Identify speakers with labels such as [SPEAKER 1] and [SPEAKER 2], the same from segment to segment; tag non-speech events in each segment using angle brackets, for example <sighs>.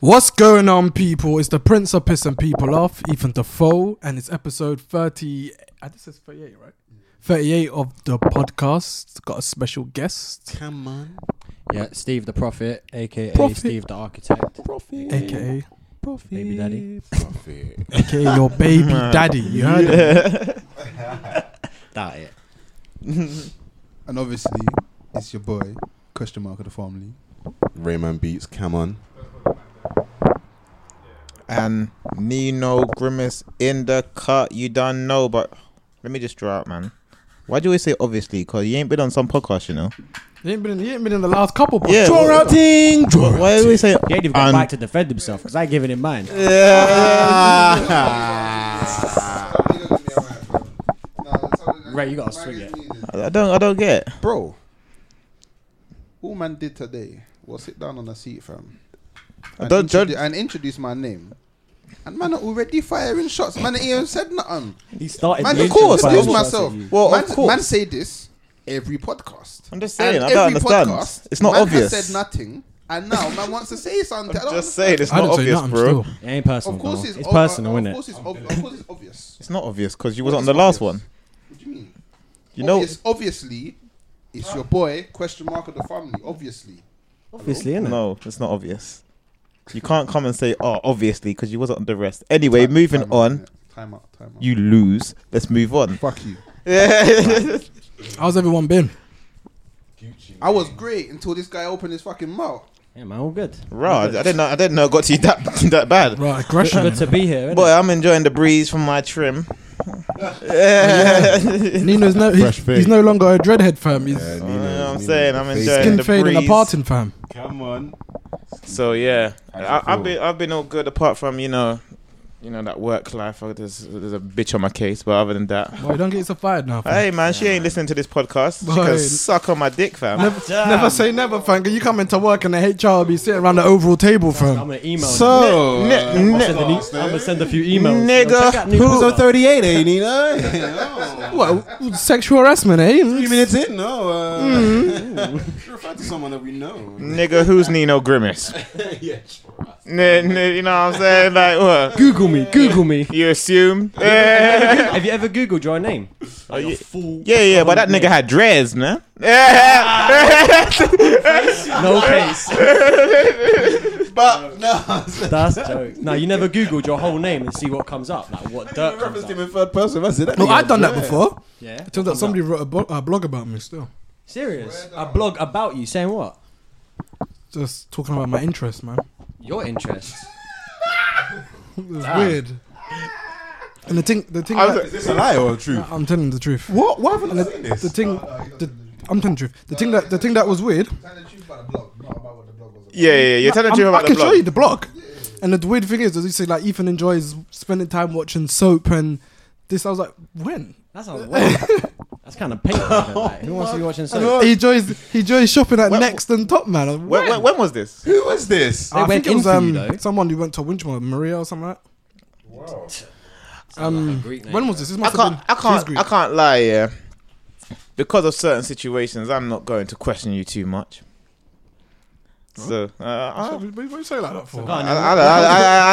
[SPEAKER 1] What's going on, people? It's the Prince of Pissing People Off, Ethan Defoe, and it's episode uh, 30. I think it's 38, right? 38 of the podcast. Got a special guest,
[SPEAKER 2] Come on.
[SPEAKER 3] Yeah, Steve the Prophet, aka
[SPEAKER 1] Prophet.
[SPEAKER 3] Steve the Architect.
[SPEAKER 2] Profit.
[SPEAKER 1] aka
[SPEAKER 2] Profit.
[SPEAKER 3] Baby daddy.
[SPEAKER 2] Profit.
[SPEAKER 1] aka your
[SPEAKER 4] <laughs>
[SPEAKER 1] baby daddy. You heard it?
[SPEAKER 3] <laughs>
[SPEAKER 5] <laughs>
[SPEAKER 3] That it.
[SPEAKER 5] And obviously, it's your boy, question mark of the family.
[SPEAKER 2] Rayman Beats, come on.
[SPEAKER 4] and Nino Grimace in the cut. You don't know, but let me just draw out, man. Why do you always say obviously? Because you ain't been on some podcast, you know.
[SPEAKER 1] You ain't been, you ain't been in the last couple, but
[SPEAKER 4] Yeah.
[SPEAKER 1] draw out
[SPEAKER 2] Ding, draw.
[SPEAKER 4] Why do you always say?
[SPEAKER 3] He ain't even got
[SPEAKER 4] and-
[SPEAKER 3] back to defend himself because I giving him mine. Right, you gotta swing it.
[SPEAKER 4] I I don't. I don't get. it.
[SPEAKER 5] Bro, all man did today was sit down on a seat, fam. And
[SPEAKER 4] don't judge-
[SPEAKER 5] introdu- And introduce my name. And man are already firing shots. Man ain't even said nothing.
[SPEAKER 3] He started.
[SPEAKER 5] Man,
[SPEAKER 3] the
[SPEAKER 5] of course,
[SPEAKER 3] intro by
[SPEAKER 5] excuse
[SPEAKER 3] shouting
[SPEAKER 5] myself.
[SPEAKER 3] you.
[SPEAKER 4] Well,
[SPEAKER 5] man,
[SPEAKER 4] of course.
[SPEAKER 5] man say this every podcast.
[SPEAKER 4] I'm just saying,
[SPEAKER 5] And
[SPEAKER 4] I don't
[SPEAKER 5] every
[SPEAKER 4] understand. It's not
[SPEAKER 5] man
[SPEAKER 4] obvious.
[SPEAKER 5] Has said nothing, and now man wants to say something. I don't
[SPEAKER 4] Just
[SPEAKER 5] understand.
[SPEAKER 4] say it's not obvious,
[SPEAKER 1] nothing
[SPEAKER 4] bro.
[SPEAKER 1] still.
[SPEAKER 3] It ain't personal.
[SPEAKER 5] Of course,
[SPEAKER 3] no.
[SPEAKER 5] it's,
[SPEAKER 3] it's
[SPEAKER 5] ob-
[SPEAKER 3] personal,
[SPEAKER 5] of
[SPEAKER 3] innit?
[SPEAKER 5] course it's ob- Of course, it's obvious.
[SPEAKER 4] It's not obvious because you was on
[SPEAKER 5] It's
[SPEAKER 4] the last
[SPEAKER 5] obvious.
[SPEAKER 4] one.
[SPEAKER 5] What do you mean?
[SPEAKER 4] You know,
[SPEAKER 5] Obvious- obviously, it's your boy. Question mark of the family. Obviously,
[SPEAKER 3] Obviously, innit?
[SPEAKER 4] no, it's not obvious. You can't come and say, "Oh, obviously," because you wasn't on the rest. Anyway, moving
[SPEAKER 5] Time out,
[SPEAKER 4] on.
[SPEAKER 5] innit? Time out. Time out.
[SPEAKER 4] You lose. Let's
[SPEAKER 5] <laughs>
[SPEAKER 4] move on.
[SPEAKER 5] fuck you.
[SPEAKER 1] How's everyone been?
[SPEAKER 5] I was great until this guy opened his fucking mouth.
[SPEAKER 3] Yeah, man, all
[SPEAKER 5] <laughs>
[SPEAKER 3] good.
[SPEAKER 4] Rah, I didn't know. I didn't know it got to you that <laughs> that bad.
[SPEAKER 1] Right,
[SPEAKER 3] It's
[SPEAKER 1] aggression.
[SPEAKER 3] good
[SPEAKER 4] <laughs>
[SPEAKER 3] to be here. innit?
[SPEAKER 4] Boy, I'm enjoying the breeze from my trim.
[SPEAKER 1] Nino's no, he's,
[SPEAKER 2] Fresh face.
[SPEAKER 1] he's no longer a dreadhead fam. He's
[SPEAKER 4] You know what I'm saying? I'm enjoying
[SPEAKER 1] skin
[SPEAKER 4] the
[SPEAKER 1] fade and a
[SPEAKER 4] breeze.
[SPEAKER 1] parting fam.
[SPEAKER 2] Come on.
[SPEAKER 4] So yeah,
[SPEAKER 2] How's it
[SPEAKER 4] I,
[SPEAKER 2] feel?
[SPEAKER 4] I've been I've been all good apart from you know, you know that work life. uh, There's there's a bitch on my case, but other than that,
[SPEAKER 1] Boy, don't get yourself fired now. Fam.
[SPEAKER 4] hey man, she ain't listening to this podcast. She
[SPEAKER 1] Boy.
[SPEAKER 4] can suck on my dick, fam.
[SPEAKER 1] Never, never say never, fam. 'cause You come into work and the HR will be sitting around the overall table,
[SPEAKER 3] I'm
[SPEAKER 1] fam.
[SPEAKER 3] gonna email. them.
[SPEAKER 1] Oh,
[SPEAKER 2] So, uh,
[SPEAKER 4] Ne-
[SPEAKER 1] uh,
[SPEAKER 3] I'll
[SPEAKER 4] ne-
[SPEAKER 3] send an e- I'm gonna send a few emails.
[SPEAKER 4] Nigga,
[SPEAKER 3] Yo, check out new
[SPEAKER 2] who's on
[SPEAKER 3] Twitter.
[SPEAKER 2] 38, ain't <laughs> he? No.
[SPEAKER 1] Well, sexual harassment, eh?
[SPEAKER 2] Three minutes in, no. Uh, <laughs> refer to someone that we know.
[SPEAKER 4] nigga, who's
[SPEAKER 1] <laughs>
[SPEAKER 4] Nino Grimace?
[SPEAKER 2] yeah,
[SPEAKER 4] N- n- you know what I'm saying? Like what?
[SPEAKER 3] Google me. Google me.
[SPEAKER 4] You
[SPEAKER 1] <laughs>
[SPEAKER 4] assume? yeah,
[SPEAKER 3] Have you ever Googled your
[SPEAKER 5] <laughs>
[SPEAKER 3] name? Like a
[SPEAKER 4] yeah.
[SPEAKER 3] fool.
[SPEAKER 4] yeah, but that nigga had dreads, man. <laughs>
[SPEAKER 3] No case.
[SPEAKER 2] But, Uh, no.
[SPEAKER 3] That's joke. No, you never Googled your whole name and see what comes up. Like what dirt comes
[SPEAKER 2] referenced him
[SPEAKER 3] up.
[SPEAKER 2] in third person. I said that.
[SPEAKER 1] No,
[SPEAKER 2] nigga
[SPEAKER 1] I've done that
[SPEAKER 2] dread.
[SPEAKER 1] before.
[SPEAKER 3] Yeah. what
[SPEAKER 1] Turns out
[SPEAKER 3] comes up.
[SPEAKER 1] somebody wrote a, bo- a blog about me still.
[SPEAKER 3] Serious? A blog about you saying what?
[SPEAKER 1] Just talking about my interests, man.
[SPEAKER 3] Your interests.
[SPEAKER 1] It was weird. And the thing, the thing,
[SPEAKER 4] I was
[SPEAKER 1] that-
[SPEAKER 2] Is this a lie or a truth?
[SPEAKER 1] I'm telling the truth.
[SPEAKER 2] What? Why haven't I seen this?
[SPEAKER 1] The thing,
[SPEAKER 4] Oh,
[SPEAKER 1] the, I'm telling the truth. The thing that, the thing that was weird.
[SPEAKER 4] yeah, yeah, you're telling the truth
[SPEAKER 1] I'm-
[SPEAKER 4] about
[SPEAKER 1] I
[SPEAKER 4] the
[SPEAKER 1] can
[SPEAKER 4] blog.
[SPEAKER 1] show you the blog. And the weird thing is, as you say, like Ethan enjoys spending time watching soap and this. I was like, when?
[SPEAKER 3] That sounds weird. <laughs> That's kind of pink. isn't it? Like, who wants to be watching
[SPEAKER 1] <laughs>
[SPEAKER 3] so?
[SPEAKER 1] He enjoys, he enjoys shopping at
[SPEAKER 4] When-
[SPEAKER 1] Next and Top Man. I'm like,
[SPEAKER 4] When, when, when was this?
[SPEAKER 2] Who was this?
[SPEAKER 1] I
[SPEAKER 3] They
[SPEAKER 1] think
[SPEAKER 3] went
[SPEAKER 1] it
[SPEAKER 3] in
[SPEAKER 1] was
[SPEAKER 3] for you,
[SPEAKER 1] um,
[SPEAKER 3] though.
[SPEAKER 1] someone who went to Winchmore, Maria or something like that. Um, when was this? This
[SPEAKER 4] I
[SPEAKER 1] must
[SPEAKER 4] can't,
[SPEAKER 1] have been.
[SPEAKER 4] I
[SPEAKER 1] she's
[SPEAKER 4] can't,
[SPEAKER 1] Greek.
[SPEAKER 4] I can't lie. Yeah, because of certain situations, I'm not going to question you too much. So, uh, I,
[SPEAKER 1] What what you say like that for?
[SPEAKER 4] I, I, I, I,
[SPEAKER 3] What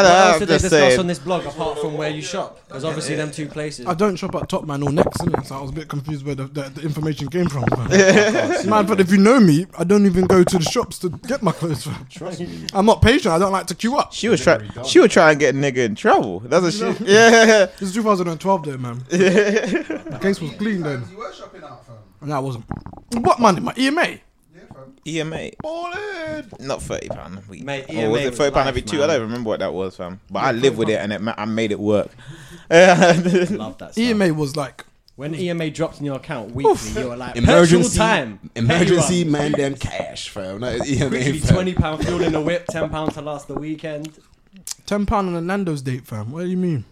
[SPEAKER 4] I,
[SPEAKER 3] else did
[SPEAKER 4] I, am
[SPEAKER 3] they
[SPEAKER 4] just
[SPEAKER 3] discuss on
[SPEAKER 4] saying.
[SPEAKER 3] this blog apart from where you shop? Because obviously them two places.
[SPEAKER 1] I don't shop at Top Man or Next, innit? so I was a bit confused where the, the, the information came from.
[SPEAKER 2] <laughs>
[SPEAKER 1] Man. man, but if you know me, I don't even go to the shops to get my clothes. From. Trust me, I'm not patient. I don't like to queue up.
[SPEAKER 4] She was try, she would try and get a nigga in trouble. That's what she.
[SPEAKER 3] <laughs>
[SPEAKER 4] Yeah,
[SPEAKER 1] This is 2012, though,
[SPEAKER 4] <laughs>
[SPEAKER 1] man. the case was clean then,
[SPEAKER 5] You were shopping out, fam.
[SPEAKER 1] and that wasn't. What money? My E EMA.
[SPEAKER 5] Yeah, fam.
[SPEAKER 4] EMA. E Not thirty pound a week.
[SPEAKER 3] Mate,
[SPEAKER 4] Or
[SPEAKER 3] EMA
[SPEAKER 4] was it
[SPEAKER 3] was
[SPEAKER 4] thirty pound
[SPEAKER 3] life,
[SPEAKER 4] every two?
[SPEAKER 3] man.
[SPEAKER 4] I don't even remember what that was, fam. But I live with it, and it, ma- I made
[SPEAKER 3] <laughs>
[SPEAKER 4] it work. <laughs>
[SPEAKER 3] love that. Stuff.
[SPEAKER 2] E
[SPEAKER 1] EMA E was like
[SPEAKER 3] When E EMA dropped in your account weekly, you were like
[SPEAKER 2] Emergency
[SPEAKER 3] petrol time.
[SPEAKER 2] Emergency
[SPEAKER 3] Pay you up.
[SPEAKER 2] man damn cash, fam. Not EMA,
[SPEAKER 3] Quickly,
[SPEAKER 2] fam.
[SPEAKER 3] twenty pound fuel in the whip, ten pound to last the weekend.
[SPEAKER 1] ten pound on a Nando's date, fam. What do you mean?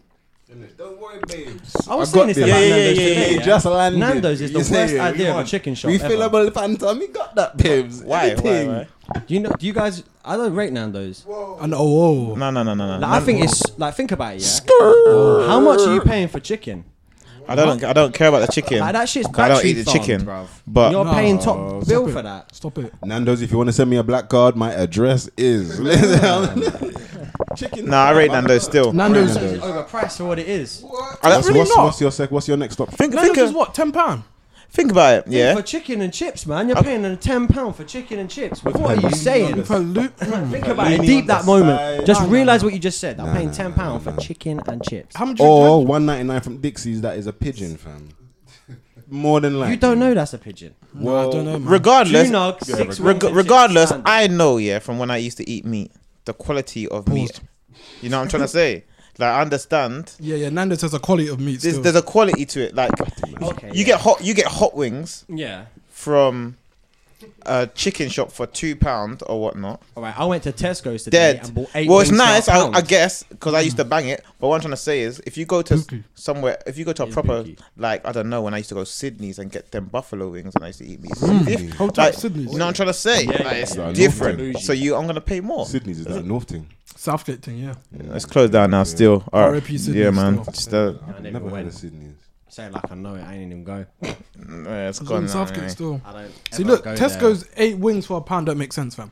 [SPEAKER 2] Don't worry, babes.
[SPEAKER 3] I
[SPEAKER 2] I've
[SPEAKER 3] was saying
[SPEAKER 2] got
[SPEAKER 3] this
[SPEAKER 2] this.
[SPEAKER 3] about
[SPEAKER 2] Yeah, yeah,
[SPEAKER 3] Nando's
[SPEAKER 4] yeah,
[SPEAKER 2] It
[SPEAKER 3] today.
[SPEAKER 4] yeah,
[SPEAKER 3] yeah.
[SPEAKER 2] just landed.
[SPEAKER 3] Nando's is the
[SPEAKER 2] You
[SPEAKER 3] worst
[SPEAKER 2] say,
[SPEAKER 3] idea of
[SPEAKER 2] "Come on,
[SPEAKER 3] a chicken shop. ever.
[SPEAKER 2] Refillable Fanta, we got that, babes.
[SPEAKER 4] Why? Why?
[SPEAKER 2] Anything.
[SPEAKER 4] Why?
[SPEAKER 3] Do you know? Do you guys? I don't rate Nando's.
[SPEAKER 1] And oh, oh.
[SPEAKER 4] No, no, no, no, no.
[SPEAKER 3] Like, I think it's like think about it. Yeah. How much are you paying for chicken?
[SPEAKER 4] I don't. I don't care about the chicken.
[SPEAKER 3] Like that shit's
[SPEAKER 4] I
[SPEAKER 3] battery
[SPEAKER 4] don't eat the
[SPEAKER 3] farmed,
[SPEAKER 4] chicken,
[SPEAKER 3] bruv.
[SPEAKER 4] but
[SPEAKER 3] You're
[SPEAKER 1] No.
[SPEAKER 3] paying top bill
[SPEAKER 1] it.
[SPEAKER 3] for that.
[SPEAKER 1] stop it.
[SPEAKER 2] Nando's, if you want to send me a black card, my address is. Chicken.
[SPEAKER 4] Nah, I rate Nando's still.
[SPEAKER 1] Nando's-
[SPEAKER 4] I rate
[SPEAKER 3] Overpriced for what it is.
[SPEAKER 4] Oh, that's
[SPEAKER 2] What's,
[SPEAKER 4] really
[SPEAKER 2] what's,
[SPEAKER 4] not.
[SPEAKER 2] what's your sec? What's your next stop?
[SPEAKER 4] Think,
[SPEAKER 1] Nando's
[SPEAKER 4] think,
[SPEAKER 1] is
[SPEAKER 4] of,
[SPEAKER 1] what ten pound.
[SPEAKER 4] think about it.
[SPEAKER 3] For
[SPEAKER 4] Yeah,
[SPEAKER 3] chicken and chips, man, you're paying a ten pound for chicken and chips. What are you saying?
[SPEAKER 1] For loot,
[SPEAKER 4] <laughs>
[SPEAKER 3] Think about it.
[SPEAKER 2] leaning
[SPEAKER 3] Deep
[SPEAKER 2] on
[SPEAKER 3] that
[SPEAKER 2] the
[SPEAKER 3] moment.
[SPEAKER 2] side.
[SPEAKER 3] Just
[SPEAKER 2] Nah,
[SPEAKER 3] realize what you just said. I'm paying ten pound for chicken and chips.
[SPEAKER 1] how much? Oh,
[SPEAKER 2] Or one ninety nine from Dixie's. That is a pigeon, fam. More than likely.
[SPEAKER 3] You don't know that's a pigeon.
[SPEAKER 1] well, I don't know, man.
[SPEAKER 4] regardless,
[SPEAKER 3] Two nugs,
[SPEAKER 2] Yeah,
[SPEAKER 3] six
[SPEAKER 2] but-
[SPEAKER 3] wings
[SPEAKER 4] reg-
[SPEAKER 3] and
[SPEAKER 4] regardless,
[SPEAKER 3] chips, standard.
[SPEAKER 4] I know. Yeah, from when I used to eat meat, the quality of meat. You know what I'm trying
[SPEAKER 1] <laughs>
[SPEAKER 4] to say? Like, I understand.
[SPEAKER 1] yeah, yeah. Nando's has a quality of meat.
[SPEAKER 4] There's,
[SPEAKER 1] still.
[SPEAKER 4] there's a quality to it. Like,
[SPEAKER 3] Okay,
[SPEAKER 4] you
[SPEAKER 3] yeah.
[SPEAKER 4] get hot, you get hot wings
[SPEAKER 3] Yeah.
[SPEAKER 4] from a chicken shop for two pound or whatnot.
[SPEAKER 3] All right. I went to Tesco's today
[SPEAKER 4] dead.
[SPEAKER 3] and bought eight.
[SPEAKER 4] well, it's
[SPEAKER 3] wings for a
[SPEAKER 4] nice, I,
[SPEAKER 3] pound.
[SPEAKER 4] I guess, because I used
[SPEAKER 1] Mm.
[SPEAKER 4] to bang it. But what I'm trying to say is, if you go to s-
[SPEAKER 1] Dookie.
[SPEAKER 4] somewhere, if you go to a
[SPEAKER 3] It's
[SPEAKER 4] proper,
[SPEAKER 3] dookie.
[SPEAKER 4] like I don't know, when I used to go to Sydney's and get them buffalo wings and I used to eat meat.
[SPEAKER 1] Mm. Hold up,
[SPEAKER 4] Like,
[SPEAKER 1] Sydney's.
[SPEAKER 4] You know what I'm trying to say?
[SPEAKER 3] Yeah,
[SPEAKER 4] Like,
[SPEAKER 3] yeah,
[SPEAKER 4] it's
[SPEAKER 2] yeah.
[SPEAKER 4] different.
[SPEAKER 3] Bougie.
[SPEAKER 4] So you, I'm gonna pay more.
[SPEAKER 2] Sydney's is that North thing.
[SPEAKER 1] Southgate thing, yeah.
[SPEAKER 4] It's closed down now. Still, All right.
[SPEAKER 1] RIP Sydney
[SPEAKER 4] yeah, man.
[SPEAKER 1] still.
[SPEAKER 4] Just, uh,
[SPEAKER 3] I never
[SPEAKER 2] Never heard
[SPEAKER 3] went.
[SPEAKER 2] of Sydney's.
[SPEAKER 3] Say it like I know it. I ain't even go.
[SPEAKER 4] yeah, it's
[SPEAKER 1] It's
[SPEAKER 4] gone
[SPEAKER 1] on
[SPEAKER 4] now,
[SPEAKER 1] Southgate
[SPEAKER 4] anyway.
[SPEAKER 1] still.
[SPEAKER 3] I <laughs> don't.
[SPEAKER 1] See,
[SPEAKER 3] ever
[SPEAKER 1] look,
[SPEAKER 3] go
[SPEAKER 1] Tesco's
[SPEAKER 3] there.
[SPEAKER 1] eight wings for a pound don't make sense, fam.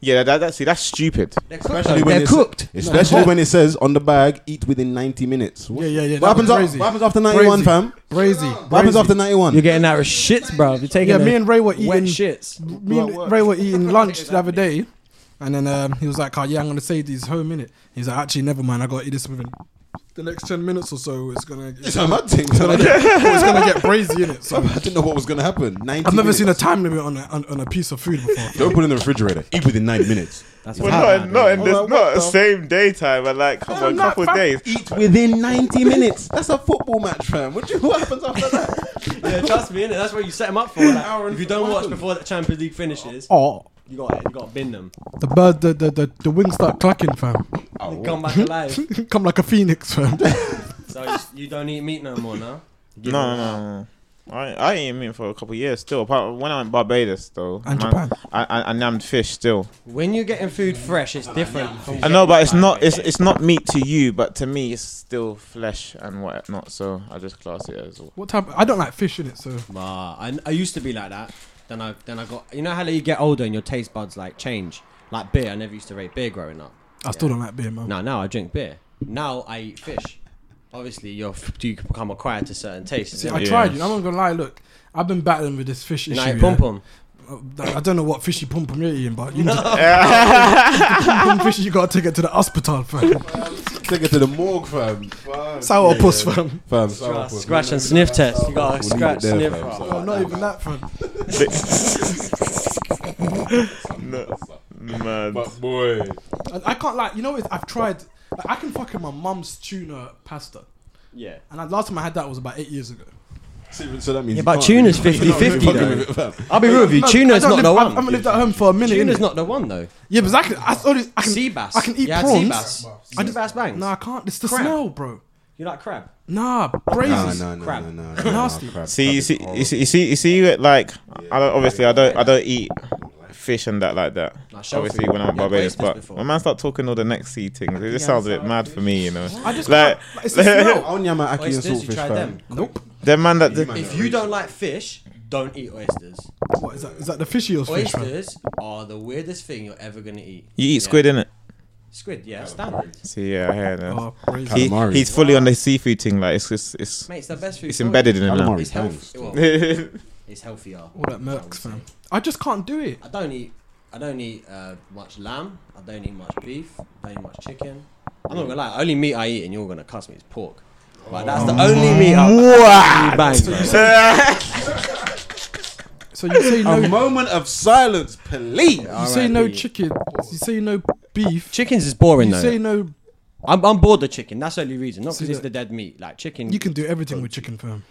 [SPEAKER 4] Yeah, that, that, see, that's stupid.
[SPEAKER 3] They're cooked. though. They're
[SPEAKER 2] it's-
[SPEAKER 3] cooked.
[SPEAKER 2] Especially when it says on the bag, eat within ninety minutes. What,
[SPEAKER 1] Yeah, yeah, yeah, that
[SPEAKER 2] What happens,
[SPEAKER 1] was
[SPEAKER 2] af-
[SPEAKER 1] crazy.
[SPEAKER 2] what happens after ninety one,
[SPEAKER 1] Crazy.
[SPEAKER 2] fam?
[SPEAKER 1] Brazy.
[SPEAKER 2] What happens after ninety
[SPEAKER 3] You're
[SPEAKER 2] one?
[SPEAKER 3] getting out of shits, bro. You're taking.
[SPEAKER 1] Yeah,
[SPEAKER 3] the
[SPEAKER 1] me and Ray were
[SPEAKER 3] wet
[SPEAKER 1] eating.
[SPEAKER 3] shits.
[SPEAKER 1] Me
[SPEAKER 2] Well,
[SPEAKER 1] and
[SPEAKER 2] what?
[SPEAKER 1] Ray were
[SPEAKER 4] <laughs>
[SPEAKER 1] eating lunch the other day, and then um, he was like, "Oh yeah, I'm gonna save these home minute." He's like, "Actually, never mind. I gotta eat this within the next ten minutes or so. It's gonna it's
[SPEAKER 2] It's
[SPEAKER 4] <laughs>
[SPEAKER 2] a mad thing.
[SPEAKER 1] gonna get, it's gonna get brazy in it." So
[SPEAKER 2] I didn't know what was gonna happen. 90
[SPEAKER 1] I've never
[SPEAKER 2] minutes.
[SPEAKER 1] seen a time limit on a, on, on a piece of food before.
[SPEAKER 2] Don't put it in the refrigerator. Eat within ninety minutes.
[SPEAKER 3] That's
[SPEAKER 4] Well,
[SPEAKER 3] what
[SPEAKER 4] not,
[SPEAKER 3] happened,
[SPEAKER 4] in- not in
[SPEAKER 3] man.
[SPEAKER 4] this,
[SPEAKER 2] Oh, what
[SPEAKER 4] not
[SPEAKER 2] the-
[SPEAKER 4] same daytime, but like, come on,
[SPEAKER 1] not
[SPEAKER 4] couple
[SPEAKER 1] fam- E-
[SPEAKER 4] days.
[SPEAKER 2] Eat within ninety minutes. That's a football match, fam. What, do you, what happens after that?
[SPEAKER 3] Yeah, trust me, innit? That's what you set them up for. Like,
[SPEAKER 2] Hour and
[SPEAKER 3] if you don't watch
[SPEAKER 2] fifty.
[SPEAKER 3] before the Champions League finishes,
[SPEAKER 1] Oh,
[SPEAKER 3] you got you got to bin them.
[SPEAKER 1] the bird, the the the, the wings start clacking, fam. <laughs>
[SPEAKER 3] They come back alive.
[SPEAKER 1] Come like a phoenix, fam.
[SPEAKER 3] so you, you don't eat meat no more now.
[SPEAKER 4] No, no, no, no. I, I ain't mean for a couple of years still. Apart when I went Barbados though,
[SPEAKER 1] And
[SPEAKER 4] man,
[SPEAKER 1] Japan.
[SPEAKER 4] I, I, I nammed fish still.
[SPEAKER 3] When you're getting food fresh, it's different. from
[SPEAKER 4] I know, but it's
[SPEAKER 3] getting
[SPEAKER 4] not it's
[SPEAKER 3] like-
[SPEAKER 4] it's not meat to you, but to me it's still flesh and whatnot. So I just class it as.
[SPEAKER 1] What type? I don't like fish in it, so
[SPEAKER 3] Nah, I, I used to be like that. Then I then I got you know how like, you get older and your taste buds like change. Like beer, I never used to rate beer growing up.
[SPEAKER 1] I still don't like beer, man.
[SPEAKER 3] Now now I drink beer. Now I eat fish. Obviously, you're f- you become acquired to certain tastes.
[SPEAKER 1] See,
[SPEAKER 3] innit?
[SPEAKER 1] I
[SPEAKER 4] Yeah.
[SPEAKER 1] tried. You know, I'm not gonna lie. Look, I've been battling with this fish
[SPEAKER 3] You
[SPEAKER 1] issue.
[SPEAKER 3] know,
[SPEAKER 1] yeah.
[SPEAKER 3] pom pom.
[SPEAKER 1] I I don't know what fishy pom pom you're eating, but
[SPEAKER 3] <laughs>
[SPEAKER 1] you know, <laughs> pom fishy, you gotta take it to the hospital,
[SPEAKER 3] <laughs>
[SPEAKER 1] fam.
[SPEAKER 2] Take it to the morgue, fam. Fam.
[SPEAKER 1] Sour puss,
[SPEAKER 2] Yeah.
[SPEAKER 1] fam.
[SPEAKER 2] Fam, sour puss.
[SPEAKER 3] Scratch and sniff test. You got a
[SPEAKER 2] We'll leave it
[SPEAKER 3] scratch
[SPEAKER 2] there,
[SPEAKER 3] sniff.
[SPEAKER 2] fam.
[SPEAKER 3] roll.
[SPEAKER 2] Sour
[SPEAKER 1] Oh, not even that, fam.
[SPEAKER 4] no, man.
[SPEAKER 2] But boy,
[SPEAKER 1] I, I can't like. You know, what? I've tried. Like, I can fucking my mum's tuna pasta,
[SPEAKER 3] Yeah.
[SPEAKER 1] and I, last time I had that was about eight years ago.
[SPEAKER 2] so, so that means
[SPEAKER 3] Yeah,
[SPEAKER 2] you
[SPEAKER 3] but
[SPEAKER 2] can't
[SPEAKER 3] tuna's
[SPEAKER 2] really- you're not really
[SPEAKER 3] 50-50
[SPEAKER 2] fucking
[SPEAKER 3] though.
[SPEAKER 2] with it, fam.
[SPEAKER 3] I'll be real with you.
[SPEAKER 1] No,
[SPEAKER 3] Tuna's
[SPEAKER 1] I
[SPEAKER 3] not
[SPEAKER 1] don't
[SPEAKER 3] the
[SPEAKER 1] live- I've,
[SPEAKER 3] one.
[SPEAKER 1] I've lived at home for a minute.
[SPEAKER 3] Tuna's
[SPEAKER 1] innit?
[SPEAKER 3] not the one though.
[SPEAKER 1] Yeah, but I can. I, always, I can.
[SPEAKER 3] Sea bass.
[SPEAKER 1] I can eat
[SPEAKER 3] yeah,
[SPEAKER 1] prawns.
[SPEAKER 3] Sea bass.
[SPEAKER 1] I
[SPEAKER 3] Sea bass bangs.
[SPEAKER 1] No, I can't. It's the
[SPEAKER 3] Crab.
[SPEAKER 1] smell, bro.
[SPEAKER 3] You like crab?
[SPEAKER 1] Nah,
[SPEAKER 2] Nah,
[SPEAKER 1] braces.
[SPEAKER 2] nah, nah,
[SPEAKER 3] Crap.
[SPEAKER 2] nah, nah, nah,
[SPEAKER 1] Nasty.
[SPEAKER 2] crap.
[SPEAKER 4] See, you
[SPEAKER 2] Crap is
[SPEAKER 4] see,
[SPEAKER 2] horrible.
[SPEAKER 4] you see, you see, you see, like I don't, obviously I don't, I don't eat fish and that like that.
[SPEAKER 3] Like shellfish.
[SPEAKER 4] Obviously when I'm
[SPEAKER 3] Yeah, I've
[SPEAKER 4] Barbados,
[SPEAKER 3] tasted
[SPEAKER 4] but
[SPEAKER 3] before.
[SPEAKER 4] when man start talking all the next sea things, it just sounds a bit mad for me, you know.
[SPEAKER 1] I just
[SPEAKER 4] Like-
[SPEAKER 1] can't. Like,
[SPEAKER 2] <laughs>
[SPEAKER 1] it's the
[SPEAKER 3] <laughs>
[SPEAKER 1] smell.
[SPEAKER 2] Onyama, Aki, and
[SPEAKER 3] Oysters, you
[SPEAKER 2] saltfish,
[SPEAKER 3] try
[SPEAKER 2] fam.
[SPEAKER 3] them.
[SPEAKER 1] Nope.
[SPEAKER 4] The man that
[SPEAKER 2] man
[SPEAKER 3] If you don't like fish, don't eat oysters.
[SPEAKER 1] What is that? Is that the fishy or fish? fam?
[SPEAKER 3] Oysters are the weirdest thing you're ever gonna eat.
[SPEAKER 4] you eat
[SPEAKER 3] Yeah.
[SPEAKER 4] squid in it.
[SPEAKER 3] Squid, yeah, standard.
[SPEAKER 4] See, yeah, I hear that.
[SPEAKER 1] Oh, braces.
[SPEAKER 4] He,
[SPEAKER 2] Calamari.
[SPEAKER 4] he's fully on the seafood thing. Like it's just, it's
[SPEAKER 3] Mate, it's the best food.
[SPEAKER 4] it's
[SPEAKER 3] for you.
[SPEAKER 4] embedded in him now. <laughs>
[SPEAKER 2] Calamari.
[SPEAKER 3] It's healthy.
[SPEAKER 2] Thanks.
[SPEAKER 3] Well, it's healthier.
[SPEAKER 1] All that mercs, fam. I just can't do it.
[SPEAKER 3] I don't eat. I don't eat uh, much lamb. I don't eat much beef. I don't eat much chicken. I'm not gonna lie. Only meat I eat, and you're gonna cuss me, is pork. But that's the only meat I really bang. bro.
[SPEAKER 1] So you say no,
[SPEAKER 2] A <laughs>
[SPEAKER 1] you
[SPEAKER 2] moment of silence, please.
[SPEAKER 1] say no
[SPEAKER 3] R.I.P..
[SPEAKER 1] chicken, you say no beef,
[SPEAKER 3] Chickens is boring
[SPEAKER 1] you
[SPEAKER 3] though.
[SPEAKER 1] say no.
[SPEAKER 3] I'm, I'm bored of chicken. That's the only reason. Not because
[SPEAKER 1] See
[SPEAKER 3] it's
[SPEAKER 1] that-
[SPEAKER 3] the dead meat. Like chicken.
[SPEAKER 1] You can do everything with chicken, fam.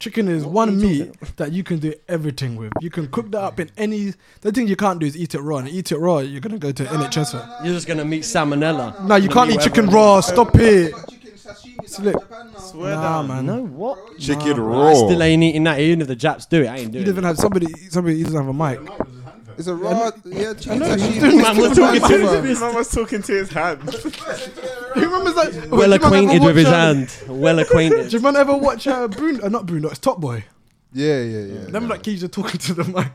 [SPEAKER 1] Chicken is one meat that you can do everything with. You can cook that up in any. The thing you can't do is eat it raw. And eat it raw, you're gonna go to NHS. No,
[SPEAKER 3] You're just gonna meet salmonella.
[SPEAKER 1] no you can't eat chicken raw. Stop it.
[SPEAKER 5] Chicken sashimi
[SPEAKER 1] Look.
[SPEAKER 5] in Japan now.
[SPEAKER 1] Nah, man.
[SPEAKER 3] No what?
[SPEAKER 2] Chicken
[SPEAKER 3] I
[SPEAKER 2] raw.
[SPEAKER 3] still ain't eating that. Even if the Japs do it, I ain't
[SPEAKER 1] You
[SPEAKER 3] doing
[SPEAKER 1] didn't even
[SPEAKER 3] it.
[SPEAKER 1] have somebody. Somebody he doesn't have a mic.
[SPEAKER 5] It's a raw, yeah, chicken
[SPEAKER 1] doing
[SPEAKER 5] sashimi.
[SPEAKER 1] that. We're <laughs> talking to his
[SPEAKER 4] man was talking to his hand.
[SPEAKER 1] <laughs> He remembers that.
[SPEAKER 3] Well acquainted with his hand. Well
[SPEAKER 1] um, <laughs> Do you
[SPEAKER 3] acquainted.
[SPEAKER 1] man ever watch uh, Bruno? Uh, not Bruno. It's Top Boy.
[SPEAKER 5] Yeah, yeah, yeah.
[SPEAKER 1] <laughs> Remember that kid just talking to the mic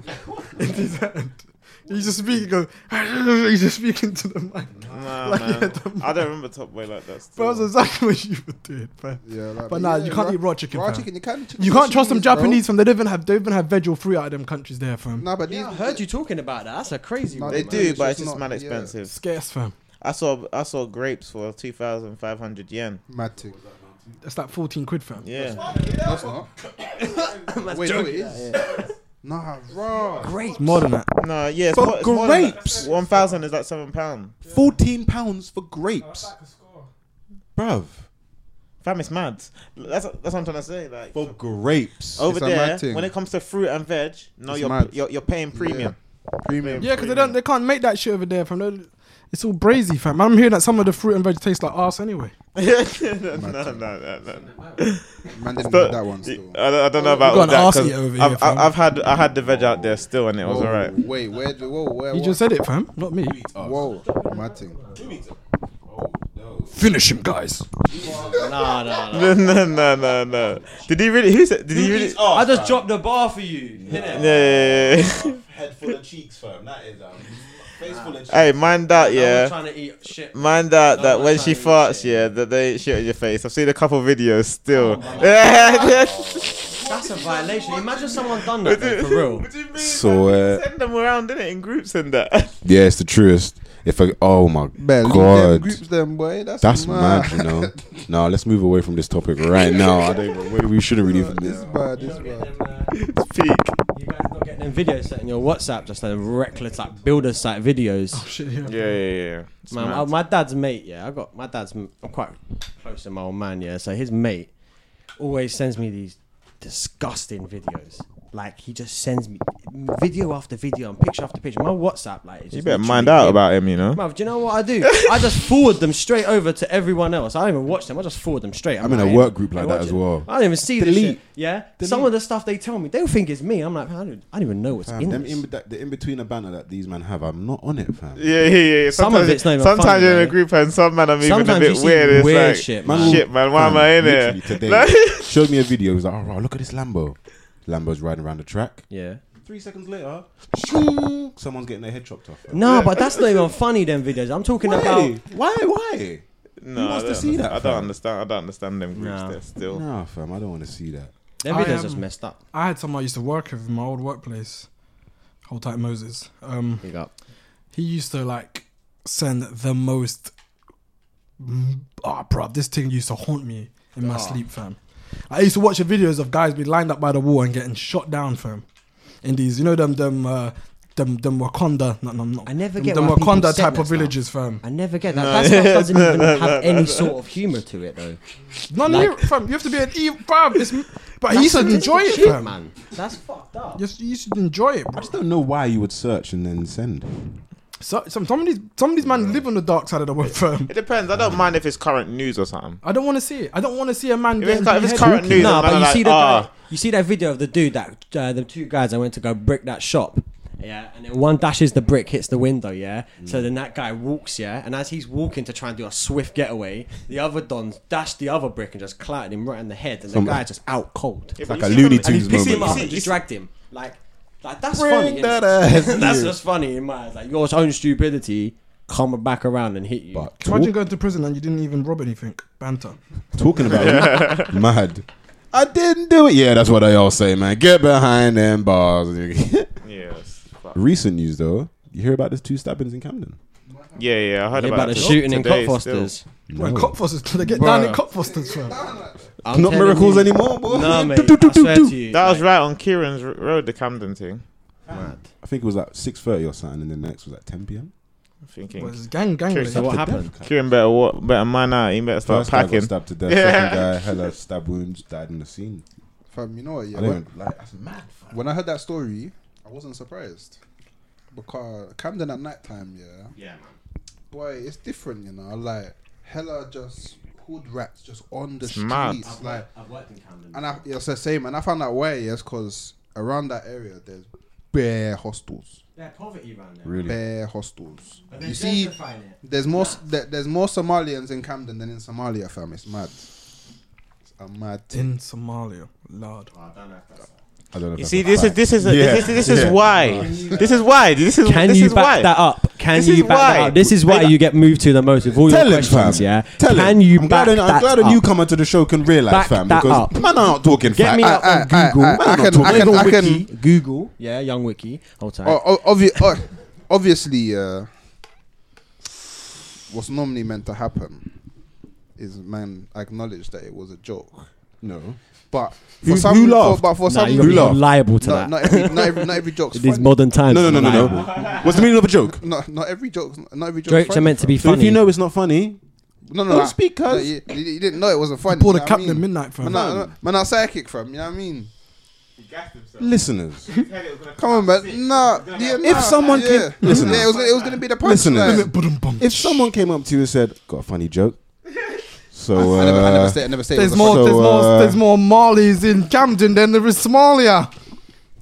[SPEAKER 1] in his hand. He's just speaking. Go. <laughs> He's just speaking to the mic.
[SPEAKER 4] Nah,
[SPEAKER 1] Like,
[SPEAKER 4] man.
[SPEAKER 1] yeah, the-
[SPEAKER 4] I don't remember Top Boy like that.
[SPEAKER 1] Bro, that's
[SPEAKER 4] Still.
[SPEAKER 1] exactly <laughs> what you were doing, bro.
[SPEAKER 5] Yeah, like,
[SPEAKER 1] But nah, you can't
[SPEAKER 5] raw-
[SPEAKER 1] eat raw chicken,
[SPEAKER 5] Raw
[SPEAKER 1] fam.
[SPEAKER 5] chicken, you can't. chicken
[SPEAKER 1] You can't
[SPEAKER 5] sashimi
[SPEAKER 1] trust them
[SPEAKER 5] is, bro.
[SPEAKER 1] Japanese from. They don't even have. They don't even have veg or fruit out of them countries there, fam.
[SPEAKER 5] Nah, but these
[SPEAKER 3] Yeah, I heard you talking about that. That's a crazy
[SPEAKER 5] No,
[SPEAKER 3] one.
[SPEAKER 4] They
[SPEAKER 5] man,
[SPEAKER 4] do,
[SPEAKER 5] it's
[SPEAKER 4] but
[SPEAKER 5] just
[SPEAKER 4] it's just
[SPEAKER 5] not-
[SPEAKER 4] mad
[SPEAKER 5] yeah.
[SPEAKER 4] expensive.
[SPEAKER 1] Scarce, fam.
[SPEAKER 4] I saw I saw grapes for two thousand five hundred yen.
[SPEAKER 5] Mad thing.
[SPEAKER 1] That's like fourteen quid, fam.
[SPEAKER 4] Yeah,
[SPEAKER 5] That's not. Wait, no, it is. Nah, raw.
[SPEAKER 1] It's more than that.
[SPEAKER 4] no, yeah. It's
[SPEAKER 5] For
[SPEAKER 4] more, it's more than that.
[SPEAKER 5] grapes?
[SPEAKER 4] one thousand is like seven pound.
[SPEAKER 5] Fourteen pounds for grapes, bruv.
[SPEAKER 4] Fam, it's mad. That's that's what I'm trying to say. Like
[SPEAKER 2] For grapes.
[SPEAKER 4] over
[SPEAKER 5] It's a mad
[SPEAKER 4] there,
[SPEAKER 5] thing.
[SPEAKER 4] when it comes to fruit and veg, no,
[SPEAKER 5] It's
[SPEAKER 4] you're,
[SPEAKER 5] mad.
[SPEAKER 4] you're you're
[SPEAKER 5] <laughs>
[SPEAKER 4] paying premium.
[SPEAKER 5] Premium.
[SPEAKER 1] Yeah, because they don't. They can't make that shit over there, fam. They- It's all brazy, fam. I'm hearing that some of the fruit and veg tastes like arse anyway.
[SPEAKER 4] no, no, no, no.
[SPEAKER 5] Man didn't
[SPEAKER 4] But
[SPEAKER 5] get that one
[SPEAKER 4] I,
[SPEAKER 5] still.
[SPEAKER 4] don't- I don't know about
[SPEAKER 1] got
[SPEAKER 4] all
[SPEAKER 1] an
[SPEAKER 4] that.
[SPEAKER 1] arse
[SPEAKER 4] 'cause
[SPEAKER 1] eater over here,
[SPEAKER 4] I've,
[SPEAKER 1] fam.
[SPEAKER 4] I've, I've had I had the veg out there still, and it was
[SPEAKER 5] Whoa,
[SPEAKER 4] alright. <laughs>
[SPEAKER 5] Wait, where? do- Whoa, where?
[SPEAKER 1] You
[SPEAKER 5] what?
[SPEAKER 1] just said it, fam. Not me.
[SPEAKER 2] Oh.
[SPEAKER 5] Whoa, mad thing.
[SPEAKER 1] Finish him, guys.
[SPEAKER 3] Nah, nah, nah.
[SPEAKER 4] No, no, no, no, no. Did he really? Who said? Did he really? Yeah,
[SPEAKER 3] I just dropped the bar for you. innit?
[SPEAKER 4] yeah, yeah, yeah. <laughs>
[SPEAKER 2] Head full of cheeks, fam. That is um, face full of cheeks.
[SPEAKER 4] Hey, mind
[SPEAKER 3] I
[SPEAKER 4] that,
[SPEAKER 3] was
[SPEAKER 4] yeah.
[SPEAKER 3] trying to eat shit.
[SPEAKER 4] Mind that, that
[SPEAKER 3] I'm
[SPEAKER 4] when
[SPEAKER 3] trying
[SPEAKER 4] she
[SPEAKER 3] to eat
[SPEAKER 4] farts,
[SPEAKER 3] shit.
[SPEAKER 4] yeah, that they shit on your face. I've seen a couple videos still.
[SPEAKER 3] That's a violation. Imagine someone done that though, for real.
[SPEAKER 4] do you mean?
[SPEAKER 2] So, uh,
[SPEAKER 4] send them around in it in groups and that.
[SPEAKER 2] Yeah, it's the truest. If I, oh my
[SPEAKER 5] Man, leave them
[SPEAKER 2] god,
[SPEAKER 5] groups, them boy. That's,
[SPEAKER 2] that's
[SPEAKER 5] mad.
[SPEAKER 2] mad. You
[SPEAKER 4] <laughs>
[SPEAKER 2] know. no, let's move away from this topic right now. I don't. even- We, we shouldn't really.
[SPEAKER 5] <laughs> This is bad. This is bad.
[SPEAKER 4] It's peak.
[SPEAKER 3] uh, You guys not getting them videos set in your WhatsApp, just like reckless like builder site videos.
[SPEAKER 1] Oh, Shit, yeah.
[SPEAKER 4] Yeah, yeah, yeah. It's
[SPEAKER 3] Man,
[SPEAKER 4] mad.
[SPEAKER 3] I- my dad's mate, yeah. I got my dad's. m- I'm quite close to my old man, yeah. So his mate always sends me these disgusting videos. Like he just sends me video after video and picture after picture. My WhatsApp, like, is
[SPEAKER 4] You
[SPEAKER 3] just
[SPEAKER 4] better mind
[SPEAKER 3] literally-
[SPEAKER 4] out about him, you know.
[SPEAKER 3] Bruv, do you know what I do? I
[SPEAKER 1] <laughs>
[SPEAKER 3] just forward them straight over to everyone else. I don't even watch them. I just forward them straight.
[SPEAKER 2] I'm in a
[SPEAKER 3] like,
[SPEAKER 2] work
[SPEAKER 3] hey,
[SPEAKER 2] group like
[SPEAKER 3] hey,
[SPEAKER 2] that
[SPEAKER 3] watch
[SPEAKER 2] as
[SPEAKER 3] it.
[SPEAKER 2] well.
[SPEAKER 3] I don't even see this
[SPEAKER 2] Delete.
[SPEAKER 3] shit. Yeah, some of the stuff they tell me, they'll think it's me. I'm like, I don't, I don't even know what's in
[SPEAKER 2] Them
[SPEAKER 3] this.
[SPEAKER 2] in, that- the in between a banner that these men have, I'm not on it, fam.
[SPEAKER 4] Yeah, yeah, yeah. Sometimes,
[SPEAKER 3] Some of it's not even
[SPEAKER 4] sometimes
[SPEAKER 3] funny,
[SPEAKER 4] you're in a
[SPEAKER 3] though.
[SPEAKER 4] group and some man are moving
[SPEAKER 3] Sometimes
[SPEAKER 4] a
[SPEAKER 3] you
[SPEAKER 4] bit
[SPEAKER 3] see
[SPEAKER 4] weird. It's
[SPEAKER 3] weird
[SPEAKER 4] like,
[SPEAKER 3] shit,
[SPEAKER 4] man.
[SPEAKER 3] man.
[SPEAKER 4] shit, man. Why am
[SPEAKER 2] Fam,
[SPEAKER 4] I in
[SPEAKER 2] literally
[SPEAKER 4] here? <laughs>
[SPEAKER 2] Today,
[SPEAKER 4] Like-
[SPEAKER 2] showed me a video. He was like, "Oh, wow, look at this Lambo." Lambo's riding around the track.
[SPEAKER 3] Yeah.
[SPEAKER 2] Three seconds later, shoo, someone's getting their head chopped off. fam.
[SPEAKER 3] No, but that's not even funny. Them videos. I'm talking
[SPEAKER 2] Why?
[SPEAKER 3] about.
[SPEAKER 2] Why? Why?
[SPEAKER 4] No,
[SPEAKER 2] wants
[SPEAKER 4] I
[SPEAKER 2] to
[SPEAKER 4] don't
[SPEAKER 2] see
[SPEAKER 4] under-
[SPEAKER 2] that,
[SPEAKER 4] I don't
[SPEAKER 2] fam?
[SPEAKER 4] understand. I don't understand them groups
[SPEAKER 3] Nah.
[SPEAKER 4] there still.
[SPEAKER 2] Nah, fam, I don't want to see that.
[SPEAKER 3] Them
[SPEAKER 1] I
[SPEAKER 3] videos
[SPEAKER 1] am-
[SPEAKER 3] just messed up.
[SPEAKER 1] I had someone I used to work with in my old workplace. Hold tight, Moses. Um,
[SPEAKER 3] Big up.
[SPEAKER 1] he used to like send the most. Ah, bruv, this thing used to haunt me in
[SPEAKER 3] Ah.
[SPEAKER 1] my sleep, fam. I used to watch the videos of guys be lined up by the wall and getting shot down, fam. In these, you know them, them, uh, them, them Wakanda. No, no, no.
[SPEAKER 3] I never
[SPEAKER 1] them,
[SPEAKER 3] get
[SPEAKER 1] them
[SPEAKER 3] why people
[SPEAKER 1] Wakanda
[SPEAKER 3] said
[SPEAKER 1] type
[SPEAKER 3] that
[SPEAKER 1] of
[SPEAKER 3] stuff.
[SPEAKER 1] villages, fam.
[SPEAKER 3] I never get that. that stuff
[SPEAKER 2] <laughs>
[SPEAKER 3] doesn't even have any sort of humor to it, though.
[SPEAKER 1] None
[SPEAKER 3] Like-
[SPEAKER 1] of it, fam. You have to be an evil, fam. It's, but he
[SPEAKER 3] That's
[SPEAKER 1] used to
[SPEAKER 3] some
[SPEAKER 1] enjoy it,
[SPEAKER 3] shit,
[SPEAKER 1] fam.
[SPEAKER 3] man. That's fucked up.
[SPEAKER 1] You used to- you used to enjoy it,
[SPEAKER 2] I
[SPEAKER 1] bro.
[SPEAKER 2] just don't know why you would search and then send.
[SPEAKER 1] So, some, some of these, some of these man live on the dark side of the web, fam.
[SPEAKER 4] It depends. I don't mind if it's current news or something.
[SPEAKER 1] I don't want to see it. I don't want to see a man
[SPEAKER 4] If it's,
[SPEAKER 1] getting
[SPEAKER 4] cu- if it's
[SPEAKER 1] beheaded.
[SPEAKER 4] current news,
[SPEAKER 3] No,
[SPEAKER 4] I'm
[SPEAKER 3] but you
[SPEAKER 4] like,
[SPEAKER 3] see the guy,
[SPEAKER 4] ah,
[SPEAKER 3] you see that video of the dude that uh, the two guys that went to go brick that shop. Yeah, and then one dashes the brick, hits the window. Yeah, so then that guy walks. Yeah, and as he's walking to try and do a swift getaway, the other dons dash the other brick and just clattered him right in the head, and the
[SPEAKER 2] Some-
[SPEAKER 3] guy just out cold.
[SPEAKER 4] It's
[SPEAKER 2] like a Looney
[SPEAKER 3] And he
[SPEAKER 2] Tunes
[SPEAKER 3] picked him
[SPEAKER 2] moment.
[SPEAKER 3] up
[SPEAKER 2] You
[SPEAKER 3] and
[SPEAKER 4] see-
[SPEAKER 3] just dragged him. Like, like that's
[SPEAKER 2] Bring
[SPEAKER 3] funny. innit?
[SPEAKER 2] that
[SPEAKER 3] <laughs>
[SPEAKER 2] ass
[SPEAKER 3] that's
[SPEAKER 2] here.
[SPEAKER 3] just funny in my eyes. Like your own stupidity come back around and hit you.
[SPEAKER 2] But
[SPEAKER 1] Imagine
[SPEAKER 2] talk-
[SPEAKER 1] going to prison and you didn't even rob anything. Banter.
[SPEAKER 2] talking about
[SPEAKER 3] <laughs>
[SPEAKER 2] it, mad. I didn't do it. Yeah, that's what they all say, man. Get behind them bars. <laughs>
[SPEAKER 4] yes. Fuck.
[SPEAKER 2] Recent news though, you hear about the two stabbings in Camden?
[SPEAKER 4] Yeah, yeah. I heard
[SPEAKER 3] Hear
[SPEAKER 4] about,
[SPEAKER 3] about the
[SPEAKER 4] that
[SPEAKER 3] shooting in
[SPEAKER 4] today still.
[SPEAKER 3] Copfosters.
[SPEAKER 1] Well, Copfosters, <laughs> they get
[SPEAKER 5] Bruh.
[SPEAKER 1] down in Copfosters, fam.
[SPEAKER 3] I'm
[SPEAKER 2] Not
[SPEAKER 3] telling
[SPEAKER 2] miracles
[SPEAKER 3] you.
[SPEAKER 2] anymore, boy. <laughs>
[SPEAKER 3] No, mate.
[SPEAKER 2] Do, do,
[SPEAKER 3] I
[SPEAKER 2] do,
[SPEAKER 3] swear
[SPEAKER 2] do.
[SPEAKER 3] to you.
[SPEAKER 4] That was
[SPEAKER 3] like,
[SPEAKER 4] right on Kieran's r- Road, the Camden thing.
[SPEAKER 3] mad.
[SPEAKER 2] I think it was like six thirty or something, and then the next was at ten p.m.
[SPEAKER 4] I'm thinking.
[SPEAKER 1] Well, it's gang, gang. related.
[SPEAKER 4] Curious
[SPEAKER 3] So what
[SPEAKER 2] To
[SPEAKER 3] happened?
[SPEAKER 2] death,
[SPEAKER 4] Kieran better wa- better man out. He better start
[SPEAKER 2] First guy got
[SPEAKER 4] packing.
[SPEAKER 2] stabbed to death.
[SPEAKER 4] Yeah.
[SPEAKER 2] Second guy had a stab wound, died in the scene.
[SPEAKER 5] Fam, you know what? Yeah,
[SPEAKER 2] I
[SPEAKER 5] when-
[SPEAKER 2] don't even, like that's mad. fam.
[SPEAKER 5] When I heard that story, I wasn't surprised because Camden at night time, yeah,
[SPEAKER 3] Yeah, man.
[SPEAKER 5] boy, it's different, you know. Like hella just hood rats just on the
[SPEAKER 4] It's
[SPEAKER 5] streets,
[SPEAKER 4] mad.
[SPEAKER 5] like,
[SPEAKER 3] I've worked in Camden.
[SPEAKER 5] and I, yeah, it's the same. And I found out why, yes, because around that area there's bare hostels,
[SPEAKER 3] yeah, poverty around there.
[SPEAKER 2] Really?
[SPEAKER 5] bare hostels.
[SPEAKER 3] But they're
[SPEAKER 5] You see,
[SPEAKER 3] gentrifying it.
[SPEAKER 5] there's more s- there, there's more Somalians in Camden than in Somalia, fam. It's mad. It's a mad. thing.
[SPEAKER 1] In Somalia, lord.
[SPEAKER 3] Oh, I don't know if that's.
[SPEAKER 2] I don't know. if
[SPEAKER 4] You
[SPEAKER 2] that's
[SPEAKER 4] see,
[SPEAKER 2] a
[SPEAKER 4] this is
[SPEAKER 2] fact.
[SPEAKER 4] this is
[SPEAKER 2] Yeah.
[SPEAKER 4] this is this is
[SPEAKER 2] Yeah.
[SPEAKER 4] why. This is why. This is
[SPEAKER 3] Can
[SPEAKER 4] this
[SPEAKER 3] you
[SPEAKER 4] is
[SPEAKER 3] back
[SPEAKER 4] why.
[SPEAKER 3] that up? Can
[SPEAKER 4] This is
[SPEAKER 3] you back that
[SPEAKER 4] why.
[SPEAKER 3] up? This is why
[SPEAKER 4] Hey,
[SPEAKER 3] you get moved to the most with all
[SPEAKER 2] Tell
[SPEAKER 3] your
[SPEAKER 2] him, fam.
[SPEAKER 3] questions. Yeah.
[SPEAKER 2] Tell him.
[SPEAKER 3] Can you
[SPEAKER 2] I'm
[SPEAKER 3] back
[SPEAKER 2] glad, I'm
[SPEAKER 3] that
[SPEAKER 2] glad a
[SPEAKER 3] up?
[SPEAKER 2] newcomer to the show can realize,
[SPEAKER 3] Back
[SPEAKER 2] fam,
[SPEAKER 3] that
[SPEAKER 2] because
[SPEAKER 3] up.
[SPEAKER 2] man are not talking Uh,
[SPEAKER 3] Get
[SPEAKER 2] facts.
[SPEAKER 3] me up
[SPEAKER 5] I-
[SPEAKER 3] on
[SPEAKER 5] I-
[SPEAKER 3] Google.
[SPEAKER 5] I- I
[SPEAKER 2] Man are
[SPEAKER 5] can-
[SPEAKER 2] not
[SPEAKER 5] I
[SPEAKER 2] talking
[SPEAKER 5] can-
[SPEAKER 2] facts.
[SPEAKER 5] I can-
[SPEAKER 3] Wiki, Google. Yeah, young Wiki. Hold tight.
[SPEAKER 5] Oh, oh, obvi- oh, obviously, uh, what's normally meant to happen is man acknowledge that it was a joke.
[SPEAKER 2] No.
[SPEAKER 5] But
[SPEAKER 2] Who-
[SPEAKER 5] for some,
[SPEAKER 2] who
[SPEAKER 5] for-
[SPEAKER 2] laughed?
[SPEAKER 5] But for
[SPEAKER 3] Nah,
[SPEAKER 5] some,
[SPEAKER 3] you're,
[SPEAKER 2] Who
[SPEAKER 3] you're
[SPEAKER 2] laughed?
[SPEAKER 3] liable to that.
[SPEAKER 5] not, not every, not every, not every
[SPEAKER 2] <laughs>
[SPEAKER 5] joke's
[SPEAKER 3] These
[SPEAKER 5] funny.
[SPEAKER 3] modern times.
[SPEAKER 2] No, no, no, no,
[SPEAKER 3] liable.
[SPEAKER 2] no. What's the meaning of a joke?
[SPEAKER 5] Not, not every joke's not every joke's
[SPEAKER 3] Jokes are
[SPEAKER 5] funny,
[SPEAKER 3] meant to
[SPEAKER 5] fam.
[SPEAKER 3] be
[SPEAKER 2] So
[SPEAKER 3] funny.
[SPEAKER 2] if you know it's not funny,
[SPEAKER 5] No, no,
[SPEAKER 2] Don't
[SPEAKER 5] like-
[SPEAKER 2] speak,
[SPEAKER 5] no,
[SPEAKER 2] cuz.
[SPEAKER 5] you, you- you didn't know it wasn't funny.
[SPEAKER 1] Pull
[SPEAKER 5] you
[SPEAKER 1] the
[SPEAKER 5] know what I
[SPEAKER 1] Captain
[SPEAKER 5] mean?
[SPEAKER 1] Midnight, fam.
[SPEAKER 5] Man, I- man, I'm psychic, fam. You know what I mean?
[SPEAKER 2] listeners,
[SPEAKER 5] Come on, man. Nah, yeah, nah,
[SPEAKER 2] someone
[SPEAKER 5] yeah.
[SPEAKER 2] can- Listen.
[SPEAKER 5] yeah, it was, it was gonna be the
[SPEAKER 2] Listen.
[SPEAKER 5] punchline.
[SPEAKER 2] if someone came up to you and said, "Got a funny joke," so
[SPEAKER 5] I never, I never
[SPEAKER 2] uh,
[SPEAKER 5] say, I never say. it
[SPEAKER 1] There's
[SPEAKER 5] was a
[SPEAKER 1] more,
[SPEAKER 2] So,
[SPEAKER 1] there's
[SPEAKER 2] uh,
[SPEAKER 1] more, there's more Marleys in Camden than there is Somalia.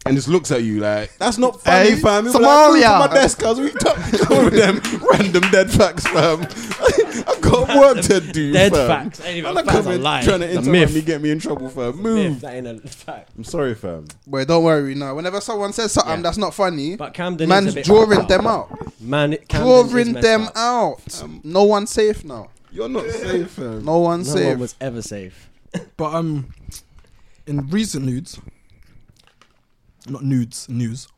[SPEAKER 2] and just looks at you like, "That's not funny,
[SPEAKER 1] Hey,
[SPEAKER 2] fam." You're
[SPEAKER 1] Somalia.
[SPEAKER 2] Like, "Go to my desk, cuz we talk <laughs> over them random dead facts, fam. <laughs> I got work to do.
[SPEAKER 3] Dead
[SPEAKER 2] fam.
[SPEAKER 3] facts. Ain't even
[SPEAKER 2] I'm not
[SPEAKER 3] facts, a
[SPEAKER 2] coming
[SPEAKER 3] lie.
[SPEAKER 2] trying to
[SPEAKER 3] It's a
[SPEAKER 2] interrupt
[SPEAKER 3] myth.
[SPEAKER 2] me, get me in trouble, fam.
[SPEAKER 3] Myth,
[SPEAKER 2] Move.
[SPEAKER 3] that ain't a fact.
[SPEAKER 2] I'm sorry, fam.
[SPEAKER 5] Wait, don't worry. No, whenever someone says something
[SPEAKER 3] Yeah.
[SPEAKER 5] that's not funny,
[SPEAKER 3] But Camden is
[SPEAKER 5] man's
[SPEAKER 3] a bit
[SPEAKER 5] drawing
[SPEAKER 3] fucked up.
[SPEAKER 5] them out.
[SPEAKER 3] Man, Camden is
[SPEAKER 5] Drawing
[SPEAKER 3] messed
[SPEAKER 5] them
[SPEAKER 3] up. Um,
[SPEAKER 5] out. No one's safe now.
[SPEAKER 2] You're not safe, fam.
[SPEAKER 5] No one's
[SPEAKER 3] No
[SPEAKER 5] safe.
[SPEAKER 3] one was ever safe.
[SPEAKER 1] But um, in recent nudes, not nudes, news.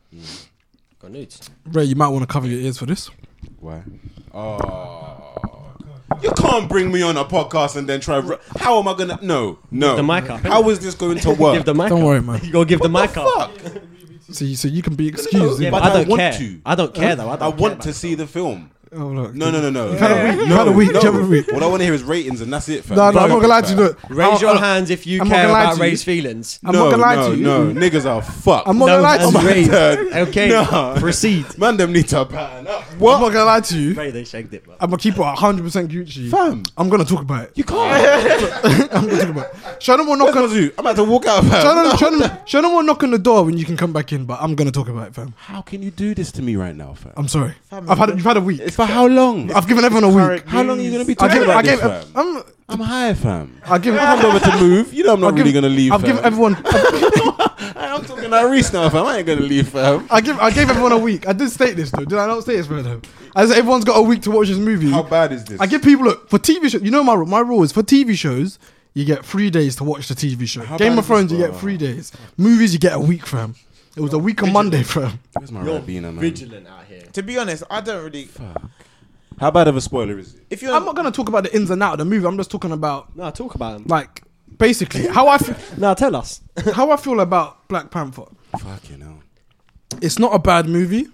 [SPEAKER 3] Got nudes.
[SPEAKER 1] Ray, you might want to cover your ears for this.
[SPEAKER 2] Why? Oh. You can't bring me on a podcast and then try. How am I gonna? No, no.
[SPEAKER 3] the mic up,
[SPEAKER 2] How is this going to work?
[SPEAKER 3] <laughs> Give the mic.
[SPEAKER 1] Don't
[SPEAKER 3] up.
[SPEAKER 1] worry, man.
[SPEAKER 3] You gotta give the
[SPEAKER 2] What
[SPEAKER 3] mic
[SPEAKER 2] the
[SPEAKER 3] up.
[SPEAKER 2] fuck?
[SPEAKER 1] So you, so you can be excused.
[SPEAKER 2] no,
[SPEAKER 3] Yeah,
[SPEAKER 1] innit?
[SPEAKER 2] But
[SPEAKER 3] but
[SPEAKER 2] I
[SPEAKER 3] I don't
[SPEAKER 2] want
[SPEAKER 3] care.
[SPEAKER 2] to.
[SPEAKER 3] I don't care though. I,
[SPEAKER 2] I
[SPEAKER 3] don't
[SPEAKER 2] want
[SPEAKER 3] care
[SPEAKER 2] to
[SPEAKER 3] about
[SPEAKER 2] see the film.
[SPEAKER 1] Oh, look.
[SPEAKER 2] No, no, no, no. You've
[SPEAKER 1] had a week. You've had a week. You've had a week.
[SPEAKER 2] What I want to hear is ratings, and that's it. Fam.
[SPEAKER 1] No, no, I'm not gonna lie to you. Look,
[SPEAKER 3] that. Raise
[SPEAKER 1] I'm-
[SPEAKER 3] your
[SPEAKER 1] I'm-
[SPEAKER 3] hands if you
[SPEAKER 1] I'm not
[SPEAKER 3] care
[SPEAKER 1] gonna lie
[SPEAKER 3] about
[SPEAKER 1] to you.
[SPEAKER 3] Ray's feelings.
[SPEAKER 1] I'm not gonna lie to you.
[SPEAKER 2] No, no, niggas are fucked.
[SPEAKER 1] I'm not gonna lie to
[SPEAKER 3] hands
[SPEAKER 1] you. <laughs>
[SPEAKER 3] raised.
[SPEAKER 2] turn. <laughs>
[SPEAKER 3] Okay,
[SPEAKER 2] No. <laughs>
[SPEAKER 3] proceed.
[SPEAKER 2] Man, them need to pattern up.
[SPEAKER 1] I'm not gonna lie to you.
[SPEAKER 3] Ray, they shagged it, bro.
[SPEAKER 1] I'm gonna keep it 100 percent Gucci.
[SPEAKER 2] Fam.
[SPEAKER 1] I'm gonna talk about it.
[SPEAKER 2] You can't.
[SPEAKER 1] <laughs> I'm gonna talk about it. Shannon will knock.
[SPEAKER 2] What am I gonna do? I'm about to walk out. Fam.
[SPEAKER 1] Shannon,
[SPEAKER 2] No.
[SPEAKER 1] Shannon, Shannon will knock on the door when you can come back in. But I'm gonna talk about it, fam.
[SPEAKER 2] How can you do this to me right now, fam?
[SPEAKER 1] I'm sorry. I've had you've had a week.
[SPEAKER 2] For how long?
[SPEAKER 1] I've given everyone a week.
[SPEAKER 2] How long are you gonna be
[SPEAKER 1] I
[SPEAKER 2] talking
[SPEAKER 1] give. I
[SPEAKER 2] about
[SPEAKER 1] gave.
[SPEAKER 2] this, fam?
[SPEAKER 1] I'm.
[SPEAKER 2] I'm high, fam.
[SPEAKER 1] I give.
[SPEAKER 2] I'm over to move. You know I'm not
[SPEAKER 1] I've
[SPEAKER 2] really
[SPEAKER 1] given-
[SPEAKER 2] gonna leave.
[SPEAKER 1] I've
[SPEAKER 2] fam.
[SPEAKER 1] given everyone.
[SPEAKER 2] I'm talking about Reese now, fam. I ain't gonna leave, fam.
[SPEAKER 1] I give. I gave everyone a week. I did state this though. Did I not state this, brother? I said everyone's got a week to watch this movie.
[SPEAKER 2] bad is this?
[SPEAKER 1] I give people look for TV shows. You know my rule. My rule is for TV shows. You get three days to watch the TV show.
[SPEAKER 2] How
[SPEAKER 1] Game
[SPEAKER 2] bad
[SPEAKER 1] of
[SPEAKER 2] is
[SPEAKER 1] Thrones, you
[SPEAKER 2] this,
[SPEAKER 1] get
[SPEAKER 2] bro?
[SPEAKER 1] three days. Movies, you get a week, fam. It was a week on Monday, fam.
[SPEAKER 2] Where's my
[SPEAKER 3] You're
[SPEAKER 2] Ribena, man?
[SPEAKER 3] vigilant out here.
[SPEAKER 4] To be honest, I don't really.
[SPEAKER 2] How bad of a spoiler is it?
[SPEAKER 4] If you're,
[SPEAKER 1] I'm not gonna talk about the ins and out of the movie. I'm just talking about
[SPEAKER 3] No, talk about him.
[SPEAKER 1] like basically how I feel,
[SPEAKER 3] No, tell us.
[SPEAKER 1] how I feel about Black Panther.
[SPEAKER 2] Fucking hell.
[SPEAKER 1] It's not a bad movie.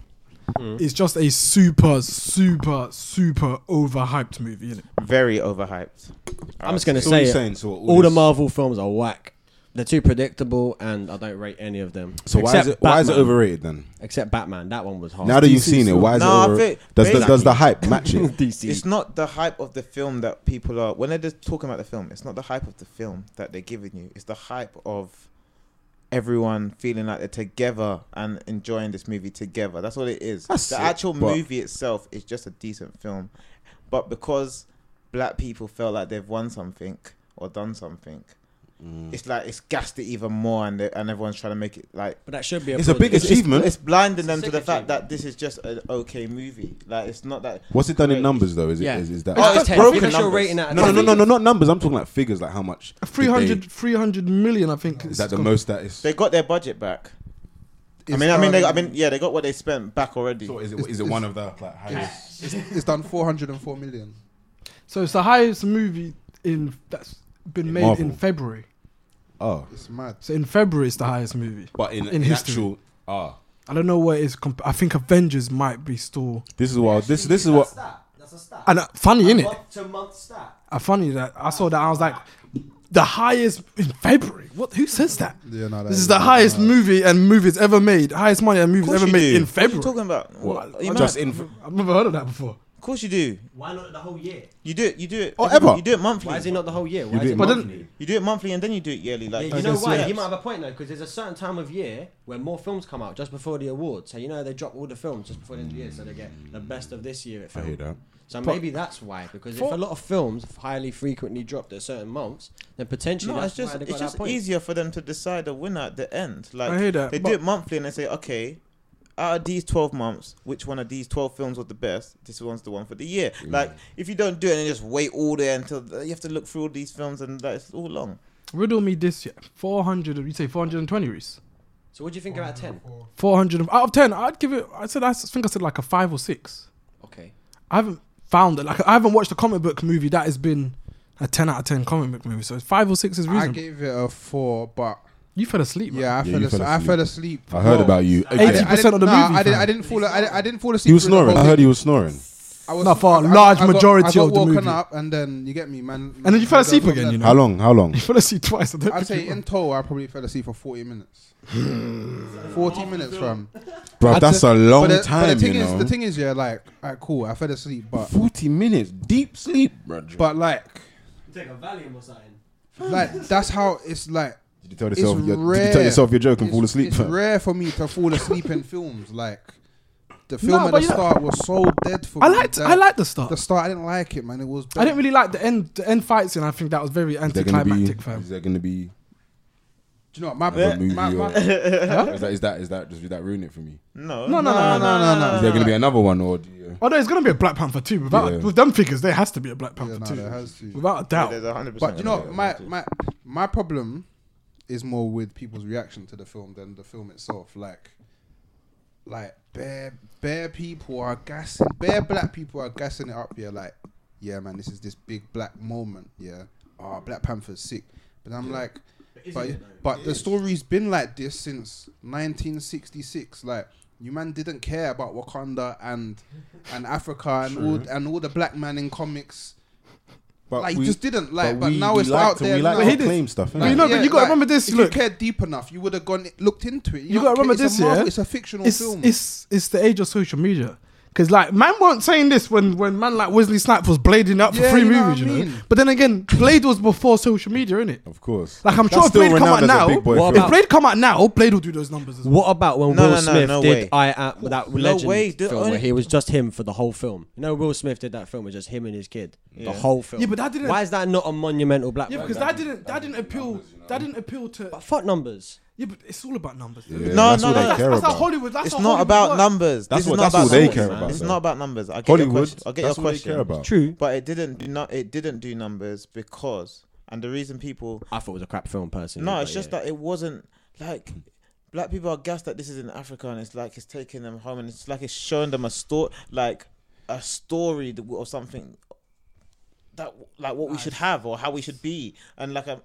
[SPEAKER 2] Hmm.
[SPEAKER 1] It's just a super, super, super overhyped movie. Innit?
[SPEAKER 4] very overhyped.
[SPEAKER 3] I'm just gonna
[SPEAKER 2] So what
[SPEAKER 3] say
[SPEAKER 2] you
[SPEAKER 3] it.
[SPEAKER 2] saying? So all
[SPEAKER 3] all the
[SPEAKER 2] this-
[SPEAKER 3] Marvel films are whack. They're too predictable, and I don't rate any of them.
[SPEAKER 2] So why is, it, why is it overrated then?
[SPEAKER 3] Except Batman. That one was hard.
[SPEAKER 2] Now that you've
[SPEAKER 1] DC
[SPEAKER 2] seen it, why is
[SPEAKER 4] No, I
[SPEAKER 2] it overrated?
[SPEAKER 4] think-
[SPEAKER 2] Does, the- does the
[SPEAKER 4] Exactly.
[SPEAKER 2] hype match
[SPEAKER 3] <laughs>
[SPEAKER 5] <laughs>
[SPEAKER 2] it?
[SPEAKER 3] DC.
[SPEAKER 4] It's not the hype of the film that people are when they're just talking about the film. It's not the hype of the film that they're giving you. It's the hype of everyone feeling like they're together and enjoying this movie together. That's what it is.
[SPEAKER 2] That's
[SPEAKER 4] the
[SPEAKER 2] it,
[SPEAKER 4] actual
[SPEAKER 2] but-
[SPEAKER 4] movie itself is just a decent film, but because black people felt like they've won something or done something,
[SPEAKER 2] Mm.
[SPEAKER 4] it's like it's gassed it even more, and they, and everyone's trying to make it like
[SPEAKER 3] but that should be.
[SPEAKER 2] It's a big
[SPEAKER 3] project.
[SPEAKER 2] achievement.
[SPEAKER 4] it's blinding them to
[SPEAKER 3] sick
[SPEAKER 4] the fact
[SPEAKER 3] achievement.
[SPEAKER 4] that this is just an okay movie. Like it's not that.
[SPEAKER 2] What's it done in
[SPEAKER 4] Great.
[SPEAKER 2] numbers though? Is it?
[SPEAKER 3] Yeah.
[SPEAKER 2] Is, is that?
[SPEAKER 4] Oh, it's
[SPEAKER 3] ten.
[SPEAKER 4] broken
[SPEAKER 3] I think that's your
[SPEAKER 4] numbers.
[SPEAKER 3] rating out of
[SPEAKER 2] no, no, no,
[SPEAKER 3] ten.
[SPEAKER 2] no, no, not numbers. I'm talking like figures, like how much. did
[SPEAKER 1] 300,
[SPEAKER 2] they-
[SPEAKER 1] 300 million, I think.
[SPEAKER 2] Is
[SPEAKER 1] it's
[SPEAKER 2] that the
[SPEAKER 1] got-
[SPEAKER 2] most that is?
[SPEAKER 4] They got their budget back. I
[SPEAKER 5] It's
[SPEAKER 4] mean, I mean, they, I
[SPEAKER 5] done-
[SPEAKER 4] mean, yeah, they got what they spent back already.
[SPEAKER 2] So is it, is it one of the like, highest?
[SPEAKER 5] It's done 404 million.
[SPEAKER 1] So it's the highest movie in that's been made
[SPEAKER 2] Marvel.
[SPEAKER 1] in February.
[SPEAKER 2] Oh,
[SPEAKER 5] It's mad.
[SPEAKER 1] So in February, it's the highest movie.
[SPEAKER 2] but in,
[SPEAKER 1] In
[SPEAKER 2] in
[SPEAKER 1] history.
[SPEAKER 2] actual, ah,
[SPEAKER 1] I don't know what it is. Comp- I think Avengers might be still.
[SPEAKER 2] this is what this this is what
[SPEAKER 3] That's a stat.
[SPEAKER 1] And uh, funny, innit?
[SPEAKER 3] to month stat.
[SPEAKER 1] Uh, funny that I saw that. I was like, the highest in February. What? Who says that?
[SPEAKER 5] Yeah, no, that
[SPEAKER 1] this
[SPEAKER 5] is
[SPEAKER 1] is the
[SPEAKER 5] mad.
[SPEAKER 1] highest movie and movies ever made. Highest money and movies
[SPEAKER 2] course
[SPEAKER 1] ever
[SPEAKER 2] you
[SPEAKER 1] made
[SPEAKER 2] do.
[SPEAKER 1] in
[SPEAKER 4] What are you
[SPEAKER 1] February.
[SPEAKER 4] talking about? What?
[SPEAKER 1] What?
[SPEAKER 4] Are you
[SPEAKER 1] I
[SPEAKER 4] mad?
[SPEAKER 2] just in.
[SPEAKER 1] I've never heard of that before.
[SPEAKER 4] Of course you do.
[SPEAKER 3] Why not the whole year?
[SPEAKER 4] You do it. You do it.
[SPEAKER 2] Or
[SPEAKER 4] every-
[SPEAKER 2] ever.
[SPEAKER 4] You do it monthly.
[SPEAKER 3] Why is it not the whole year? Why
[SPEAKER 2] You
[SPEAKER 3] is
[SPEAKER 2] do
[SPEAKER 3] it
[SPEAKER 2] it
[SPEAKER 1] But then-
[SPEAKER 3] monthly?
[SPEAKER 4] You do it monthly and then you do it yearly. Like
[SPEAKER 3] Yeah, you know
[SPEAKER 4] Okay,
[SPEAKER 3] why?
[SPEAKER 4] so-
[SPEAKER 3] He might have a point though, because there's a certain time of year where more films come out just before the awards. So you know they drop all the films just before the end of the year, so they get the best of this year.
[SPEAKER 2] I
[SPEAKER 3] At film.
[SPEAKER 2] hear that.
[SPEAKER 3] So maybe that's why, because if a lot of films highly frequently dropped at certain months, then potentially
[SPEAKER 4] No,
[SPEAKER 3] that's
[SPEAKER 4] it's just
[SPEAKER 3] why they got
[SPEAKER 4] it's
[SPEAKER 3] that
[SPEAKER 4] just
[SPEAKER 3] point.
[SPEAKER 4] easier for them to decide a winner at the end. Like
[SPEAKER 1] I hear that,
[SPEAKER 4] they
[SPEAKER 1] but-
[SPEAKER 4] do it monthly and they say, okay, out of these twelve months, which one of these twelve films was the best? This one's the one for the year.
[SPEAKER 2] Mm.
[SPEAKER 4] Like if you don't do it and just wait all day until the, you have to look through all these films and that it's all long.
[SPEAKER 1] Riddle me this year. 400, you say 420, Reese?
[SPEAKER 3] So what do you think about ten?
[SPEAKER 1] 400, and- out of 10, I'd give it, I said, I think I said like a five or six.
[SPEAKER 3] Okay.
[SPEAKER 1] I haven't found it. Like, I haven't watched a comic book movie that has been a 10 out of 10 comic book movie. So five or six is
[SPEAKER 5] I
[SPEAKER 1] reasonable.
[SPEAKER 5] gave it a four, but
[SPEAKER 1] you fell asleep, man.
[SPEAKER 5] yeah, I
[SPEAKER 2] Yeah,
[SPEAKER 5] fell,
[SPEAKER 2] you
[SPEAKER 5] asleep.
[SPEAKER 2] fell
[SPEAKER 5] I
[SPEAKER 2] asleep.
[SPEAKER 5] fell asleep.
[SPEAKER 2] I heard
[SPEAKER 5] Bro.
[SPEAKER 2] about you.
[SPEAKER 5] I didn't-
[SPEAKER 2] Again.
[SPEAKER 5] I
[SPEAKER 1] 80% of the
[SPEAKER 5] didn't- nah,
[SPEAKER 1] movie,
[SPEAKER 5] I didn't.
[SPEAKER 1] fam.
[SPEAKER 5] I didn't fall. I didn't, I didn't fall asleep.
[SPEAKER 2] He was
[SPEAKER 5] through the
[SPEAKER 2] snoring. I
[SPEAKER 5] whole
[SPEAKER 2] heard
[SPEAKER 5] thing.
[SPEAKER 2] he was snoring.
[SPEAKER 5] I was
[SPEAKER 1] No, for a
[SPEAKER 5] I- I-
[SPEAKER 1] large
[SPEAKER 5] I got-
[SPEAKER 1] majority
[SPEAKER 5] I got
[SPEAKER 1] of the
[SPEAKER 5] woken
[SPEAKER 1] movie.
[SPEAKER 5] up and then you get me, man.
[SPEAKER 1] And then you fell
[SPEAKER 5] I
[SPEAKER 1] asleep
[SPEAKER 5] got-
[SPEAKER 1] again, you know.
[SPEAKER 2] How long? How
[SPEAKER 1] <laughs>
[SPEAKER 2] long?
[SPEAKER 1] You fell asleep twice. I don't
[SPEAKER 5] I'd
[SPEAKER 1] think
[SPEAKER 5] say
[SPEAKER 1] you-
[SPEAKER 5] in total, I probably fell asleep for
[SPEAKER 1] <sighs>
[SPEAKER 5] 40 minutes. 40 minutes, fam.
[SPEAKER 2] Bro,
[SPEAKER 5] I'd
[SPEAKER 2] that's
[SPEAKER 5] say-
[SPEAKER 2] a long
[SPEAKER 5] but the,
[SPEAKER 2] time.
[SPEAKER 5] But the thing
[SPEAKER 2] you
[SPEAKER 5] is,
[SPEAKER 2] know?
[SPEAKER 5] the thing is, yeah, like, alright, cool, I fell asleep, but,
[SPEAKER 2] 40 minutes. Deep sleep, bro.
[SPEAKER 5] but like,
[SPEAKER 3] Take a Valium or something.
[SPEAKER 5] like that's how it's like.
[SPEAKER 2] Did you tell yourself,
[SPEAKER 5] It's
[SPEAKER 2] you're, did you
[SPEAKER 5] rare.
[SPEAKER 2] tell yourself you're joking
[SPEAKER 5] It's,
[SPEAKER 2] fall asleep? <laughs>
[SPEAKER 5] it's
[SPEAKER 2] fam?
[SPEAKER 5] rare for me to fall asleep in films. Like, the
[SPEAKER 1] Nah,
[SPEAKER 5] film at
[SPEAKER 1] but
[SPEAKER 5] the
[SPEAKER 1] you know-
[SPEAKER 5] start was so dead for
[SPEAKER 1] I
[SPEAKER 5] me.
[SPEAKER 1] liked,
[SPEAKER 5] that
[SPEAKER 1] I liked the start.
[SPEAKER 5] the start. I didn't like it, man. It was.
[SPEAKER 1] I didn't really like the end, the end fight scene. I think that was very
[SPEAKER 2] Is there gonna be?
[SPEAKER 1] anticlimactic, fam.
[SPEAKER 2] Is there gonna be?
[SPEAKER 5] Do you know what? My,
[SPEAKER 2] A movie
[SPEAKER 5] my, my,
[SPEAKER 2] or- Is that? Is that? Is that? Does that ruin it for me?
[SPEAKER 4] No,
[SPEAKER 1] No, no, no, no, no,
[SPEAKER 5] no, no.
[SPEAKER 2] Is there gonna be another one or? Do you,
[SPEAKER 1] Although it's gonna be a Black Panther two. Without
[SPEAKER 2] Yeah.
[SPEAKER 1] with them figures, there has to be a Black
[SPEAKER 5] yeah,
[SPEAKER 1] Panther
[SPEAKER 5] nah,
[SPEAKER 1] two,
[SPEAKER 5] there has to.
[SPEAKER 1] without a
[SPEAKER 4] Yeah,
[SPEAKER 1] doubt.
[SPEAKER 4] there's a hundred percent.
[SPEAKER 5] But you know,
[SPEAKER 4] gonna be
[SPEAKER 5] my
[SPEAKER 4] that one too.
[SPEAKER 5] my my problem is more with people's reaction to the film than the film itself. Like, like bare bare people are gassing, bare black people are gassing it up. Yeah, like, yeah, man, this is this big black moment. Yeah, ah, Black Panther's sick. But I'm like, but but the story's been like this since 1966. Like. You man didn't care about Wakanda and and Africa and all and all the black man in comics.
[SPEAKER 2] but
[SPEAKER 5] like
[SPEAKER 2] we-
[SPEAKER 5] you just didn't like. But,
[SPEAKER 2] we-
[SPEAKER 5] now
[SPEAKER 2] we
[SPEAKER 5] it's
[SPEAKER 2] like
[SPEAKER 5] out
[SPEAKER 2] to-
[SPEAKER 5] there.
[SPEAKER 2] We like
[SPEAKER 5] now.
[SPEAKER 1] But
[SPEAKER 2] to
[SPEAKER 1] he did-
[SPEAKER 2] claim stuff.
[SPEAKER 1] But you
[SPEAKER 2] innit?
[SPEAKER 1] know- you gotta remember this,
[SPEAKER 5] If
[SPEAKER 1] look.
[SPEAKER 5] you cared deep enough, you would have gone looked into it.
[SPEAKER 1] You gotta
[SPEAKER 5] don't
[SPEAKER 1] remember
[SPEAKER 5] care, it's
[SPEAKER 1] this,
[SPEAKER 5] a
[SPEAKER 1] yeah?
[SPEAKER 5] It's a fictional
[SPEAKER 1] It's
[SPEAKER 5] film.
[SPEAKER 1] it's it's the age of social media. Cause like man weren't saying this when when man like Wesley Snipes was blading up for
[SPEAKER 5] Yeah,
[SPEAKER 1] three
[SPEAKER 5] you know
[SPEAKER 1] movies,
[SPEAKER 5] what I
[SPEAKER 1] you know.
[SPEAKER 5] mean?
[SPEAKER 1] But then again, Blade was before social media, innit?
[SPEAKER 2] Of course.
[SPEAKER 1] Like I'm
[SPEAKER 2] That's
[SPEAKER 1] sure if
[SPEAKER 2] still
[SPEAKER 1] Blade come out
[SPEAKER 2] renowned as a
[SPEAKER 1] now,
[SPEAKER 2] big boy
[SPEAKER 3] What
[SPEAKER 2] film.
[SPEAKER 1] if
[SPEAKER 3] about-
[SPEAKER 1] Blade come out now, Blade will do those numbers as well.
[SPEAKER 3] What about when
[SPEAKER 4] No,
[SPEAKER 3] Will
[SPEAKER 4] no, no,
[SPEAKER 3] Smith
[SPEAKER 4] no
[SPEAKER 3] did
[SPEAKER 4] way.
[SPEAKER 3] I Am that legend
[SPEAKER 4] way, the
[SPEAKER 3] film
[SPEAKER 4] only-
[SPEAKER 3] where he was just him for the whole film? You know, Will Smith did that film with just him and his kid, the whole film.
[SPEAKER 1] Yeah, but that didn't-
[SPEAKER 3] Why is that not a monumental black?
[SPEAKER 1] Yeah, because that didn't that didn't appeal that didn't appeal to
[SPEAKER 3] But fuck numbers.
[SPEAKER 1] Yeah, but it's all about numbers.
[SPEAKER 2] Yeah,
[SPEAKER 1] though.
[SPEAKER 4] No,
[SPEAKER 2] that's
[SPEAKER 4] no,
[SPEAKER 2] what
[SPEAKER 4] no,
[SPEAKER 2] they
[SPEAKER 4] that's-
[SPEAKER 2] care
[SPEAKER 1] that's
[SPEAKER 2] about.
[SPEAKER 1] how Hollywood. That's
[SPEAKER 4] it's
[SPEAKER 1] how
[SPEAKER 4] not
[SPEAKER 1] Hollywood
[SPEAKER 4] about
[SPEAKER 1] works.
[SPEAKER 4] numbers.
[SPEAKER 2] That's
[SPEAKER 4] this
[SPEAKER 2] what-
[SPEAKER 4] is not
[SPEAKER 2] that's
[SPEAKER 4] about
[SPEAKER 2] all they
[SPEAKER 4] numbers,
[SPEAKER 2] care
[SPEAKER 4] man.
[SPEAKER 2] about,
[SPEAKER 4] It's
[SPEAKER 2] though.
[SPEAKER 4] not about numbers. I get your
[SPEAKER 2] Hollywood.
[SPEAKER 4] question. I
[SPEAKER 2] that's
[SPEAKER 4] get your
[SPEAKER 2] what they
[SPEAKER 4] question.
[SPEAKER 2] care about.
[SPEAKER 3] True.
[SPEAKER 4] But it didn't do not. It didn't do numbers because, and the reason people
[SPEAKER 3] I thought it was a crap film, personally.
[SPEAKER 4] No,
[SPEAKER 3] but
[SPEAKER 4] it's just
[SPEAKER 3] yeah.
[SPEAKER 4] that it wasn't like black people are gassed that this is in Africa and it's like it's taking them home and it's like it's showing them a story, like a story th- or something that like what we should have or how we should be and like a.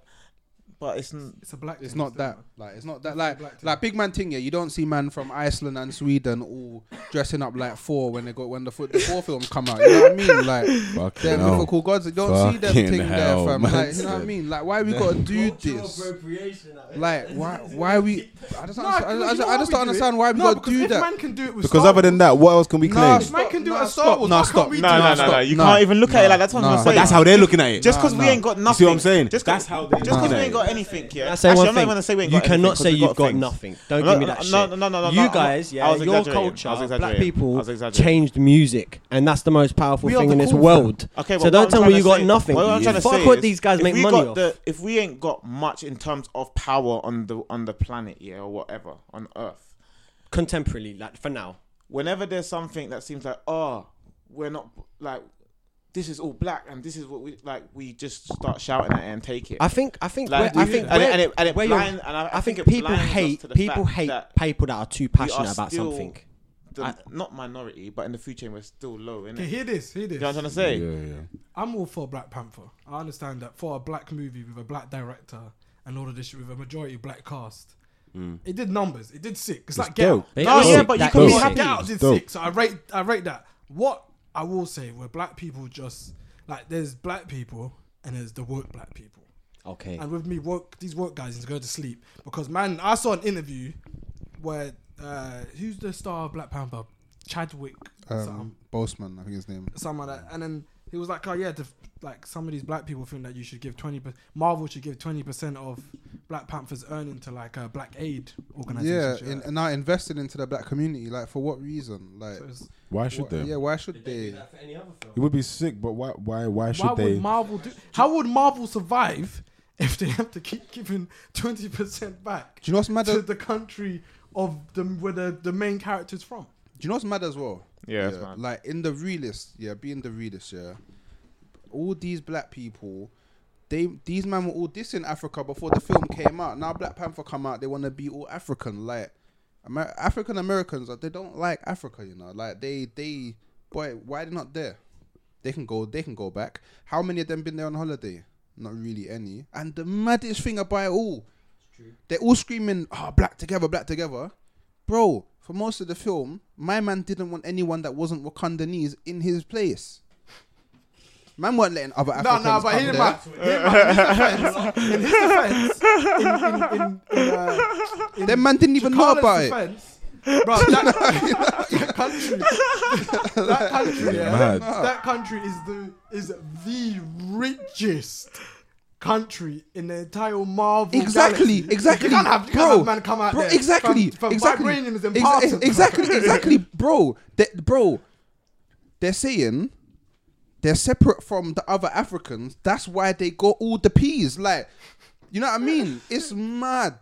[SPEAKER 4] But it's n-
[SPEAKER 1] It's a black.
[SPEAKER 5] It's
[SPEAKER 1] thing,
[SPEAKER 5] not
[SPEAKER 1] isn't
[SPEAKER 5] that.
[SPEAKER 1] it?
[SPEAKER 5] Like it's not that. Like
[SPEAKER 1] black thing.
[SPEAKER 5] like big man thing. Yeah, you don't see man from Iceland and Sweden all dressing up like four when they got when the foot the four films come out. You know what I
[SPEAKER 1] <laughs>
[SPEAKER 5] mean? Like.
[SPEAKER 2] Fucking
[SPEAKER 5] They're
[SPEAKER 2] hell.
[SPEAKER 5] mythical gods. You don't see them
[SPEAKER 2] Fucking
[SPEAKER 5] thing
[SPEAKER 2] hell,
[SPEAKER 5] there, fam.
[SPEAKER 2] man.
[SPEAKER 5] Like, you know what I mean? Like, why we gotta do this? Like, why? Why we? I just, don't
[SPEAKER 1] No,
[SPEAKER 5] understand- I,
[SPEAKER 1] because
[SPEAKER 5] I
[SPEAKER 1] you
[SPEAKER 5] just,
[SPEAKER 1] know
[SPEAKER 5] I just
[SPEAKER 1] we
[SPEAKER 5] don't
[SPEAKER 1] do
[SPEAKER 5] understand
[SPEAKER 1] it.
[SPEAKER 5] why we
[SPEAKER 1] No,
[SPEAKER 5] gotta
[SPEAKER 1] because
[SPEAKER 5] do
[SPEAKER 1] if
[SPEAKER 5] that.
[SPEAKER 1] Man can do it with
[SPEAKER 2] Because
[SPEAKER 1] Star
[SPEAKER 2] other than
[SPEAKER 1] Wars-
[SPEAKER 2] that, what else can we
[SPEAKER 5] Nah,
[SPEAKER 2] claim?
[SPEAKER 1] If man can do
[SPEAKER 5] Nah,
[SPEAKER 1] it as Star
[SPEAKER 5] stop.
[SPEAKER 1] Wars.
[SPEAKER 5] Nah,
[SPEAKER 1] why
[SPEAKER 5] stop.
[SPEAKER 1] Can't we
[SPEAKER 4] no,
[SPEAKER 1] do
[SPEAKER 4] no,
[SPEAKER 1] it?
[SPEAKER 4] no, no. You
[SPEAKER 5] Nah,
[SPEAKER 4] can't even look at it like that's what
[SPEAKER 5] nah.
[SPEAKER 4] I'm
[SPEAKER 5] But
[SPEAKER 4] saying.
[SPEAKER 2] that's how they're looking at it.
[SPEAKER 4] Just because we
[SPEAKER 5] nah.
[SPEAKER 4] ain't got
[SPEAKER 2] You
[SPEAKER 4] nothing.
[SPEAKER 2] see what I'm saying?
[SPEAKER 4] Just
[SPEAKER 2] that's how they're
[SPEAKER 4] Just
[SPEAKER 2] looking
[SPEAKER 4] because we
[SPEAKER 2] at
[SPEAKER 4] ain't
[SPEAKER 2] it.
[SPEAKER 4] got anything, yeah.
[SPEAKER 3] I say
[SPEAKER 4] Actually,
[SPEAKER 3] one
[SPEAKER 4] I'm not
[SPEAKER 3] thing.
[SPEAKER 4] even gonna say we ain't
[SPEAKER 3] you
[SPEAKER 4] got anything
[SPEAKER 3] cannot
[SPEAKER 4] 'cause
[SPEAKER 3] say
[SPEAKER 4] we've
[SPEAKER 3] you've got,
[SPEAKER 4] things.
[SPEAKER 3] nothing. Don't
[SPEAKER 4] No,
[SPEAKER 3] give me
[SPEAKER 4] no,
[SPEAKER 3] that
[SPEAKER 4] no,
[SPEAKER 3] shit.
[SPEAKER 4] no, no, no, no,
[SPEAKER 3] You
[SPEAKER 4] I'm not-
[SPEAKER 3] guys, yeah,
[SPEAKER 4] I was
[SPEAKER 3] your
[SPEAKER 4] exaggerating. I was
[SPEAKER 3] culture, black
[SPEAKER 4] exaggerating. I
[SPEAKER 3] people
[SPEAKER 4] was exaggerating.
[SPEAKER 3] changed music, and that's the most powerful
[SPEAKER 1] We are
[SPEAKER 3] thing
[SPEAKER 1] the
[SPEAKER 3] in this
[SPEAKER 1] cool
[SPEAKER 3] world.
[SPEAKER 4] Okay,
[SPEAKER 3] so don't
[SPEAKER 4] but what I'm
[SPEAKER 3] tell
[SPEAKER 4] trying
[SPEAKER 3] me
[SPEAKER 4] to
[SPEAKER 3] you got
[SPEAKER 4] say-
[SPEAKER 3] nothing.
[SPEAKER 4] What I'm trying to
[SPEAKER 3] Fuck
[SPEAKER 4] say
[SPEAKER 3] what
[SPEAKER 4] is,
[SPEAKER 3] these guys
[SPEAKER 4] if
[SPEAKER 3] make
[SPEAKER 4] we
[SPEAKER 3] money
[SPEAKER 4] got
[SPEAKER 3] off.
[SPEAKER 4] The, if we ain't got much in terms of power on the on the planet, yeah, or whatever on Earth,
[SPEAKER 3] Contemporarily, like for now,
[SPEAKER 4] whenever there's something that seems like, oh, we're not like this is all black and this is what we like, we just start shouting at it and take it.
[SPEAKER 3] I think I think
[SPEAKER 4] Like,
[SPEAKER 3] where, I
[SPEAKER 4] we-
[SPEAKER 3] think
[SPEAKER 4] and it-
[SPEAKER 3] where-
[SPEAKER 4] and it- and it
[SPEAKER 3] where you're-
[SPEAKER 4] blind- and I- I
[SPEAKER 3] I think
[SPEAKER 4] think it
[SPEAKER 3] people
[SPEAKER 4] blinds us
[SPEAKER 3] hate
[SPEAKER 4] to the
[SPEAKER 3] people
[SPEAKER 4] fact
[SPEAKER 3] hate
[SPEAKER 4] that
[SPEAKER 3] people that are too
[SPEAKER 4] We are
[SPEAKER 3] passionate about
[SPEAKER 4] still
[SPEAKER 3] something.
[SPEAKER 4] the-
[SPEAKER 3] I-
[SPEAKER 4] not minority, but in the food chain we're still low, innit?
[SPEAKER 1] Okay,
[SPEAKER 4] You
[SPEAKER 1] hear this. Hear
[SPEAKER 4] know what I'm
[SPEAKER 1] this.
[SPEAKER 4] trying to say?
[SPEAKER 2] Yeah, yeah.
[SPEAKER 1] I'm all for Black Panther. I understand that for a black movie with a black director and all of this shit with a majority black cast. It did numbers. It did six. It's, like Get
[SPEAKER 2] dope.
[SPEAKER 1] Out.
[SPEAKER 3] It
[SPEAKER 1] No,
[SPEAKER 3] is
[SPEAKER 1] yeah,
[SPEAKER 3] dope.
[SPEAKER 1] but you
[SPEAKER 3] That
[SPEAKER 1] can
[SPEAKER 2] is
[SPEAKER 1] be happy.
[SPEAKER 2] sick.
[SPEAKER 1] Get Out did
[SPEAKER 2] It's dope.
[SPEAKER 1] six. So I rate. I rate that. What I will say, where black people just like there's black people and there's the woke black people.
[SPEAKER 3] Okay,
[SPEAKER 1] And with me, work these work guys need to go to sleep because man, I saw an interview where uh, who's the star of Black Panther? Chadwick,
[SPEAKER 5] Um, Boseman, I think his name.
[SPEAKER 1] something like that. And then he was like, "Oh yeah, the, like some of these black people think that you should give twenty percent. Marvel should give twenty percent of Black Panther's earning to like a Black Aid organization."
[SPEAKER 5] Yeah,
[SPEAKER 1] shit
[SPEAKER 5] in,
[SPEAKER 1] like that.
[SPEAKER 5] and now invested into the black community. Like for what reason? Like,
[SPEAKER 1] So it's-
[SPEAKER 2] Why should
[SPEAKER 5] wha-
[SPEAKER 2] they?
[SPEAKER 5] Yeah, why should they?
[SPEAKER 3] for any other
[SPEAKER 2] It would be sick, but why? Why? Why should
[SPEAKER 1] why
[SPEAKER 2] they?
[SPEAKER 1] would Marvel do? How would Marvel survive <laughs> if they have to keep giving twenty percent back
[SPEAKER 5] Do you know what's mad?
[SPEAKER 1] to
[SPEAKER 5] as- Do
[SPEAKER 1] the country of the where the, the main character's from?
[SPEAKER 5] you know what's mad as well?
[SPEAKER 4] Yeah, that's mad.
[SPEAKER 5] like in the realist, yeah, being the realist, yeah. All these black people, they these men were all dissing Africa before the film came out. Now Black Panther come out, they want to be all African. Like Amer- African Americans, like, they don't like Africa, you know. Like they they boy, why they not there? They can go, they can go back. How many of them been there on holiday? Not really any. And the maddest thing about it all, they're all screaming, "Ah, black together, black together." Bro, for most of the film, my man didn't want anyone that wasn't Wakandanese in his place. Man weren't letting other
[SPEAKER 1] No,
[SPEAKER 5] Africans
[SPEAKER 1] no, but
[SPEAKER 5] come
[SPEAKER 1] he didn't
[SPEAKER 5] there.
[SPEAKER 1] mind. He didn't mind. In his defense, in his defense, in, in, in, in, uh, in
[SPEAKER 5] Them man didn't even know about it.
[SPEAKER 1] defense, Bro,
[SPEAKER 5] <laughs>
[SPEAKER 1] that, that country, <laughs> that country, yeah,
[SPEAKER 2] Mad.
[SPEAKER 1] that country is the is the richest country in the entire Marvel.
[SPEAKER 5] Exactly,
[SPEAKER 1] galaxy.
[SPEAKER 5] exactly,
[SPEAKER 1] You can't have, you can't
[SPEAKER 5] bro,
[SPEAKER 1] have man come out
[SPEAKER 5] bro,
[SPEAKER 1] there.
[SPEAKER 5] Exactly,
[SPEAKER 1] from, from
[SPEAKER 5] exactly,
[SPEAKER 1] vibranium is
[SPEAKER 5] exa-
[SPEAKER 1] impossible. <laughs>
[SPEAKER 5] exactly, exactly, bro. They, bro, they're saying they're separate from the other Africans. That's why they got all the peas. Like, you know what I mean? It's mad.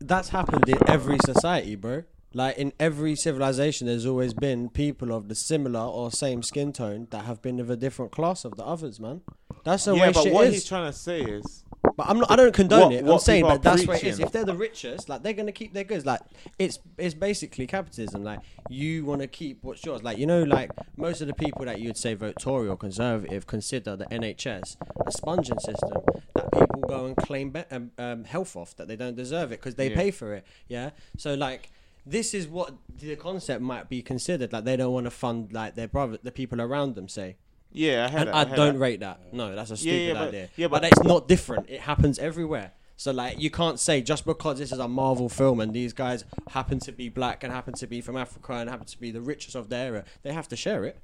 [SPEAKER 3] That's happened in every society, bro. Like in every civilization, there's always been people of the similar or same skin tone that have been of a different class of the others, man. That's the
[SPEAKER 4] yeah,
[SPEAKER 3] way
[SPEAKER 4] but
[SPEAKER 3] shit
[SPEAKER 4] what
[SPEAKER 3] is.
[SPEAKER 4] he's trying to say is
[SPEAKER 3] But I'm not. I don't condone
[SPEAKER 4] What-
[SPEAKER 3] it. I'm
[SPEAKER 4] what
[SPEAKER 3] saying,
[SPEAKER 4] people
[SPEAKER 3] but that's
[SPEAKER 4] are
[SPEAKER 3] what it is.
[SPEAKER 4] preaching.
[SPEAKER 3] If they're the richest, like they're gonna keep their goods. Like it's it's basically capitalism. Like you want to keep what's yours. Like you know, like most of the people that you'd say vote Tory or Conservative consider the NHS a sponging system that people go and claim be- um, um, health off that they don't deserve it because they
[SPEAKER 4] Yeah.
[SPEAKER 3] pay for it. Yeah. So like. This is what the concept might be considered. Like they don't want to fund like their brother, the people around them. Say,
[SPEAKER 4] yeah. I heard
[SPEAKER 3] and
[SPEAKER 4] that.
[SPEAKER 3] I,
[SPEAKER 4] heard
[SPEAKER 3] don't
[SPEAKER 4] that.
[SPEAKER 3] rate that. No, that's a
[SPEAKER 4] Yeah,
[SPEAKER 3] stupid
[SPEAKER 4] yeah, but-
[SPEAKER 3] idea.
[SPEAKER 4] yeah,
[SPEAKER 3] but,
[SPEAKER 4] but-
[SPEAKER 3] it's not different. It happens everywhere. So like you can't say just because this is a Marvel film and these guys happen to be black and happen to be from Africa and happen to be the richest of their era, they have to share it.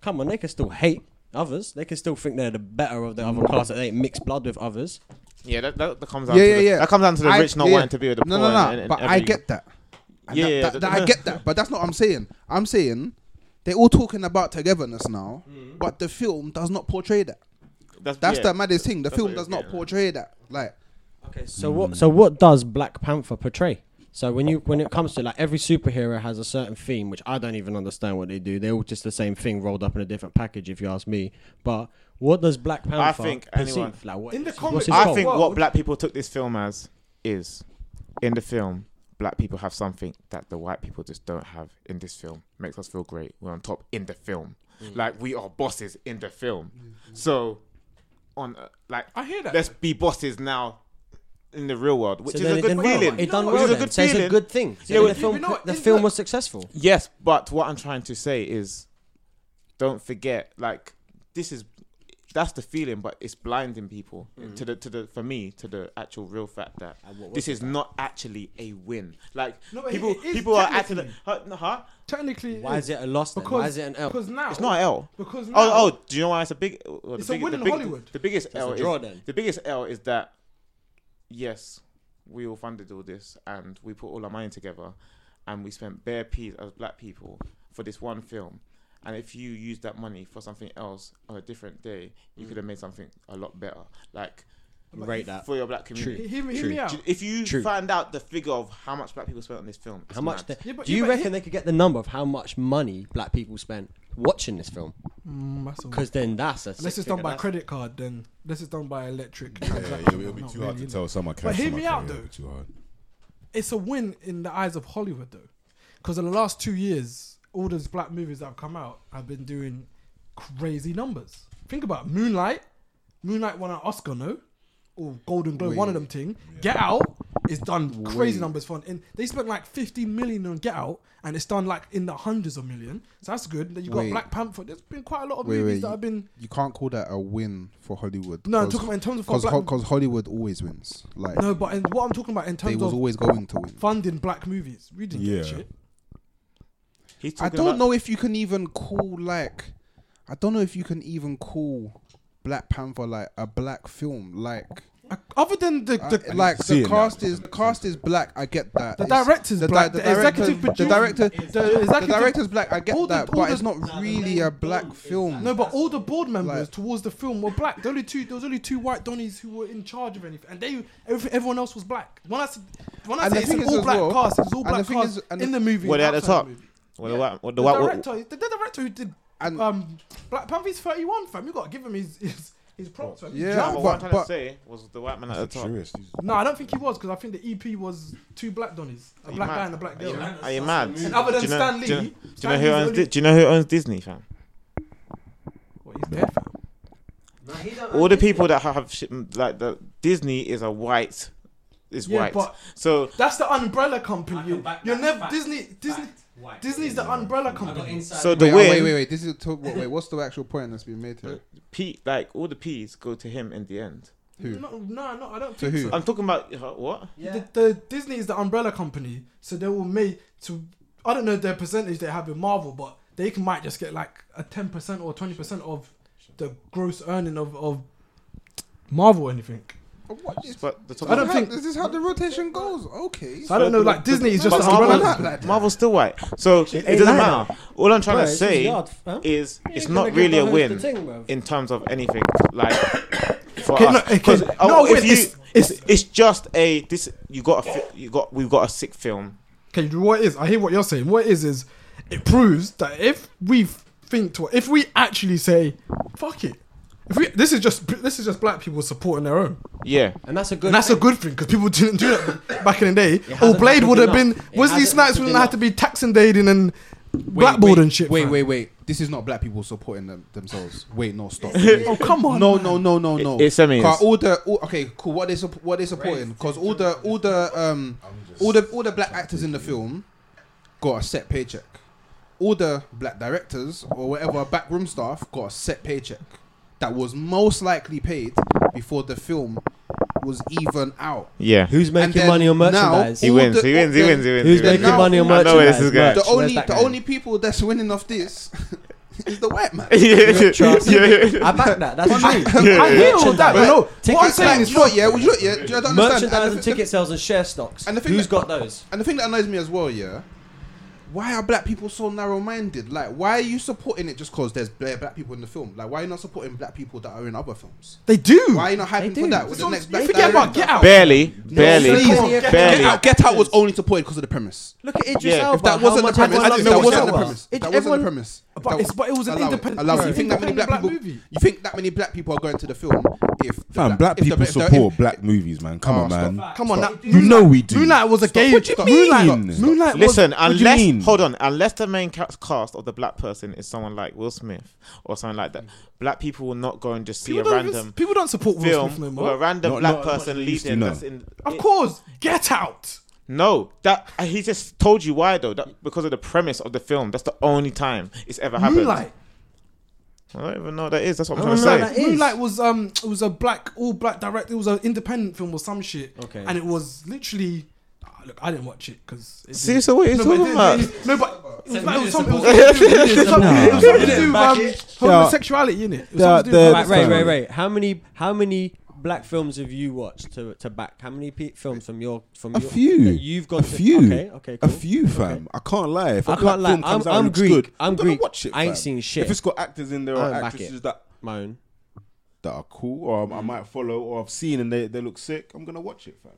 [SPEAKER 3] Come on, they can still hate others. They can still think they're the better of the other class that they ain't mixed blood with others.
[SPEAKER 4] Yeah, that, that, that comes down.
[SPEAKER 5] Yeah,
[SPEAKER 4] to
[SPEAKER 5] yeah,
[SPEAKER 4] the,
[SPEAKER 5] yeah.
[SPEAKER 4] That comes down to the
[SPEAKER 5] I-
[SPEAKER 4] rich not
[SPEAKER 5] yeah.
[SPEAKER 4] wanting to be with the
[SPEAKER 5] No, no,
[SPEAKER 4] poor. and-
[SPEAKER 5] no.
[SPEAKER 4] and
[SPEAKER 5] But I
[SPEAKER 4] every-
[SPEAKER 5] get that. And
[SPEAKER 4] Yeah,
[SPEAKER 5] that-
[SPEAKER 4] yeah,
[SPEAKER 5] that-
[SPEAKER 4] th-
[SPEAKER 5] that I get that. But that's not what I'm saying. I'm saying they're all talking about togetherness now,
[SPEAKER 4] Mm.
[SPEAKER 5] but the film does not portray that. That's
[SPEAKER 4] yeah.
[SPEAKER 5] the maddest thing. The
[SPEAKER 4] That's what
[SPEAKER 5] film
[SPEAKER 4] you're
[SPEAKER 5] does not
[SPEAKER 4] getting at.
[SPEAKER 5] portray that. Like,
[SPEAKER 3] Okay, so what? So what does Black Panther portray? So when you when it comes to like every superhero has a certain theme, which I don't even understand what they do. They're all just the same thing rolled up in a different package, if you ask me. But what does Black Panther
[SPEAKER 4] think
[SPEAKER 3] perceive?
[SPEAKER 4] anyone-
[SPEAKER 3] like what,
[SPEAKER 1] In the
[SPEAKER 3] what's
[SPEAKER 1] comics-
[SPEAKER 3] his
[SPEAKER 1] It's
[SPEAKER 4] I
[SPEAKER 3] goal?
[SPEAKER 4] think
[SPEAKER 1] Well,
[SPEAKER 4] what black people took this film as is in the film, black people have something that the white people just don't have in this film. Makes us feel great. We're on top in the film.
[SPEAKER 1] Mm.
[SPEAKER 4] Like we are bosses in the film. So on uh, like
[SPEAKER 1] Mm-hmm. I hear that.
[SPEAKER 4] Let's be bosses now in the real world, which
[SPEAKER 3] So
[SPEAKER 4] is
[SPEAKER 3] then
[SPEAKER 4] a
[SPEAKER 3] it
[SPEAKER 4] good
[SPEAKER 3] did well.
[SPEAKER 4] feeling.
[SPEAKER 3] It done
[SPEAKER 4] Which is
[SPEAKER 3] well.
[SPEAKER 4] a
[SPEAKER 3] Then.
[SPEAKER 4] good
[SPEAKER 3] so it's a
[SPEAKER 4] feeling.
[SPEAKER 3] good thing. So
[SPEAKER 4] Yeah,
[SPEAKER 3] then
[SPEAKER 4] but
[SPEAKER 3] the
[SPEAKER 4] you
[SPEAKER 3] film,
[SPEAKER 1] know what,
[SPEAKER 3] the
[SPEAKER 1] isn't
[SPEAKER 3] film
[SPEAKER 1] it-
[SPEAKER 3] was successful.
[SPEAKER 4] Yes, but what I'm trying to say is, don't forget, like this is that's the feeling, but it's blinding people
[SPEAKER 1] Mm-hmm.
[SPEAKER 4] to the to the for me to the actual real fact that this is not actually a win. Like
[SPEAKER 1] No, but
[SPEAKER 4] people
[SPEAKER 1] it is
[SPEAKER 4] people are actually
[SPEAKER 1] technically.
[SPEAKER 4] huh, huh?
[SPEAKER 1] Technically,
[SPEAKER 3] Why is it a loss? Then?
[SPEAKER 1] Because,
[SPEAKER 3] Why is it an L?
[SPEAKER 1] Because now
[SPEAKER 4] It's not an L.
[SPEAKER 1] Because now,
[SPEAKER 4] Oh, oh, do you know why it's a big? Well,
[SPEAKER 1] It's a
[SPEAKER 4] the big,
[SPEAKER 1] win
[SPEAKER 4] the
[SPEAKER 1] in
[SPEAKER 4] big-
[SPEAKER 1] Hollywood.
[SPEAKER 4] The biggest L
[SPEAKER 3] a draw
[SPEAKER 4] is
[SPEAKER 3] then.
[SPEAKER 4] the biggest L is that yes, we all funded all this and we put all our money together and we spent bare peas as black people for this one film. And if you use that money for something else on a different day, you could have made something a lot better. Like
[SPEAKER 3] Mm. Rate that.
[SPEAKER 4] for your black
[SPEAKER 1] Hear,
[SPEAKER 4] community.
[SPEAKER 1] hear me, hear
[SPEAKER 3] True.
[SPEAKER 1] me out.
[SPEAKER 4] Do- If you
[SPEAKER 3] True.
[SPEAKER 4] find out the figure of how much black people spent on this film, it's
[SPEAKER 3] How much?
[SPEAKER 4] mad.
[SPEAKER 3] The,
[SPEAKER 1] Yeah, but-
[SPEAKER 3] do
[SPEAKER 1] yeah,
[SPEAKER 3] you
[SPEAKER 1] but
[SPEAKER 3] reckon
[SPEAKER 1] he-
[SPEAKER 3] they could get the number of how much money black people spent watching this film?
[SPEAKER 1] Mm, that's all.
[SPEAKER 3] Because then that's a.
[SPEAKER 1] Unless
[SPEAKER 3] sick
[SPEAKER 1] it's done
[SPEAKER 3] figure.
[SPEAKER 1] by
[SPEAKER 3] That's-
[SPEAKER 1] credit card, then unless it's done by electric
[SPEAKER 2] Yeah,
[SPEAKER 1] transaction,
[SPEAKER 2] it would be
[SPEAKER 1] not
[SPEAKER 2] too hard
[SPEAKER 1] really,
[SPEAKER 2] to
[SPEAKER 1] innit?
[SPEAKER 2] tell someone.
[SPEAKER 1] But hear me out, though.
[SPEAKER 2] Too hard.
[SPEAKER 1] It's a win in the eyes of Hollywood, though, because in the last two years, all those black movies that have come out have been doing crazy numbers. Think about it. Moonlight. Moonlight won an Oscar, no, or Golden Globe, one of them thing. Get Out is done crazy numbers for. And they spent like 15 million on Get Out, and it's done like in the hundreds of million. So that's good. Then you got
[SPEAKER 5] Wait.
[SPEAKER 1] Black Panther. There's been quite a lot of
[SPEAKER 5] Wait,
[SPEAKER 1] movies
[SPEAKER 5] wait,
[SPEAKER 1] that
[SPEAKER 5] you-
[SPEAKER 1] have been.
[SPEAKER 5] you can't call that a win for Hollywood.
[SPEAKER 1] No, I'm talking about in terms of for
[SPEAKER 5] because
[SPEAKER 1] black-
[SPEAKER 5] Hollywood always wins. Like,
[SPEAKER 1] No, but in, what I'm talking about in
[SPEAKER 5] they
[SPEAKER 1] terms
[SPEAKER 5] was
[SPEAKER 1] of
[SPEAKER 5] always going to win.
[SPEAKER 1] funding black movies, we didn't
[SPEAKER 2] Yeah.
[SPEAKER 1] get shit.
[SPEAKER 4] He's
[SPEAKER 5] I
[SPEAKER 4] talking
[SPEAKER 5] don't
[SPEAKER 4] about-
[SPEAKER 5] know if you can even call like I don't know if you can even call Black Panther like a black film. Like
[SPEAKER 1] Uh, Other than the,
[SPEAKER 5] I-
[SPEAKER 1] the
[SPEAKER 5] Uh, like
[SPEAKER 2] seeing
[SPEAKER 5] the
[SPEAKER 2] that.
[SPEAKER 5] cast is the cast is black. I get that.
[SPEAKER 1] The
[SPEAKER 5] It's-
[SPEAKER 1] director's black, the executive
[SPEAKER 5] the
[SPEAKER 1] producer- the
[SPEAKER 5] director, the,
[SPEAKER 1] executive-
[SPEAKER 5] director's black. I get
[SPEAKER 1] all the-
[SPEAKER 5] that,
[SPEAKER 1] all
[SPEAKER 5] but
[SPEAKER 1] the-
[SPEAKER 5] it's not really a black film.
[SPEAKER 1] No, but all the board members
[SPEAKER 5] Like-
[SPEAKER 1] towards the film were black. The only two, there was only two white Donnies who were in charge of anything, and they, every, everyone else was black. When I said, when I
[SPEAKER 5] And the
[SPEAKER 1] said it's
[SPEAKER 5] thing
[SPEAKER 1] an
[SPEAKER 5] is as
[SPEAKER 1] all black
[SPEAKER 5] well-
[SPEAKER 1] cast, it was all
[SPEAKER 5] and
[SPEAKER 1] black
[SPEAKER 5] the thing
[SPEAKER 1] cast
[SPEAKER 5] is- and
[SPEAKER 1] in
[SPEAKER 5] the-
[SPEAKER 1] the movie.
[SPEAKER 4] Were they at the
[SPEAKER 1] outside the
[SPEAKER 4] top?
[SPEAKER 1] movie.
[SPEAKER 4] Well, the white- well, the
[SPEAKER 1] The
[SPEAKER 4] white-
[SPEAKER 1] director, the, the director who did
[SPEAKER 5] And-
[SPEAKER 1] um, Black Panther, he's thirty-one, fam. You gotta give him his his, his props. Fam. He's young.
[SPEAKER 5] Yeah,
[SPEAKER 4] But
[SPEAKER 5] but-
[SPEAKER 4] what I'm trying
[SPEAKER 5] but-
[SPEAKER 4] to say was the white man at the top.
[SPEAKER 2] Serious.
[SPEAKER 1] No, I don't think he was because I think the EP was two black Donnies, a
[SPEAKER 4] you
[SPEAKER 1] black
[SPEAKER 4] mad?
[SPEAKER 1] guy and a black
[SPEAKER 4] Are you
[SPEAKER 1] girl.
[SPEAKER 4] mad? Are you mad?
[SPEAKER 1] And other than
[SPEAKER 4] Do you know-
[SPEAKER 1] Stan Lee,
[SPEAKER 4] do you know- Do you know
[SPEAKER 1] Stan
[SPEAKER 4] who
[SPEAKER 1] Lee's
[SPEAKER 4] owns?
[SPEAKER 1] the only-
[SPEAKER 4] Di- do you know who owns Disney, fam?
[SPEAKER 1] Well, he's dead, fam.
[SPEAKER 4] All the people that have shit, like the Disney is a white, is
[SPEAKER 1] Yeah,
[SPEAKER 4] white.
[SPEAKER 1] but-
[SPEAKER 4] So
[SPEAKER 1] That's the umbrella company. You,
[SPEAKER 3] back
[SPEAKER 1] you're
[SPEAKER 3] that
[SPEAKER 1] never
[SPEAKER 3] fact.
[SPEAKER 1] Disney. Disney. Disney's the umbrella company.
[SPEAKER 4] so the
[SPEAKER 5] Wait, oh,
[SPEAKER 4] win,
[SPEAKER 5] wait, wait, wait. This is to, wait, wait. What's the actual point that's been made here?
[SPEAKER 4] P, like all the P's go to him in the end.
[SPEAKER 5] Who?
[SPEAKER 1] No, no, no, I don't
[SPEAKER 5] To
[SPEAKER 1] think
[SPEAKER 5] who?
[SPEAKER 1] so.
[SPEAKER 4] I'm talking about uh, what?
[SPEAKER 1] The, the Disney is the umbrella company, so they will make to. I don't know their percentage they have in Marvel, but they can, might just get like a ten percent or twenty percent of the gross earning of of Marvel or anything.
[SPEAKER 5] What? Is,
[SPEAKER 4] But the top
[SPEAKER 1] I don't
[SPEAKER 5] how-
[SPEAKER 1] think-
[SPEAKER 5] This is how the rotation goes. Okay.
[SPEAKER 1] So I don't know. Like Disney is just
[SPEAKER 4] But
[SPEAKER 1] an
[SPEAKER 4] Marvel,
[SPEAKER 1] umbrella.
[SPEAKER 5] like that.
[SPEAKER 4] Marvel's still white, so it,
[SPEAKER 3] ain't
[SPEAKER 4] doesn't
[SPEAKER 3] like
[SPEAKER 4] matter. All I'm trying
[SPEAKER 3] Bro,
[SPEAKER 4] to
[SPEAKER 3] this is
[SPEAKER 4] say
[SPEAKER 3] yard, fam.
[SPEAKER 4] is
[SPEAKER 3] You
[SPEAKER 4] it's
[SPEAKER 3] ain't
[SPEAKER 4] not
[SPEAKER 3] gonna
[SPEAKER 4] really
[SPEAKER 3] give
[SPEAKER 4] a
[SPEAKER 3] the host
[SPEAKER 4] win
[SPEAKER 3] the thing, bruv.
[SPEAKER 4] in terms of anything. Like for
[SPEAKER 1] Okay,
[SPEAKER 4] us.
[SPEAKER 1] no, okay,
[SPEAKER 4] 'Cause,
[SPEAKER 1] no,
[SPEAKER 4] oh,
[SPEAKER 1] wait,
[SPEAKER 4] if you,
[SPEAKER 1] it's-
[SPEAKER 4] it's, it's just a this. You got a fi- you got we've got a sick film.
[SPEAKER 1] Okay, you know what it is? I hear what you're saying. What it is is it proves that if we think to if we actually say fuck it, if we this is just this is just black people supporting their own.
[SPEAKER 4] Yeah,
[SPEAKER 3] And that's a good.
[SPEAKER 1] And that's a
[SPEAKER 3] thing.
[SPEAKER 1] good thing because people didn't do that back in the day. Or
[SPEAKER 3] hasn't
[SPEAKER 1] Blade
[SPEAKER 3] happened
[SPEAKER 1] would have been
[SPEAKER 3] enough. It
[SPEAKER 1] Wesley
[SPEAKER 3] hasn't
[SPEAKER 1] Snipes
[SPEAKER 3] happened
[SPEAKER 1] wouldn't have had to be tax invading and
[SPEAKER 5] Wait,
[SPEAKER 1] blackballed
[SPEAKER 5] wait,
[SPEAKER 1] and shit.
[SPEAKER 5] Wait,
[SPEAKER 1] fam.
[SPEAKER 5] wait, wait. This is not black people supporting them, themselves. Wait, no,
[SPEAKER 1] <laughs>
[SPEAKER 5] stop.
[SPEAKER 1] Oh come on.
[SPEAKER 5] No, no, no, no, no.
[SPEAKER 4] It- it's semis.
[SPEAKER 5] 'Cause All the all, okay, cool. What they sup- what they supporting? Because all the all the um all the all the black actors in the film got a set paycheck. All the black directors or whatever backroom staff got a set paycheck that was most likely paid before the film was even out.
[SPEAKER 4] yeah.
[SPEAKER 3] Who's making
[SPEAKER 5] then
[SPEAKER 3] money on
[SPEAKER 5] now-
[SPEAKER 3] merchandise?
[SPEAKER 4] He
[SPEAKER 5] all
[SPEAKER 4] wins,
[SPEAKER 5] the-
[SPEAKER 4] he wins, he
[SPEAKER 5] all the-
[SPEAKER 4] wins, he wins.
[SPEAKER 3] Who's
[SPEAKER 4] he wins.
[SPEAKER 3] making money on
[SPEAKER 4] I
[SPEAKER 3] merchandise?
[SPEAKER 4] know where this is going.
[SPEAKER 5] The
[SPEAKER 3] Merch, where's
[SPEAKER 5] only
[SPEAKER 3] that
[SPEAKER 5] the
[SPEAKER 3] going?
[SPEAKER 5] only people that's winning off this <laughs> is the white man.
[SPEAKER 3] Trust
[SPEAKER 4] <laughs> yeah, <laughs> yeah,
[SPEAKER 3] me, I back that. That's true.
[SPEAKER 1] I hear all that, but no. What I'm
[SPEAKER 5] Tickets,
[SPEAKER 1] saying
[SPEAKER 5] like,
[SPEAKER 1] is,
[SPEAKER 5] you know, yeah, well, you know, yeah, do you understand?
[SPEAKER 3] Merchandise
[SPEAKER 5] And
[SPEAKER 3] and
[SPEAKER 5] the- the-
[SPEAKER 3] ticket sales and share stocks.
[SPEAKER 5] And
[SPEAKER 3] And
[SPEAKER 5] the
[SPEAKER 3] the
[SPEAKER 5] thing
[SPEAKER 3] Who's got
[SPEAKER 5] that-
[SPEAKER 3] those?
[SPEAKER 5] And the thing that annoys me as well, yeah, why are black people so narrow-minded? Like, why are you supporting it just because there's bla- black people in the film? Like, why are you not supporting black people that are in other films?
[SPEAKER 1] they do.
[SPEAKER 5] Why are you not hyping for
[SPEAKER 3] do.
[SPEAKER 5] that? With
[SPEAKER 3] It's
[SPEAKER 5] the
[SPEAKER 1] Don't-
[SPEAKER 5] next
[SPEAKER 1] you
[SPEAKER 5] black
[SPEAKER 1] forget about
[SPEAKER 5] director?
[SPEAKER 1] Get Out.
[SPEAKER 4] Barely, barely,
[SPEAKER 3] please,
[SPEAKER 5] Come on,
[SPEAKER 3] Get Out.
[SPEAKER 4] barely.
[SPEAKER 5] Get Out, Get Out was only supported because of the premise.
[SPEAKER 3] Look at Idris
[SPEAKER 4] Yeah.
[SPEAKER 3] Elba.
[SPEAKER 5] If that
[SPEAKER 3] how
[SPEAKER 5] wasn't the
[SPEAKER 3] much
[SPEAKER 5] premise,
[SPEAKER 3] everyone
[SPEAKER 5] if
[SPEAKER 3] loves
[SPEAKER 5] that
[SPEAKER 3] Idris
[SPEAKER 5] wasn't the
[SPEAKER 3] Elba.
[SPEAKER 5] premise,
[SPEAKER 1] It-
[SPEAKER 5] if that wasn't the
[SPEAKER 1] everyone-
[SPEAKER 5] premise.
[SPEAKER 1] But
[SPEAKER 5] that
[SPEAKER 1] it's- but it was an
[SPEAKER 5] allow
[SPEAKER 1] independent-
[SPEAKER 5] allow
[SPEAKER 1] it was
[SPEAKER 5] it.
[SPEAKER 1] an
[SPEAKER 5] You think that many
[SPEAKER 1] independent
[SPEAKER 5] black,
[SPEAKER 1] black
[SPEAKER 5] people?
[SPEAKER 1] movie.
[SPEAKER 5] You think that many black people are going to the film? If the
[SPEAKER 2] Fam, black
[SPEAKER 5] if the-
[SPEAKER 2] people
[SPEAKER 5] if the- if-
[SPEAKER 2] support black movies, man. Come
[SPEAKER 5] Oh,
[SPEAKER 2] on,
[SPEAKER 5] stop.
[SPEAKER 2] man.
[SPEAKER 1] Come on,
[SPEAKER 2] Stop.
[SPEAKER 1] now-
[SPEAKER 2] you know we do.
[SPEAKER 1] Moonlight was a
[SPEAKER 5] Stop.
[SPEAKER 1] gay.
[SPEAKER 5] What do you mean?
[SPEAKER 1] Moonlight.
[SPEAKER 2] Stop.
[SPEAKER 1] Moonlight. was-
[SPEAKER 4] Listen,
[SPEAKER 2] do you
[SPEAKER 4] unless
[SPEAKER 2] mean?
[SPEAKER 4] hold on, unless the main ca- cast of the black person is someone like Will Smith or something like that, black people will not go and just see
[SPEAKER 1] People
[SPEAKER 4] a
[SPEAKER 1] don't, even-
[SPEAKER 4] random
[SPEAKER 1] people don't support Will
[SPEAKER 4] film
[SPEAKER 1] Smith no
[SPEAKER 4] or a
[SPEAKER 1] more.
[SPEAKER 4] random
[SPEAKER 2] Not-
[SPEAKER 4] black
[SPEAKER 2] not as much as
[SPEAKER 4] person
[SPEAKER 2] they used to,
[SPEAKER 4] leading.
[SPEAKER 2] no.
[SPEAKER 4] That's in,
[SPEAKER 1] Of
[SPEAKER 4] it-
[SPEAKER 1] course, Get Out.
[SPEAKER 4] no. That uh, he just told you why though. That because of the premise of the film. That's the only time it's ever happened.
[SPEAKER 1] Moonlight.
[SPEAKER 4] I don't even know what that is. That's what I'm
[SPEAKER 3] I don't
[SPEAKER 4] trying to
[SPEAKER 3] know what
[SPEAKER 4] say.
[SPEAKER 3] that is.
[SPEAKER 1] Moonlight was um it was a black all black director. It was an independent film or some shit.
[SPEAKER 3] Okay.
[SPEAKER 1] And it was literally. ah, Look, I didn't watch it because.
[SPEAKER 4] See, so what are you
[SPEAKER 1] no, but it
[SPEAKER 4] talking
[SPEAKER 1] didn't-
[SPEAKER 4] about?
[SPEAKER 1] it didn't- No, but it was, like, it was
[SPEAKER 3] Some
[SPEAKER 1] something. It was something to do- it was something to do with
[SPEAKER 3] Back
[SPEAKER 1] um,
[SPEAKER 3] it.
[SPEAKER 1] homosexuality, innit? It was something to do with
[SPEAKER 2] Yeah, the-
[SPEAKER 1] homosexuality.
[SPEAKER 2] That's
[SPEAKER 3] Right, right, right,
[SPEAKER 2] fine.
[SPEAKER 3] right. How many? How many? Black films have you watched to to back? How many pe- films from your from
[SPEAKER 2] A
[SPEAKER 3] your,
[SPEAKER 2] few.
[SPEAKER 3] that you've got
[SPEAKER 2] a few.
[SPEAKER 3] Okay, okay, cool.
[SPEAKER 2] A few, fam. I can't lie. If a
[SPEAKER 3] I can't
[SPEAKER 2] black
[SPEAKER 3] lie.
[SPEAKER 2] film comes
[SPEAKER 3] I'm-
[SPEAKER 2] out and
[SPEAKER 3] I'm
[SPEAKER 2] looks
[SPEAKER 3] Greek.
[SPEAKER 2] good,
[SPEAKER 3] I'm
[SPEAKER 2] gonna
[SPEAKER 3] Greek.
[SPEAKER 2] Watch it,
[SPEAKER 3] I ain't
[SPEAKER 2] fam.
[SPEAKER 3] seen shit.
[SPEAKER 2] If it's got actors in there
[SPEAKER 3] I
[SPEAKER 2] or
[SPEAKER 3] don't back
[SPEAKER 2] actresses
[SPEAKER 3] it.
[SPEAKER 2] that
[SPEAKER 3] My own.
[SPEAKER 2] that are cool or I might follow or I've seen and they, they look sick, I'm gonna watch it, fam.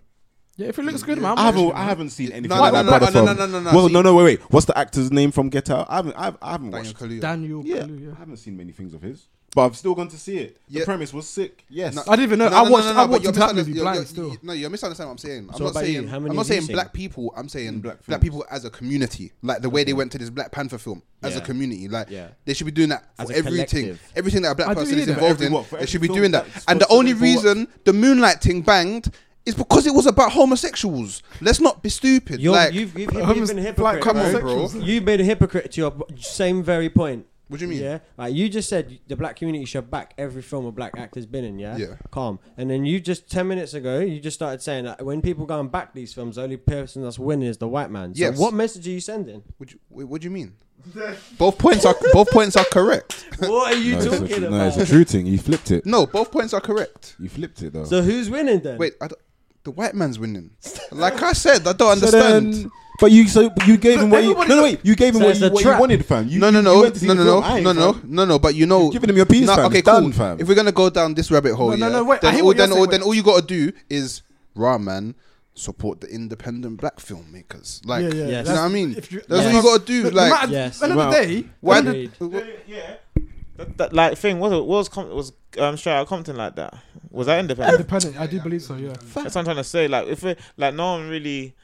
[SPEAKER 1] Yeah, if it looks good, man. I'm
[SPEAKER 2] I haven't,
[SPEAKER 1] watching it.
[SPEAKER 2] I haven't seen anything
[SPEAKER 5] no,
[SPEAKER 2] like
[SPEAKER 5] no,
[SPEAKER 2] that.
[SPEAKER 5] no,
[SPEAKER 2] brother,
[SPEAKER 5] no, no,
[SPEAKER 2] fam.
[SPEAKER 5] no, no, no,
[SPEAKER 2] Well,
[SPEAKER 5] see-
[SPEAKER 2] no, no, wait, wait. What's the actor's name from Get Out? I haven't, I've, I haven't
[SPEAKER 5] Daniel
[SPEAKER 2] watched.
[SPEAKER 5] Kaluuya.
[SPEAKER 1] Daniel.
[SPEAKER 2] Yeah,
[SPEAKER 1] Kaluuya.
[SPEAKER 2] I haven't seen many things of his, but I've still gone to see it. The
[SPEAKER 5] Yeah.
[SPEAKER 2] premise was sick. Yes,
[SPEAKER 1] I didn't even know.
[SPEAKER 5] No,
[SPEAKER 1] I
[SPEAKER 5] no, no,
[SPEAKER 1] watched.
[SPEAKER 5] no, no,
[SPEAKER 1] I
[SPEAKER 5] but
[SPEAKER 1] watched
[SPEAKER 5] you're
[SPEAKER 1] that
[SPEAKER 5] misunderst-
[SPEAKER 1] movie
[SPEAKER 5] you're-
[SPEAKER 1] blind
[SPEAKER 5] you're-
[SPEAKER 1] still.
[SPEAKER 5] you- No, you're misunderstanding what I'm saying. I'm
[SPEAKER 3] So
[SPEAKER 5] not
[SPEAKER 3] about
[SPEAKER 5] saying.
[SPEAKER 3] you, how many
[SPEAKER 5] I'm not
[SPEAKER 3] have you
[SPEAKER 5] saying
[SPEAKER 3] seen?
[SPEAKER 5] black people. I'm
[SPEAKER 1] Mm.
[SPEAKER 5] saying black,
[SPEAKER 2] Black
[SPEAKER 5] people as a community, like the way they went to this Black Panther film as a
[SPEAKER 3] Yeah.
[SPEAKER 5] community. Like
[SPEAKER 3] Yeah.
[SPEAKER 5] they should be doing that
[SPEAKER 3] As
[SPEAKER 5] for
[SPEAKER 3] a
[SPEAKER 5] everything.
[SPEAKER 3] collective.
[SPEAKER 5] Everything that a black
[SPEAKER 1] I do
[SPEAKER 5] person
[SPEAKER 1] hear
[SPEAKER 5] is
[SPEAKER 1] that.
[SPEAKER 5] involved
[SPEAKER 2] Every
[SPEAKER 5] in,
[SPEAKER 2] what? For
[SPEAKER 5] they
[SPEAKER 2] every
[SPEAKER 5] should be
[SPEAKER 2] film
[SPEAKER 5] doing that.
[SPEAKER 2] that is
[SPEAKER 5] And the
[SPEAKER 2] supposed to
[SPEAKER 5] only
[SPEAKER 2] be for what?
[SPEAKER 5] reason the Moonlight thing banged is because it was about homosexuals. Let's not be stupid.
[SPEAKER 3] You're,
[SPEAKER 5] like
[SPEAKER 3] you've, you've,
[SPEAKER 1] Homo-
[SPEAKER 3] you've been a
[SPEAKER 1] black
[SPEAKER 3] hypocrite.
[SPEAKER 5] come on,
[SPEAKER 3] bro.
[SPEAKER 5] bro.
[SPEAKER 1] homosexuals.
[SPEAKER 3] You've made a hypocrite to your same very point.
[SPEAKER 5] What do you mean?
[SPEAKER 3] Yeah, like you just said, the black community should back every film a black actor's been in. Yeah,
[SPEAKER 5] Yeah.
[SPEAKER 3] Calm, and then you just ten minutes ago, you just started saying that when people go and back these films, the only person that's winning is the white man. So
[SPEAKER 5] Yes.
[SPEAKER 3] what message are you sending?
[SPEAKER 5] What do you, what do
[SPEAKER 1] <laughs>
[SPEAKER 5] you mean? both points are both points are correct.
[SPEAKER 3] What are you
[SPEAKER 2] No, it's a,
[SPEAKER 3] talking
[SPEAKER 2] tr- no,
[SPEAKER 3] about?
[SPEAKER 2] it's a true thing. You flipped it.
[SPEAKER 5] No, both points are correct.
[SPEAKER 2] You flipped it though.
[SPEAKER 3] so who's winning then?
[SPEAKER 5] Wait, I don't- the white man's winning. Like I said, I don't
[SPEAKER 2] So
[SPEAKER 5] understand.
[SPEAKER 2] then- but you so you gave him what you no, no wait you gave him
[SPEAKER 3] So
[SPEAKER 2] what,
[SPEAKER 3] it's
[SPEAKER 2] you,
[SPEAKER 3] a
[SPEAKER 2] what you
[SPEAKER 3] trap.
[SPEAKER 2] wanted fam you,
[SPEAKER 5] no, no,
[SPEAKER 2] you-
[SPEAKER 5] no, oh,
[SPEAKER 2] you went to see
[SPEAKER 5] no,
[SPEAKER 2] the
[SPEAKER 5] no,
[SPEAKER 2] film.
[SPEAKER 5] no,
[SPEAKER 2] I ain't,
[SPEAKER 5] no, no,
[SPEAKER 2] fam.
[SPEAKER 5] no, no. But you know,
[SPEAKER 2] You've given him your piece,
[SPEAKER 5] Nah,
[SPEAKER 2] fam.
[SPEAKER 5] Okay,
[SPEAKER 2] It's done,
[SPEAKER 5] cool.
[SPEAKER 2] fam.
[SPEAKER 5] If we're gonna go down this rabbit hole,
[SPEAKER 1] No, no,
[SPEAKER 5] yeah,
[SPEAKER 1] no, wait, I
[SPEAKER 5] then,
[SPEAKER 1] hear
[SPEAKER 5] all,
[SPEAKER 1] what you're
[SPEAKER 5] then, all,
[SPEAKER 1] saying,
[SPEAKER 5] then
[SPEAKER 1] wait.
[SPEAKER 5] all you gotta do is, rah, man, support the independent black filmmakers. Like,
[SPEAKER 1] Yeah, yeah,
[SPEAKER 5] you
[SPEAKER 3] Yes.
[SPEAKER 5] know what I mean?
[SPEAKER 1] if you-
[SPEAKER 5] That's
[SPEAKER 3] Yes.
[SPEAKER 5] all you gotta do.
[SPEAKER 1] Look, no
[SPEAKER 5] Like,
[SPEAKER 1] matter-
[SPEAKER 3] Yes.
[SPEAKER 1] End of
[SPEAKER 2] Well,
[SPEAKER 1] the day,
[SPEAKER 5] why
[SPEAKER 1] end of-
[SPEAKER 3] Agreed.
[SPEAKER 5] did?
[SPEAKER 4] yeah. That, that like thing was it was Com- was um straight out Compton like that. Was that independent?
[SPEAKER 1] independent? I do believe so. Yeah.
[SPEAKER 4] That's what I'm trying to say. Like if it, like no one really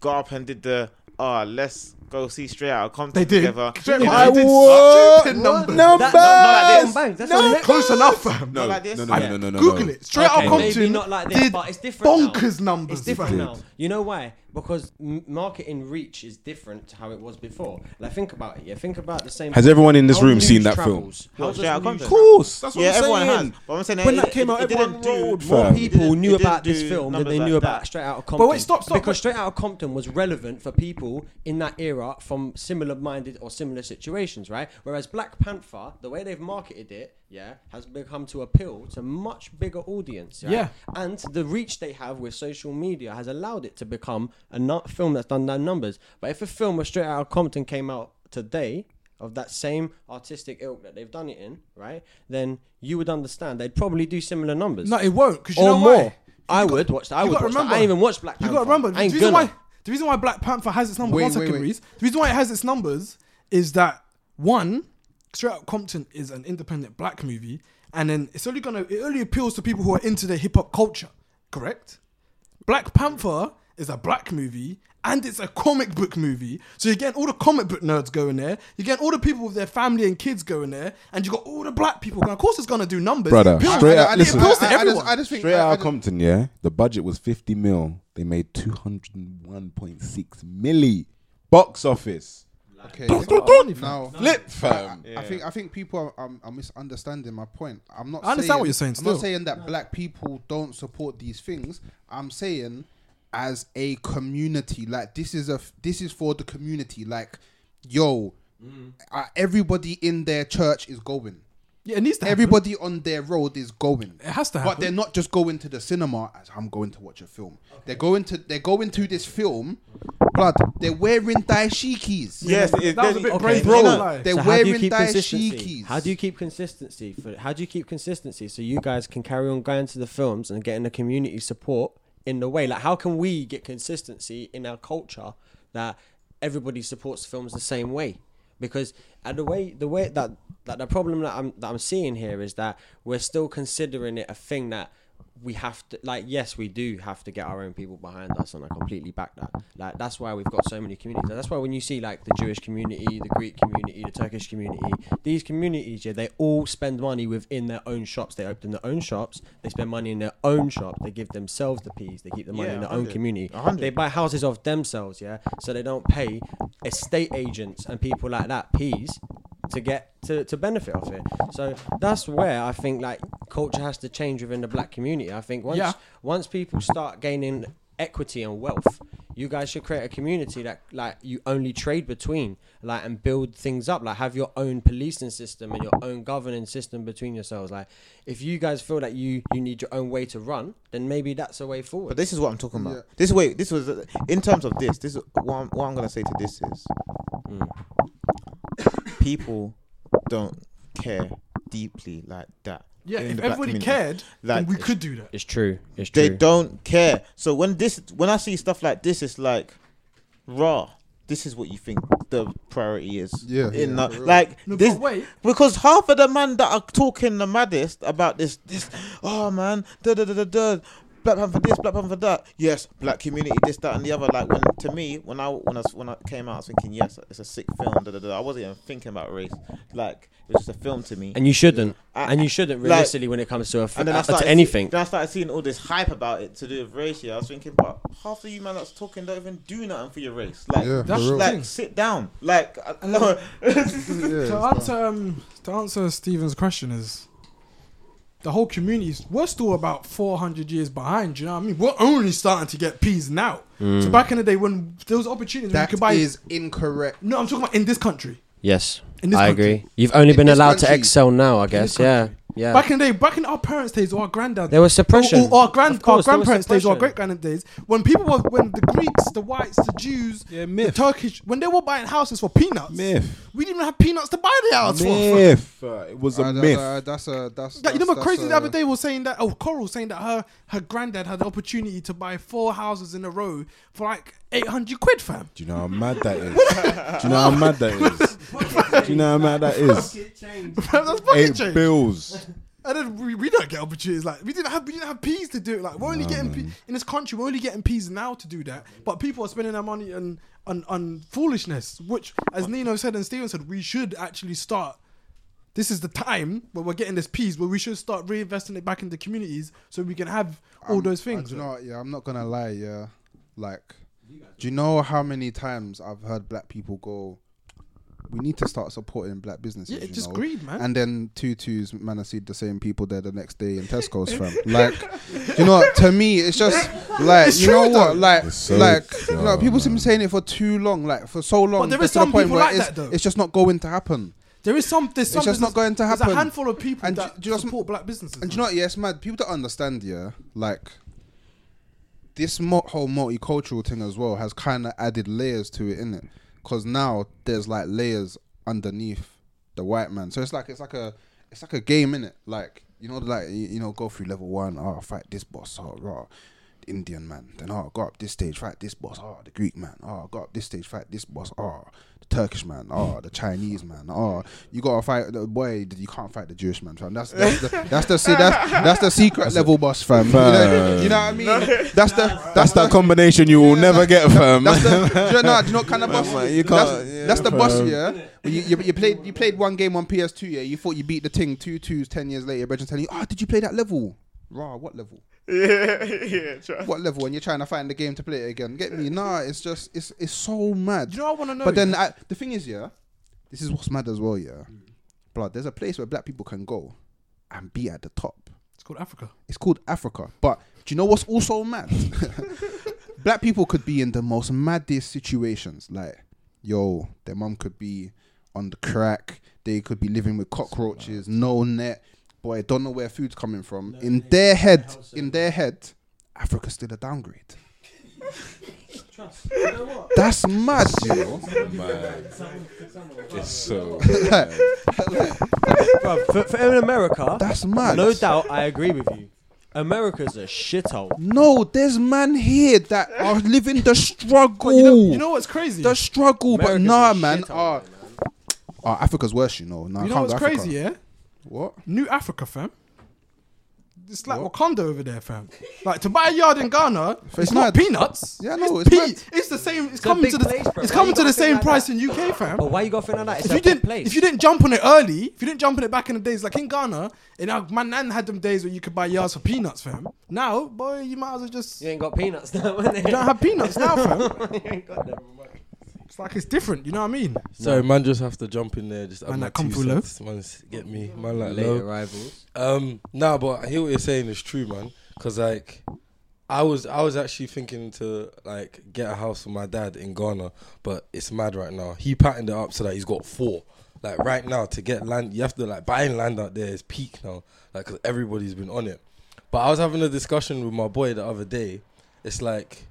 [SPEAKER 4] got up and did the ah let's go see straight out Compton
[SPEAKER 1] They did.
[SPEAKER 4] together.
[SPEAKER 1] Straight
[SPEAKER 4] They
[SPEAKER 1] Out
[SPEAKER 2] I
[SPEAKER 1] Compton. did
[SPEAKER 4] did.
[SPEAKER 2] what
[SPEAKER 1] stupid numbers.
[SPEAKER 2] numbers
[SPEAKER 3] That- no, no, like this. No,
[SPEAKER 2] no
[SPEAKER 1] Close enough, fam.
[SPEAKER 2] no
[SPEAKER 4] like this.
[SPEAKER 2] no no
[SPEAKER 4] Yeah.
[SPEAKER 2] no no no
[SPEAKER 1] Google
[SPEAKER 2] no.
[SPEAKER 1] it. Straight
[SPEAKER 4] Okay.
[SPEAKER 1] out
[SPEAKER 4] Maybe
[SPEAKER 1] Compton.
[SPEAKER 3] not like this,
[SPEAKER 1] did
[SPEAKER 3] but it's different now.
[SPEAKER 1] Bonkers numbers.
[SPEAKER 3] It's different
[SPEAKER 1] fam.
[SPEAKER 3] now. You know why? Because m- marketing reach is different to how it was before. Like, think about it. Yeah, think about the same.
[SPEAKER 2] Has everyone in this
[SPEAKER 3] how
[SPEAKER 2] room
[SPEAKER 3] news
[SPEAKER 2] seen that
[SPEAKER 3] travels.
[SPEAKER 4] What,
[SPEAKER 3] How does
[SPEAKER 4] Straight Outta
[SPEAKER 3] news
[SPEAKER 4] Compton?
[SPEAKER 2] of course that's what
[SPEAKER 4] yeah,
[SPEAKER 2] I'm
[SPEAKER 4] everyone
[SPEAKER 2] saying
[SPEAKER 4] has. But I'm saying
[SPEAKER 2] When
[SPEAKER 4] it-
[SPEAKER 2] that came
[SPEAKER 4] it-
[SPEAKER 2] out,
[SPEAKER 4] it
[SPEAKER 2] everyone
[SPEAKER 4] didn't do-
[SPEAKER 2] rolled,
[SPEAKER 4] more
[SPEAKER 2] fam. It
[SPEAKER 4] people
[SPEAKER 3] people knew
[SPEAKER 4] it didn't
[SPEAKER 3] about this
[SPEAKER 4] do
[SPEAKER 3] film than
[SPEAKER 4] numbers
[SPEAKER 3] they
[SPEAKER 4] like
[SPEAKER 3] knew about
[SPEAKER 4] that.
[SPEAKER 3] Straight Outta Compton.
[SPEAKER 1] wait, stop, stop,
[SPEAKER 3] Because
[SPEAKER 1] wait.
[SPEAKER 3] Straight Outta Compton was relevant for people in that era from similar-minded or similar situations, right? Whereas Black Panther, the way they've marketed it, yeah, has become to appeal to much bigger audience. right?
[SPEAKER 1] Yeah.
[SPEAKER 3] and the reach they have with social media has allowed it to become a nu- film that's done that numbers. But if a film of Straight Outta Compton came out today. Of that same artistic ilk that they've done it in, right? Then you would understand they'd probably do similar numbers
[SPEAKER 1] No, it won't. Because you
[SPEAKER 3] or
[SPEAKER 1] know
[SPEAKER 3] more.
[SPEAKER 1] why?
[SPEAKER 3] I would watch that. I
[SPEAKER 1] you
[SPEAKER 3] would watch
[SPEAKER 1] gotta
[SPEAKER 3] that.
[SPEAKER 1] remember-
[SPEAKER 3] I ain't even watch Black
[SPEAKER 1] You
[SPEAKER 3] Panther.
[SPEAKER 1] gotta remember
[SPEAKER 3] I
[SPEAKER 1] the
[SPEAKER 3] ain't
[SPEAKER 1] reason
[SPEAKER 3] gonna.
[SPEAKER 1] why the reason why Black Panther has its numbers.
[SPEAKER 5] Wait,
[SPEAKER 1] one
[SPEAKER 5] wait,
[SPEAKER 1] second,
[SPEAKER 5] wait.
[SPEAKER 1] Reese. The reason why it has its numbers is that one, Straight Out Compton is an independent black movie, and then it's only gonna it only appeals to people who are into the hip hop culture. Correct. Black Panther is a black movie and it's a comic book movie. So you're getting all the comic book nerds going there. You're getting all the people with their family and kids going there. And you got all the black people going, of course it's going to do numbers.
[SPEAKER 2] Brother,
[SPEAKER 1] It appeals-
[SPEAKER 2] straight out-
[SPEAKER 1] it
[SPEAKER 2] listen.
[SPEAKER 1] appeals to
[SPEAKER 5] I- I- I just-
[SPEAKER 1] everyone.
[SPEAKER 5] I just think
[SPEAKER 2] straight
[SPEAKER 5] I-
[SPEAKER 2] out
[SPEAKER 5] I just-
[SPEAKER 2] Compton yeah the budget was 50 mil they made 201.6 milli box office
[SPEAKER 5] Okay.
[SPEAKER 1] Now,
[SPEAKER 5] Now,
[SPEAKER 2] flip fam
[SPEAKER 5] I think I think people are, um, are misunderstanding my point. I'm not.
[SPEAKER 1] I understand
[SPEAKER 5] saying,
[SPEAKER 1] what you're saying
[SPEAKER 5] I'm
[SPEAKER 1] still.
[SPEAKER 5] not saying that black people don't support these things. I'm saying as a community, like this is a f- this is for the community. Like, yo,
[SPEAKER 3] Mm.
[SPEAKER 5] uh, everybody in their church is going.
[SPEAKER 1] yeah, it needs to happen.
[SPEAKER 5] Everybody on their road is going.
[SPEAKER 1] It has to
[SPEAKER 5] But
[SPEAKER 1] happen.
[SPEAKER 5] they're not just going to the cinema as I'm going to watch a film. They're going to they're going to this film, blood. They're wearing daishikis.
[SPEAKER 4] Yes,
[SPEAKER 1] That
[SPEAKER 4] it,
[SPEAKER 1] was a
[SPEAKER 4] did.
[SPEAKER 1] bit
[SPEAKER 4] Okay.
[SPEAKER 1] brave,
[SPEAKER 4] You
[SPEAKER 1] bro.
[SPEAKER 4] know,
[SPEAKER 1] Like,
[SPEAKER 5] They- They're
[SPEAKER 3] how do you
[SPEAKER 5] wearing
[SPEAKER 3] keep
[SPEAKER 5] Daesh
[SPEAKER 3] consistency?
[SPEAKER 5] shikis.
[SPEAKER 3] How do you keep consistency? For how do you keep consistency so you guys can carry on going to the films and getting the community support in the way? Like, how can we get consistency in our culture that everybody supports films the same way? Because uh, the way the way that, that the problem that I'm that I'm seeing here is that we're still considering it a thing that we have to like yes we do have to get our own people behind us and i completely back that like that's why we've got so many communities and that's why when you see like the jewish community the greek community the turkish community these communities yeah they all spend money within their own shops they open their own shops they spend money in their own shop they give themselves the peas they keep the money
[SPEAKER 4] Yeah,
[SPEAKER 3] in their own
[SPEAKER 4] 100,
[SPEAKER 3] community
[SPEAKER 4] 100.
[SPEAKER 3] they buy houses off themselves yeah so they don't pay estate agents and people like that peas to get to, to benefit off it so that's where i think like culture has to change within the black community i think once
[SPEAKER 1] Yeah.
[SPEAKER 3] once people start gaining equity and wealth you guys should create a community that like you only trade between like and build things up like have your own policing system and your own governing system between yourselves like if you guys feel that you you need your own way to run then maybe that's a way forward
[SPEAKER 4] But this is what I'm talking about.
[SPEAKER 5] Yeah.
[SPEAKER 4] This way, this was in terms of this. This is what I'm, what I'm gonna say to this is, Hmm. people don't care deeply like that.
[SPEAKER 1] yeah,
[SPEAKER 4] in
[SPEAKER 1] if
[SPEAKER 4] the black
[SPEAKER 1] everybody
[SPEAKER 4] community.
[SPEAKER 1] cared, then
[SPEAKER 4] Like,
[SPEAKER 1] we could do that.
[SPEAKER 3] It's true. It's true.
[SPEAKER 4] they don't care. So when this, when I see stuff like this, it's like, raw. This is what you think the priority is.
[SPEAKER 5] Yeah.
[SPEAKER 4] In
[SPEAKER 5] Yeah,
[SPEAKER 4] the,
[SPEAKER 5] for real.
[SPEAKER 4] like
[SPEAKER 1] No,
[SPEAKER 4] this,
[SPEAKER 1] but wait.
[SPEAKER 4] because half of the man that are talking the maddest about this, this, oh man, da da da da da. Black Panther this, Black Panther that. Yes, black community this, that, and the other. Like when to me, when I when I was- when I came out, I was thinking, yes, it's a sick film. Da, da, da. I wasn't even thinking about race. Like it was just a film to me.
[SPEAKER 3] And you shouldn't.
[SPEAKER 4] I-
[SPEAKER 3] and you shouldn't
[SPEAKER 4] like-
[SPEAKER 3] realistically when it comes to a f-
[SPEAKER 4] And then I
[SPEAKER 3] uh,
[SPEAKER 4] started
[SPEAKER 3] to anything.
[SPEAKER 4] see- then I started seeing all this hype about it to do with race. Yeah, I was thinking, but half of you man that's talking don't even do nothing for your race. Like,
[SPEAKER 5] Yeah, for
[SPEAKER 1] That's real.
[SPEAKER 4] like
[SPEAKER 1] thing.
[SPEAKER 4] sit down. Like, uh, I- I <laughs>
[SPEAKER 5] <laughs>
[SPEAKER 4] know.
[SPEAKER 1] to
[SPEAKER 5] Yeah, it's
[SPEAKER 1] answer um, to answer Stephen's question is the whole community. We're still about four hundred years behind. You know what I mean? We're only starting to get peas now.
[SPEAKER 4] Mm.
[SPEAKER 1] So back in the day when there was opportunities, where you
[SPEAKER 5] that
[SPEAKER 1] could buy.
[SPEAKER 5] is incorrect.
[SPEAKER 1] no, I'm talking about in this country.
[SPEAKER 3] Yes,
[SPEAKER 1] In this
[SPEAKER 3] I
[SPEAKER 1] country.
[SPEAKER 3] agree. You've only
[SPEAKER 5] In
[SPEAKER 3] been
[SPEAKER 5] this
[SPEAKER 3] allowed to
[SPEAKER 5] country.
[SPEAKER 3] excel now, I
[SPEAKER 1] this
[SPEAKER 3] guess. Yeah,
[SPEAKER 1] country.
[SPEAKER 3] yeah.
[SPEAKER 1] Back in the day, back in our parents' days or our granddads,
[SPEAKER 3] There was suppression.
[SPEAKER 1] Or, or our grand,
[SPEAKER 3] Of course,
[SPEAKER 1] our
[SPEAKER 3] there was
[SPEAKER 1] grandparents' days or our great
[SPEAKER 3] suppression.
[SPEAKER 1] grandparents' days, when people were, when the Greeks, the whites, the Jews,
[SPEAKER 2] Yeah,
[SPEAKER 1] the
[SPEAKER 2] myth.
[SPEAKER 1] Turkish, when they were buying houses for peanuts,
[SPEAKER 2] Myth.
[SPEAKER 1] we didn't even have peanuts to buy the house for.
[SPEAKER 2] Myth. Uh, It was a
[SPEAKER 5] Uh, that-
[SPEAKER 2] myth.
[SPEAKER 5] that- that's a
[SPEAKER 1] Like,
[SPEAKER 5] that's.
[SPEAKER 1] you
[SPEAKER 5] that's-
[SPEAKER 1] remember
[SPEAKER 5] that's
[SPEAKER 1] crazy
[SPEAKER 5] a-
[SPEAKER 1] the other day was saying that oh Coral was saying that her her granddad had the opportunity to buy four houses in a row for like eight hundred quid, fam. <laughs>
[SPEAKER 2] Do you know how mad that is? Do you know how mad that is? <laughs> Do you know how mad that is?
[SPEAKER 1] Fam, That's fucking
[SPEAKER 2] Eight
[SPEAKER 1] change.
[SPEAKER 2] bills.
[SPEAKER 1] And then we, we don't get opportunities like we didn't have we didn't have peas to do it. Like we're only getting pe- in this country we're only getting peas now to do that. But people are spending their money on on, on foolishness, which as Nino said and Steven said, we should actually start. This is the time where we're getting this peas, where we should start reinvesting it back into communities so we can have all those things.
[SPEAKER 5] Um, Do you know what, yeah, I'm not gonna lie, yeah. Like, do you know how many times I've heard black people go, "We need to start supporting black businesses."
[SPEAKER 1] Yeah,
[SPEAKER 5] you
[SPEAKER 1] just
[SPEAKER 5] know?
[SPEAKER 1] greed, man.
[SPEAKER 5] And then Tutu's man, I see the same people there the next day in Tesco's,
[SPEAKER 1] <laughs>
[SPEAKER 5] fam. Like, do you know, what, to me, it's just like,
[SPEAKER 1] It's
[SPEAKER 5] you know
[SPEAKER 1] true,
[SPEAKER 5] what,
[SPEAKER 1] though.
[SPEAKER 5] like,
[SPEAKER 2] It's so
[SPEAKER 5] like,
[SPEAKER 2] true,
[SPEAKER 5] you know, people have been saying it for too long, like for so long.
[SPEAKER 1] there
[SPEAKER 5] just
[SPEAKER 1] is
[SPEAKER 5] to the
[SPEAKER 1] some
[SPEAKER 5] point
[SPEAKER 1] people
[SPEAKER 5] where
[SPEAKER 1] like
[SPEAKER 5] it's,
[SPEAKER 1] that, though.
[SPEAKER 5] It's just not going to happen.
[SPEAKER 1] There is some. There's some.
[SPEAKER 5] just
[SPEAKER 1] business-
[SPEAKER 5] not going to
[SPEAKER 1] There's
[SPEAKER 5] happen.
[SPEAKER 1] a handful of people
[SPEAKER 5] And
[SPEAKER 1] that
[SPEAKER 5] do you know-
[SPEAKER 1] support black businesses.
[SPEAKER 5] And do you know, what, yeah, it's mad. People don't understand, yeah, like this mo- whole multicultural thing as well has kind of added layers to it, innit? Because now there's like layers underneath the white man, so it's like it's like a it's like a game, innit? Like you know, like you, you know, go through level one, oh, fight this boss, oh, raw. Indian man, then oh, go up this stage, fight this boss, oh, the Greek man, oh, go up this stage, fight this boss, oh, the Turkish man, oh, the Chinese man, oh, you gotta fight the boy, you can't fight the Jewish man, fam. That's that's the that's the, se- that's, that's the secret level boss, fam. You know, you know what I mean? That's the
[SPEAKER 2] That's that combination you will never get, fam. <laughs>
[SPEAKER 5] that's the do you know, do you know what kind of boss?
[SPEAKER 2] man, you
[SPEAKER 5] that's,
[SPEAKER 2] can't- yeah,
[SPEAKER 5] that's the boss,
[SPEAKER 2] fam.
[SPEAKER 5] yeah. When You, you, you played you played one game on PS2, yeah. You thought you beat the thing two twos ten years later. Your brethren's telling you, oh, did you play that level? Raw, what level?
[SPEAKER 1] <laughs>
[SPEAKER 4] yeah, yeah. Try.
[SPEAKER 5] What level? And you're trying to find the game to play it again. Get me? Nah, it's just it's it's so mad.
[SPEAKER 1] Do you know what I want to know?
[SPEAKER 5] but then I, the thing is, yeah, this is what's mad as well, yeah.
[SPEAKER 1] Mm.
[SPEAKER 5] Blood, there's a place where black people can go and be at the top.
[SPEAKER 1] it's called Africa.
[SPEAKER 5] It's called Africa. But do you know what's also mad? <laughs> Black people could be in the most maddest situations. Like, yo, their mum could be on the crack. They could be living with cockroaches, no net. Boy, don't know where food's coming from. in their head, in their head, Africa's still a downgrade. That's mad, you know.
[SPEAKER 2] It's so.
[SPEAKER 3] Bruv, for, for in America,
[SPEAKER 5] That's mad.
[SPEAKER 3] No doubt, I agree with you. America's a shithole.
[SPEAKER 5] No, there's man here that are living the struggle.
[SPEAKER 1] But you know, you know what's crazy?
[SPEAKER 5] the struggle, but
[SPEAKER 3] America's
[SPEAKER 5] nah,
[SPEAKER 3] a
[SPEAKER 5] man.
[SPEAKER 3] shithole,
[SPEAKER 5] Uh, uh, Africa's worse, you know. Nah,
[SPEAKER 1] you
[SPEAKER 5] I
[SPEAKER 1] know
[SPEAKER 5] can't
[SPEAKER 1] what's
[SPEAKER 5] go
[SPEAKER 1] crazy?
[SPEAKER 5] Africa.
[SPEAKER 1] Yeah,
[SPEAKER 5] What?
[SPEAKER 1] New Africa, fam. It's like Wakanda over there, fam. Like to buy a yard in Ghana, it's, not
[SPEAKER 5] mad.
[SPEAKER 1] peanuts.
[SPEAKER 5] Yeah, no,
[SPEAKER 1] it's
[SPEAKER 5] it's
[SPEAKER 1] pea-
[SPEAKER 5] mad.
[SPEAKER 1] It's the same. It's,
[SPEAKER 3] a
[SPEAKER 1] coming
[SPEAKER 3] big
[SPEAKER 1] to the.
[SPEAKER 3] place, bro.
[SPEAKER 1] it's
[SPEAKER 3] Why
[SPEAKER 1] coming
[SPEAKER 3] you
[SPEAKER 1] to the
[SPEAKER 3] gotta
[SPEAKER 1] same
[SPEAKER 3] think like
[SPEAKER 1] price
[SPEAKER 3] that?
[SPEAKER 1] in UK, fam.
[SPEAKER 3] But why you got feeling like that? It's
[SPEAKER 1] if you
[SPEAKER 3] a big
[SPEAKER 1] didn't,
[SPEAKER 3] place.
[SPEAKER 1] if you didn't jump on it early, if you didn't jump on it back in the days, like in Ghana, and our, my nan had them days where you could buy yards for peanuts, fam. Now, boy, you might as well just
[SPEAKER 3] You ain't got peanuts now, innit?
[SPEAKER 1] you don't have peanuts now, fam.
[SPEAKER 3] <laughs> You ain't got them.
[SPEAKER 1] It's like it's different. You know what I mean?
[SPEAKER 6] Sorry, man, just have to jump in there. Just add
[SPEAKER 1] Man,
[SPEAKER 6] my
[SPEAKER 1] that come
[SPEAKER 6] two
[SPEAKER 1] through low.
[SPEAKER 6] cents. Man, s- get me. Man, like
[SPEAKER 3] Late
[SPEAKER 6] low.
[SPEAKER 3] arrivals.
[SPEAKER 6] Um, nah, but I hear what you're saying is true, man. Cause like, I was I was actually thinking to like get a house for my dad in Ghana, but it's mad right now. He patterned it up so that he's got four. Like right now, to get land, you have to like buying land out there is peak now. Like, cause everybody's been on it. But I was having a discussion with my boy the other day. It's like.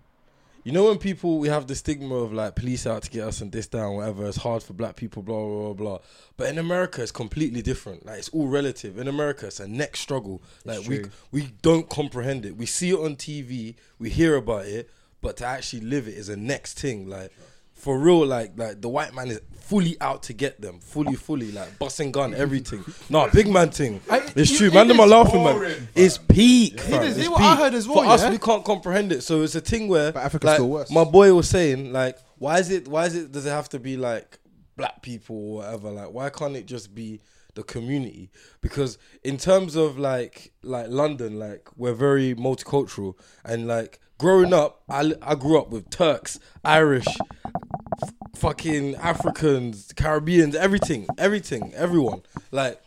[SPEAKER 6] You know when people we have the stigma of like police out to get us and this down whatever. It's hard for black people, blah blah blah blah. But in America, it's completely different. Like it's all relative. In America, it's a neck struggle. Like we we don't comprehend it. We see it on TV, we hear about it, but to actually live it is a next thing. Like for real, like like the white man is fully out to get them, fully, fully, like busting
[SPEAKER 1] <laughs>
[SPEAKER 6] gun, everything. No, big man thing.
[SPEAKER 1] I-
[SPEAKER 6] it's
[SPEAKER 1] it-
[SPEAKER 6] true.
[SPEAKER 1] it
[SPEAKER 6] Man, them are
[SPEAKER 1] is
[SPEAKER 6] laughing,
[SPEAKER 1] boring,
[SPEAKER 6] man. It's peak. fam.
[SPEAKER 1] is.
[SPEAKER 6] It's
[SPEAKER 1] What I
[SPEAKER 6] peak.
[SPEAKER 1] heard as well,
[SPEAKER 6] For us,
[SPEAKER 1] yeah?
[SPEAKER 6] we can't comprehend it. So it's a thing where
[SPEAKER 5] But Africa's
[SPEAKER 6] like,
[SPEAKER 5] still worse.
[SPEAKER 6] My boy was saying, like, why is it? Why is it? Does it have to be like black people or whatever? Like, why can't it just be the community? Because in terms of like like London, like we're very multicultural and like growing up, I l- I grew up with Turks, Irish. f- Fucking Africans, Caribbeans, everything, everything, everyone. Like,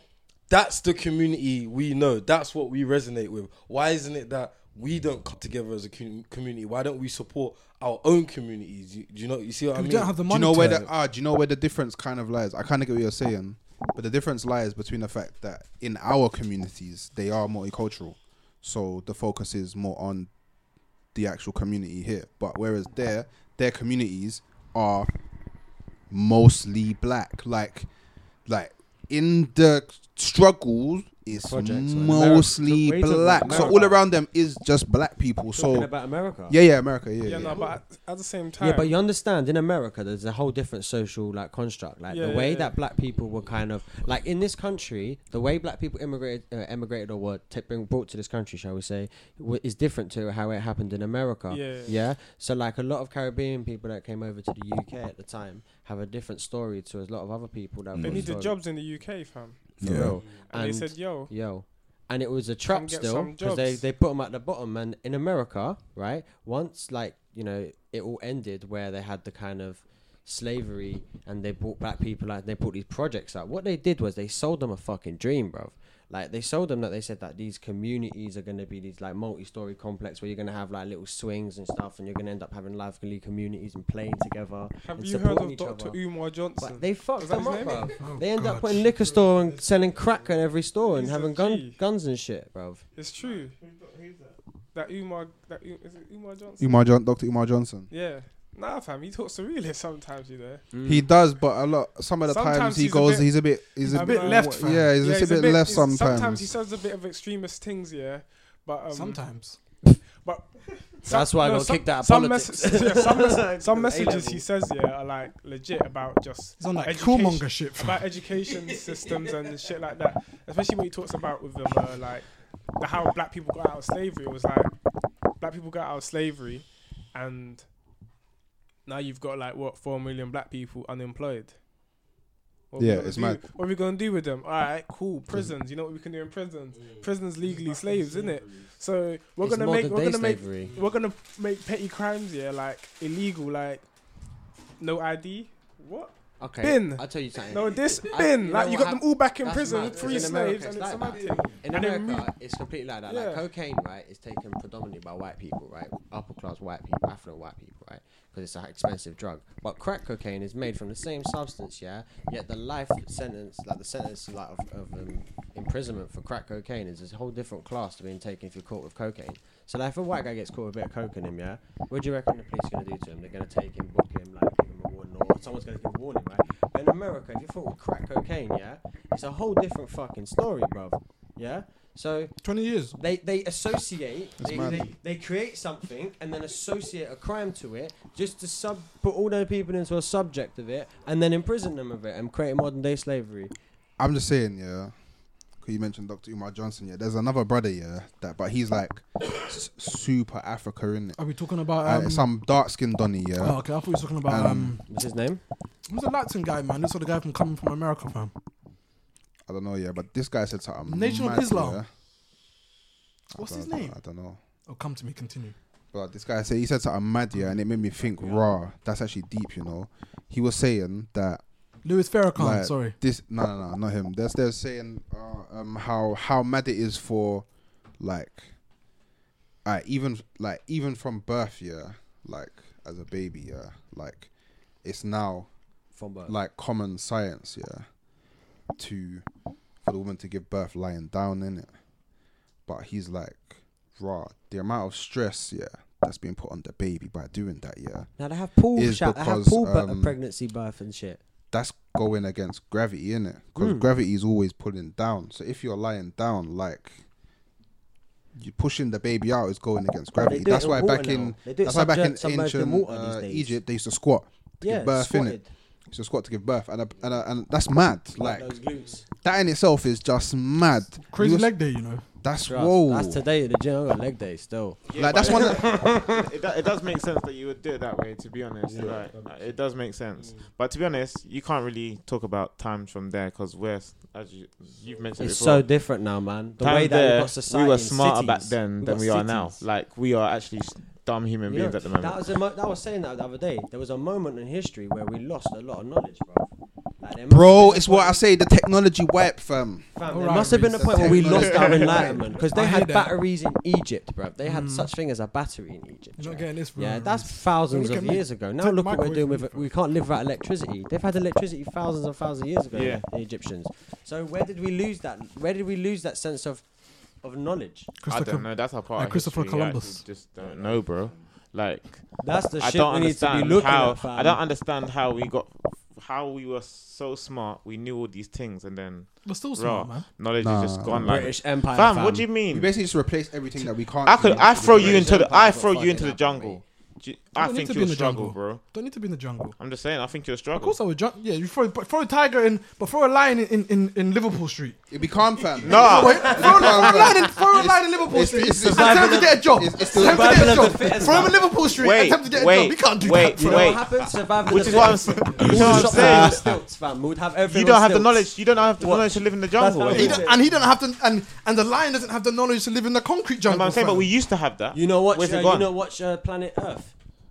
[SPEAKER 6] that's the community we know. That's what we resonate with. Why isn't it that we don't come together as a com- community? Why don't we support our own communities? You, do you know? You see what I
[SPEAKER 1] We
[SPEAKER 6] mean?
[SPEAKER 1] don't have the
[SPEAKER 5] Do you
[SPEAKER 1] money.
[SPEAKER 5] know
[SPEAKER 1] to
[SPEAKER 5] where
[SPEAKER 1] do
[SPEAKER 5] the
[SPEAKER 1] it.
[SPEAKER 5] ah? Do you know where the difference kind of lies? I kind of get what you're saying, but the difference lies between the fact that in our communities they are multicultural, so the focus is more on the actual community here. But whereas there, their communities are mostly black. Like, like in the struggles, it's
[SPEAKER 3] Projects, right?
[SPEAKER 5] mostly
[SPEAKER 3] America. Wait, wait,
[SPEAKER 5] black. So all
[SPEAKER 3] America.
[SPEAKER 5] around them is just black people.
[SPEAKER 3] Talking
[SPEAKER 5] So
[SPEAKER 3] about America.
[SPEAKER 5] yeah, yeah, America. Yeah,
[SPEAKER 7] Yeah,
[SPEAKER 5] yeah.
[SPEAKER 7] no, but at, at the same time,
[SPEAKER 3] Yeah, but you understand in America, there's a whole different social like construct. Like
[SPEAKER 7] Yeah,
[SPEAKER 3] the
[SPEAKER 7] yeah,
[SPEAKER 3] way
[SPEAKER 7] yeah.
[SPEAKER 3] that black people were kind of like in this country, the way black people immigrated, uh, emigrated or were t- bring, brought to this country, shall we say, w- is different to how it happened in America.
[SPEAKER 7] Yeah, yeah,
[SPEAKER 3] yeah. So like a lot of Caribbean people that came over to the UK at the time have a different story to a lot of other people that.
[SPEAKER 7] they
[SPEAKER 3] brought
[SPEAKER 7] needed
[SPEAKER 3] story-
[SPEAKER 7] jobs in the UK, fam.
[SPEAKER 3] for
[SPEAKER 2] Yeah.
[SPEAKER 3] real.
[SPEAKER 7] And, they
[SPEAKER 3] And-
[SPEAKER 7] said, "Yo,
[SPEAKER 3] Yo. And it was a trap
[SPEAKER 7] Come get
[SPEAKER 3] still
[SPEAKER 7] some
[SPEAKER 3] because they,
[SPEAKER 7] jobs.
[SPEAKER 3] they put them at the bottom. And in America, right, once like, you know, it all ended where they had the kind of slavery and they brought black people out, they brought these projects out. What they did was they sold them a fucking dream, bruv. Like they sold them that they said that these communities are going to be these like multi-story complex where you're going to have like little swings and stuff, and you're going to end up having lively communities and playing together.
[SPEAKER 7] have
[SPEAKER 3] and
[SPEAKER 7] you heard
[SPEAKER 3] supporting
[SPEAKER 7] of
[SPEAKER 3] each
[SPEAKER 7] Doctor
[SPEAKER 3] other."
[SPEAKER 7] Umar Johnson?
[SPEAKER 3] But they fucked
[SPEAKER 7] Is that
[SPEAKER 3] them up,
[SPEAKER 7] his
[SPEAKER 3] bro.
[SPEAKER 7] name?
[SPEAKER 1] Oh,
[SPEAKER 3] They end up
[SPEAKER 1] God.
[SPEAKER 3] putting liquor store and selling crack at every store and
[SPEAKER 7] He's a
[SPEAKER 3] having gun,
[SPEAKER 7] G.
[SPEAKER 3] guns and shit, bro.
[SPEAKER 7] it's true. That Umar, that U- is it Umar Johnson?
[SPEAKER 2] Um,
[SPEAKER 5] Umar John, Doctor Umar Johnson.
[SPEAKER 7] Yeah, nah, fam. He talks surrealist sometimes, you know.
[SPEAKER 5] He does, but a lot. Some of the
[SPEAKER 7] Sometimes
[SPEAKER 5] times he
[SPEAKER 7] he's a
[SPEAKER 5] goes,
[SPEAKER 7] bit-
[SPEAKER 5] he's a bit, he's a
[SPEAKER 7] a
[SPEAKER 5] bit
[SPEAKER 7] bit
[SPEAKER 1] left, fam.
[SPEAKER 5] Yeah, he's, a, bit, left
[SPEAKER 7] he's-
[SPEAKER 5] sometimes.
[SPEAKER 7] Sometimes he says a bit of extremist things, yeah. But um,
[SPEAKER 1] Sometimes.
[SPEAKER 7] But
[SPEAKER 3] That's why I got
[SPEAKER 7] some-
[SPEAKER 3] kicked out of
[SPEAKER 7] some
[SPEAKER 3] politics.
[SPEAKER 7] mess- <laughs> yeah, some, mess- some
[SPEAKER 3] A
[SPEAKER 7] messages
[SPEAKER 3] level.
[SPEAKER 7] he says yeah are like legit about just
[SPEAKER 1] He's on that
[SPEAKER 7] education-
[SPEAKER 1] coolmonger shit. fam.
[SPEAKER 7] about education systems and shit like that. Especially when he talks about with them uh, like the, how black people got out of slavery. It was like black people got out of slavery, and now you've got like what four million black people unemployed. What we
[SPEAKER 5] Yeah,
[SPEAKER 7] gonna
[SPEAKER 5] it's
[SPEAKER 7] do-
[SPEAKER 5] mad.
[SPEAKER 7] What are we gonna do with them? All right, cool. Prisons. You know what we can do in prisons? Prisons legally slaves, isn't it? So we're
[SPEAKER 3] It's
[SPEAKER 7] gonna make
[SPEAKER 3] modern
[SPEAKER 7] we're
[SPEAKER 3] day
[SPEAKER 7] gonna make
[SPEAKER 3] slavery.
[SPEAKER 7] we're gonna make petty crimes yeah like illegal like no ID. What?
[SPEAKER 3] <laughs> Okay.
[SPEAKER 7] Bin.
[SPEAKER 3] I'll tell you something.
[SPEAKER 7] No, this
[SPEAKER 3] I-
[SPEAKER 7] bin.
[SPEAKER 3] you
[SPEAKER 7] like
[SPEAKER 3] know
[SPEAKER 7] you
[SPEAKER 3] what
[SPEAKER 7] got them
[SPEAKER 3] hap-
[SPEAKER 7] all back in
[SPEAKER 3] that's
[SPEAKER 7] prison,
[SPEAKER 3] mad,
[SPEAKER 7] with
[SPEAKER 3] 'cause
[SPEAKER 7] three
[SPEAKER 3] in America
[SPEAKER 7] slaves,
[SPEAKER 3] it's
[SPEAKER 7] and it's a
[SPEAKER 3] like
[SPEAKER 7] mad
[SPEAKER 3] that.
[SPEAKER 7] thing.
[SPEAKER 3] In
[SPEAKER 7] And they
[SPEAKER 3] America, it's completely like that. Like
[SPEAKER 7] Yeah.
[SPEAKER 3] cocaine, right, is taken predominantly by white people, right? Upper class white people, affluent white people, right? Because it's an expensive drug. But crack cocaine is made from the same substance, yeah. Yet the life sentence, like the sentence like of, of um, imprisonment for crack cocaine, is a whole different class to being taken if you're caught with cocaine. So like, if a white guy gets caught with a bit of coke in him, yeah, what do you reckon the police are gonna do to him? They're gonna take him, book him, like give him a warning, or someone's gonna give him a warning, right? But in America, if you're caught with crack cocaine, yeah, it's a whole different fucking story, bruv. Yeah. So
[SPEAKER 1] 20 years.
[SPEAKER 3] they, they associate, they,
[SPEAKER 5] mad.
[SPEAKER 3] they, they create something and then associate a crime to it just to sub put all those people into a subject of it and then imprison them of it and create modern day slavery.
[SPEAKER 5] I'm just saying, yeah. Cause you mentioned Doctor Umar Johnson, yeah. There's another brother, yeah, that but he's like s- super Africa in it.
[SPEAKER 1] Are we talking about.
[SPEAKER 5] Uh,
[SPEAKER 1] Um,
[SPEAKER 5] some dark skinned Donny, yeah.
[SPEAKER 1] oh, okay. I thought you were talking about.
[SPEAKER 5] Um,
[SPEAKER 1] Um,
[SPEAKER 3] What's his name?
[SPEAKER 1] who's the Latin guy, man? Who's the guy from coming from America, fam?
[SPEAKER 5] I don't know, yeah, but this guy said something.
[SPEAKER 1] Nation of
[SPEAKER 5] mad,
[SPEAKER 1] Islam.
[SPEAKER 5] yeah. I
[SPEAKER 1] What's
[SPEAKER 5] don't-
[SPEAKER 1] his name?
[SPEAKER 5] I don't know.
[SPEAKER 1] Oh, come to me. Continue.
[SPEAKER 5] But this guy said he said something mad, yeah, and it made me think, raw. That's actually deep, you know. He was saying that
[SPEAKER 1] Louis Farrakhan.
[SPEAKER 5] Like,
[SPEAKER 1] sorry.
[SPEAKER 5] This no no no not him. That's they're saying uh, um how how mad it is for like uh, even like even from birth yeah like as a baby yeah like it's now
[SPEAKER 3] From birth.
[SPEAKER 5] like common science yeah to for the woman to give birth lying down in it but he's like raw the amount of stress yeah that's being put on the baby by doing that yeah
[SPEAKER 3] Now they have pool
[SPEAKER 5] Is
[SPEAKER 3] shout, they have
[SPEAKER 5] because,
[SPEAKER 3] pool bir-
[SPEAKER 5] um,
[SPEAKER 3] pregnancy birth and shit.
[SPEAKER 5] that's going against gravity, isn't it? Because
[SPEAKER 1] Hmm.
[SPEAKER 3] Mm.
[SPEAKER 5] gravity is always pulling down. So if you're lying down, like you pushing the baby out is going against
[SPEAKER 3] They
[SPEAKER 5] gravity.
[SPEAKER 3] do it
[SPEAKER 5] That's
[SPEAKER 3] in
[SPEAKER 5] why
[SPEAKER 3] water
[SPEAKER 5] back
[SPEAKER 3] now.
[SPEAKER 5] in
[SPEAKER 3] They do it
[SPEAKER 5] that's why back in
[SPEAKER 3] submerged- submerged in
[SPEAKER 5] ancient
[SPEAKER 3] water these
[SPEAKER 5] uh,
[SPEAKER 3] days.
[SPEAKER 5] Egypt they used to squat
[SPEAKER 3] yeah,
[SPEAKER 5] give birth, innit?
[SPEAKER 3] squatted.
[SPEAKER 5] It's a squat to give birth, and a, and a, and that's mad. Like
[SPEAKER 3] Those glutes.
[SPEAKER 5] that in itself is just mad.
[SPEAKER 1] Crazy
[SPEAKER 5] You-
[SPEAKER 1] leg day, you know.
[SPEAKER 5] That's
[SPEAKER 3] Trust,
[SPEAKER 5] whoa.
[SPEAKER 3] That's today at the gym. I got leg day still.
[SPEAKER 5] like that's
[SPEAKER 3] <laughs>
[SPEAKER 5] one. That,
[SPEAKER 4] it, do- it does make sense that you would do it that way. To be honest, like, uh, it does make sense. But to be honest, you can't really talk about times from there because we're s- as you, you've mentioned.
[SPEAKER 3] It's
[SPEAKER 4] before,
[SPEAKER 3] so different now, man. The
[SPEAKER 4] times
[SPEAKER 3] way that
[SPEAKER 4] there,
[SPEAKER 3] we got society,
[SPEAKER 4] we were
[SPEAKER 3] in
[SPEAKER 4] smarter back
[SPEAKER 3] cities,
[SPEAKER 4] then than
[SPEAKER 3] got
[SPEAKER 4] we are now.
[SPEAKER 3] cities.
[SPEAKER 4] Like we are actually s- dumb human
[SPEAKER 3] You
[SPEAKER 4] beings
[SPEAKER 3] know,
[SPEAKER 4] at the moment.
[SPEAKER 3] That was a mo- that was saying that the other day. There was a moment in history where we lost a lot of knowledge, bro. Like, there must have
[SPEAKER 5] bro,
[SPEAKER 3] been a
[SPEAKER 5] it's what I
[SPEAKER 3] point-
[SPEAKER 5] say. The technology wipe, fam.
[SPEAKER 3] Fam,
[SPEAKER 1] All
[SPEAKER 3] there
[SPEAKER 1] right,
[SPEAKER 3] must have been a
[SPEAKER 5] Reece,
[SPEAKER 3] point where we lost our
[SPEAKER 5] technology.
[SPEAKER 3] enlightenment because they
[SPEAKER 1] I hear
[SPEAKER 3] had
[SPEAKER 1] that. Mm.
[SPEAKER 3] batteries in Egypt, bro. They had such thing as a battery in Egypt.
[SPEAKER 1] You're not
[SPEAKER 3] bro.
[SPEAKER 1] getting this, bro.
[SPEAKER 3] Yeah, that's thousands
[SPEAKER 1] Look
[SPEAKER 3] of
[SPEAKER 1] at me.
[SPEAKER 3] years ago. Now
[SPEAKER 1] Take
[SPEAKER 3] look what we're
[SPEAKER 1] microwave
[SPEAKER 3] doing
[SPEAKER 1] from
[SPEAKER 3] with
[SPEAKER 1] me
[SPEAKER 3] it. We can't live without electricity. They've had electricity thousands and thousands of years ago.
[SPEAKER 4] Yeah.
[SPEAKER 3] The Egyptians. So where did we lose that? Where did we lose that sense of, of knowledge?
[SPEAKER 4] I
[SPEAKER 1] Christopher-
[SPEAKER 4] don't know. That's our part.
[SPEAKER 1] like
[SPEAKER 4] of
[SPEAKER 1] Christopher
[SPEAKER 4] history. I actually
[SPEAKER 1] Columbus.
[SPEAKER 4] just don't know, bro. Like
[SPEAKER 3] That's the
[SPEAKER 4] I
[SPEAKER 3] shit
[SPEAKER 4] don't
[SPEAKER 3] we need to be
[SPEAKER 4] understand
[SPEAKER 3] looking
[SPEAKER 4] how
[SPEAKER 3] at. Fam.
[SPEAKER 4] I don't understand how we got how we were so smart. We knew all these things, and then
[SPEAKER 1] We're still
[SPEAKER 4] raw
[SPEAKER 1] smart, man.
[SPEAKER 4] knowledge
[SPEAKER 5] Nah.
[SPEAKER 4] is just gone. Like,
[SPEAKER 3] British Empire.
[SPEAKER 4] fam, what do you mean?
[SPEAKER 5] You basically just replace everything that we can't.
[SPEAKER 4] I could
[SPEAKER 5] do.
[SPEAKER 4] I throw you
[SPEAKER 3] British
[SPEAKER 4] into the
[SPEAKER 3] Empire
[SPEAKER 4] I
[SPEAKER 3] got
[SPEAKER 4] throw you
[SPEAKER 3] fucking
[SPEAKER 4] into the
[SPEAKER 3] up, mate.
[SPEAKER 4] jungle. Do you-
[SPEAKER 1] I
[SPEAKER 4] I
[SPEAKER 1] don't need
[SPEAKER 4] think
[SPEAKER 1] to be
[SPEAKER 4] you'll
[SPEAKER 1] in the
[SPEAKER 4] struggle,
[SPEAKER 1] jungle,
[SPEAKER 4] bro.
[SPEAKER 1] Don't need to be in the jungle.
[SPEAKER 4] I'm just saying. I think you'll
[SPEAKER 1] Of
[SPEAKER 4] struggle.
[SPEAKER 1] course, I would jump. Yeah, you throw but throw a tiger in, but throw a lion in in, in Liverpool Street.
[SPEAKER 5] It'd be calm, fam.
[SPEAKER 4] Nah.
[SPEAKER 1] Wait, throw a
[SPEAKER 5] Survival.
[SPEAKER 1] lion in, throw a lion in Liverpool
[SPEAKER 5] it's-
[SPEAKER 1] Street.
[SPEAKER 5] it's
[SPEAKER 1] and tell him to get a job.
[SPEAKER 5] it's- it's
[SPEAKER 1] Tell him to get
[SPEAKER 3] survival
[SPEAKER 1] a
[SPEAKER 3] of the
[SPEAKER 1] job.
[SPEAKER 3] fittest,
[SPEAKER 1] Throw him
[SPEAKER 3] man.
[SPEAKER 1] in Liverpool Street.
[SPEAKER 4] Wait,
[SPEAKER 1] and tell him to get a
[SPEAKER 4] wait,
[SPEAKER 1] job. We can't do
[SPEAKER 4] wait,
[SPEAKER 1] that.
[SPEAKER 3] You
[SPEAKER 1] bro.
[SPEAKER 3] know
[SPEAKER 4] Wait.
[SPEAKER 3] what happened? Survival.
[SPEAKER 4] Which
[SPEAKER 3] of
[SPEAKER 4] is
[SPEAKER 3] the
[SPEAKER 4] what
[SPEAKER 1] <laughs>
[SPEAKER 4] I'm
[SPEAKER 3] fittest.
[SPEAKER 4] saying.
[SPEAKER 3] All
[SPEAKER 4] You know what I'm
[SPEAKER 3] shops
[SPEAKER 4] saying?
[SPEAKER 3] are stilts, fam. We'd have everything
[SPEAKER 4] You
[SPEAKER 3] on
[SPEAKER 4] don't have the
[SPEAKER 3] stilts.
[SPEAKER 4] knowledge. You don't have the
[SPEAKER 3] What?
[SPEAKER 4] knowledge to live in the jungle.
[SPEAKER 3] how it
[SPEAKER 4] anymore.
[SPEAKER 1] He don't- and he do not have to, and and the lion doesn't have the knowledge to live in the concrete jungle.
[SPEAKER 4] But I'm saying,
[SPEAKER 1] fam.
[SPEAKER 4] but we used to have that.
[SPEAKER 3] You know what?
[SPEAKER 4] Where's
[SPEAKER 3] uh,
[SPEAKER 4] it gone?
[SPEAKER 3] you know what? Uh, Planet Earth.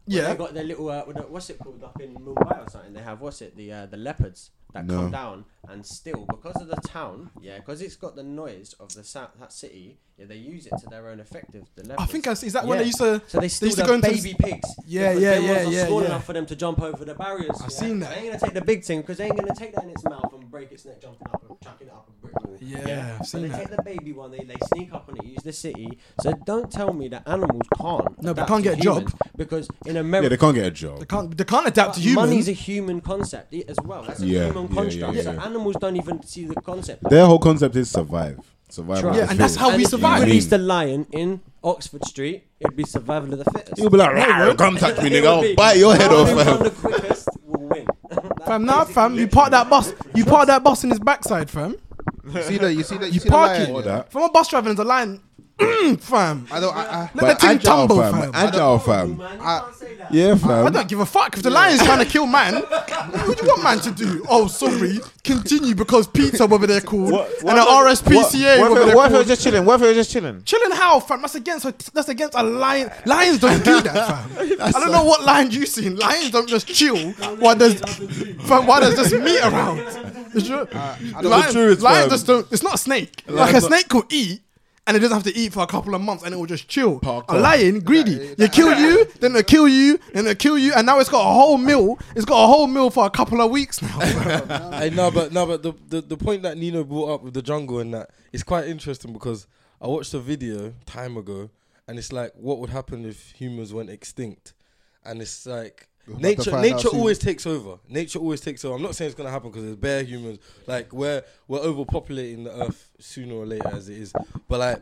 [SPEAKER 3] Where
[SPEAKER 1] Yeah.
[SPEAKER 3] They got their little uh, what- what's it called up in Mumbai or something? They have what's it? The uh, the leopards that
[SPEAKER 2] No.
[SPEAKER 3] come down and still because of the town, yeah, because it's got the noise of the sa- that city. Yeah, they use it to their own effective. The leopards.
[SPEAKER 1] I think I see. Is that when they
[SPEAKER 3] Yeah.
[SPEAKER 1] used to?
[SPEAKER 3] So they
[SPEAKER 1] they
[SPEAKER 3] still
[SPEAKER 1] used to
[SPEAKER 3] the
[SPEAKER 1] go into
[SPEAKER 3] baby pigs.
[SPEAKER 1] Yeah, yeah,
[SPEAKER 3] because them ones
[SPEAKER 1] yeah,
[SPEAKER 3] are
[SPEAKER 1] yeah,
[SPEAKER 3] Small
[SPEAKER 1] yeah.
[SPEAKER 3] enough for them to jump over the barriers. I've
[SPEAKER 1] seen that.
[SPEAKER 3] They ain't gonna take the big thing because they ain't gonna take that in its mouth and break its neck, jumping up and chucking it up a brick wall.
[SPEAKER 1] Yeah, I've
[SPEAKER 3] So
[SPEAKER 1] seen
[SPEAKER 3] they
[SPEAKER 1] that.
[SPEAKER 3] take the baby one. They, they sneak up on it, use the city. So don't tell me that animals can't.
[SPEAKER 1] No, they
[SPEAKER 3] adapt
[SPEAKER 1] can't
[SPEAKER 3] to
[SPEAKER 1] get a job.
[SPEAKER 3] humans, because in
[SPEAKER 2] Yeah,
[SPEAKER 3] America.
[SPEAKER 2] they can't get a job.
[SPEAKER 1] They can't. They can't adapt to humans.
[SPEAKER 3] Money's a human concept i- as well. That's a
[SPEAKER 2] Yeah,
[SPEAKER 3] human
[SPEAKER 2] yeah,
[SPEAKER 3] construct.
[SPEAKER 2] yeah,
[SPEAKER 3] so
[SPEAKER 2] yeah.
[SPEAKER 3] animals don't even see the concept.
[SPEAKER 2] Their whole concept is survive. Survive.
[SPEAKER 3] Trust.
[SPEAKER 2] of
[SPEAKER 1] Yeah,
[SPEAKER 2] the
[SPEAKER 1] and that's
[SPEAKER 2] fittest.
[SPEAKER 1] how
[SPEAKER 3] and
[SPEAKER 1] we
[SPEAKER 3] if
[SPEAKER 1] survive.
[SPEAKER 3] you released a lion in Oxford Street, it'd be survival of the fittest.
[SPEAKER 2] You'll be like, "Rawr, come touch me,
[SPEAKER 3] It
[SPEAKER 1] <laughs>
[SPEAKER 2] nigga.
[SPEAKER 3] would
[SPEAKER 2] I'll
[SPEAKER 3] be,
[SPEAKER 2] bite your head
[SPEAKER 3] "Whoever
[SPEAKER 2] off.
[SPEAKER 3] can run
[SPEAKER 2] fam."
[SPEAKER 3] the quickest will
[SPEAKER 6] <laughs>
[SPEAKER 3] win. That's
[SPEAKER 1] Fam, nah,
[SPEAKER 3] basically
[SPEAKER 1] fam, you
[SPEAKER 3] literally
[SPEAKER 1] park that
[SPEAKER 3] it.
[SPEAKER 1] bus. You park that bus in his backside, fam.
[SPEAKER 5] You see that? You see that? You,
[SPEAKER 1] You
[SPEAKER 5] see the
[SPEAKER 1] park
[SPEAKER 5] lion,
[SPEAKER 1] it.
[SPEAKER 5] yeah?
[SPEAKER 2] that.
[SPEAKER 1] From a bus driver, there's a line, <clears throat> fam.
[SPEAKER 5] I don't. I, I,
[SPEAKER 1] Let the thing
[SPEAKER 2] agile,
[SPEAKER 1] tumble,
[SPEAKER 2] fam.
[SPEAKER 1] fam.
[SPEAKER 2] Agile,
[SPEAKER 3] Man,
[SPEAKER 2] fam.
[SPEAKER 3] you
[SPEAKER 5] I-
[SPEAKER 3] can't say that.
[SPEAKER 2] Yeah,
[SPEAKER 1] I
[SPEAKER 2] fam.
[SPEAKER 1] don't give a fuck if the lion's trying to kill man. What do you want man to do? Oh, sorry. Continue because Peter, whether they're called, and the RSPCA, whether
[SPEAKER 4] What, what,
[SPEAKER 1] they're
[SPEAKER 4] if- what if it was
[SPEAKER 1] called.
[SPEAKER 4] just chilling? What if it was just chilling?
[SPEAKER 1] Chilling how, fam? That's against a, that's against a lion. Lions don't do that,
[SPEAKER 2] <laughs>
[SPEAKER 1] fam. I don't know what lion you seen. Lions don't just chill while there's fam, while there's just meat around. It's true.
[SPEAKER 5] don't-
[SPEAKER 1] lions,
[SPEAKER 2] true is,
[SPEAKER 1] lions
[SPEAKER 2] fam.
[SPEAKER 1] just don't. It's not a snake. like a snake could eat. And it doesn't have to eat for a couple of months, and it will just chill. A lion, greedy. They kill you, then they kill you, then they kill you, and now it's got a whole meal. It's got a whole meal for a couple of weeks now. fam.
[SPEAKER 6] <laughs> Hey, no, but no, but the, the the point that Nino brought up with the jungle and that it's quite interesting because I watched a video time ago, and it's like what would happen if humans went extinct, and it's like
[SPEAKER 5] We're about to
[SPEAKER 6] nature
[SPEAKER 5] find out
[SPEAKER 6] nature
[SPEAKER 5] soon.
[SPEAKER 6] always takes over. Nature always takes over. I'm not saying it's gonna happen because there's bare humans. Like we're we're overpopulating the earth sooner or later as it is. But like,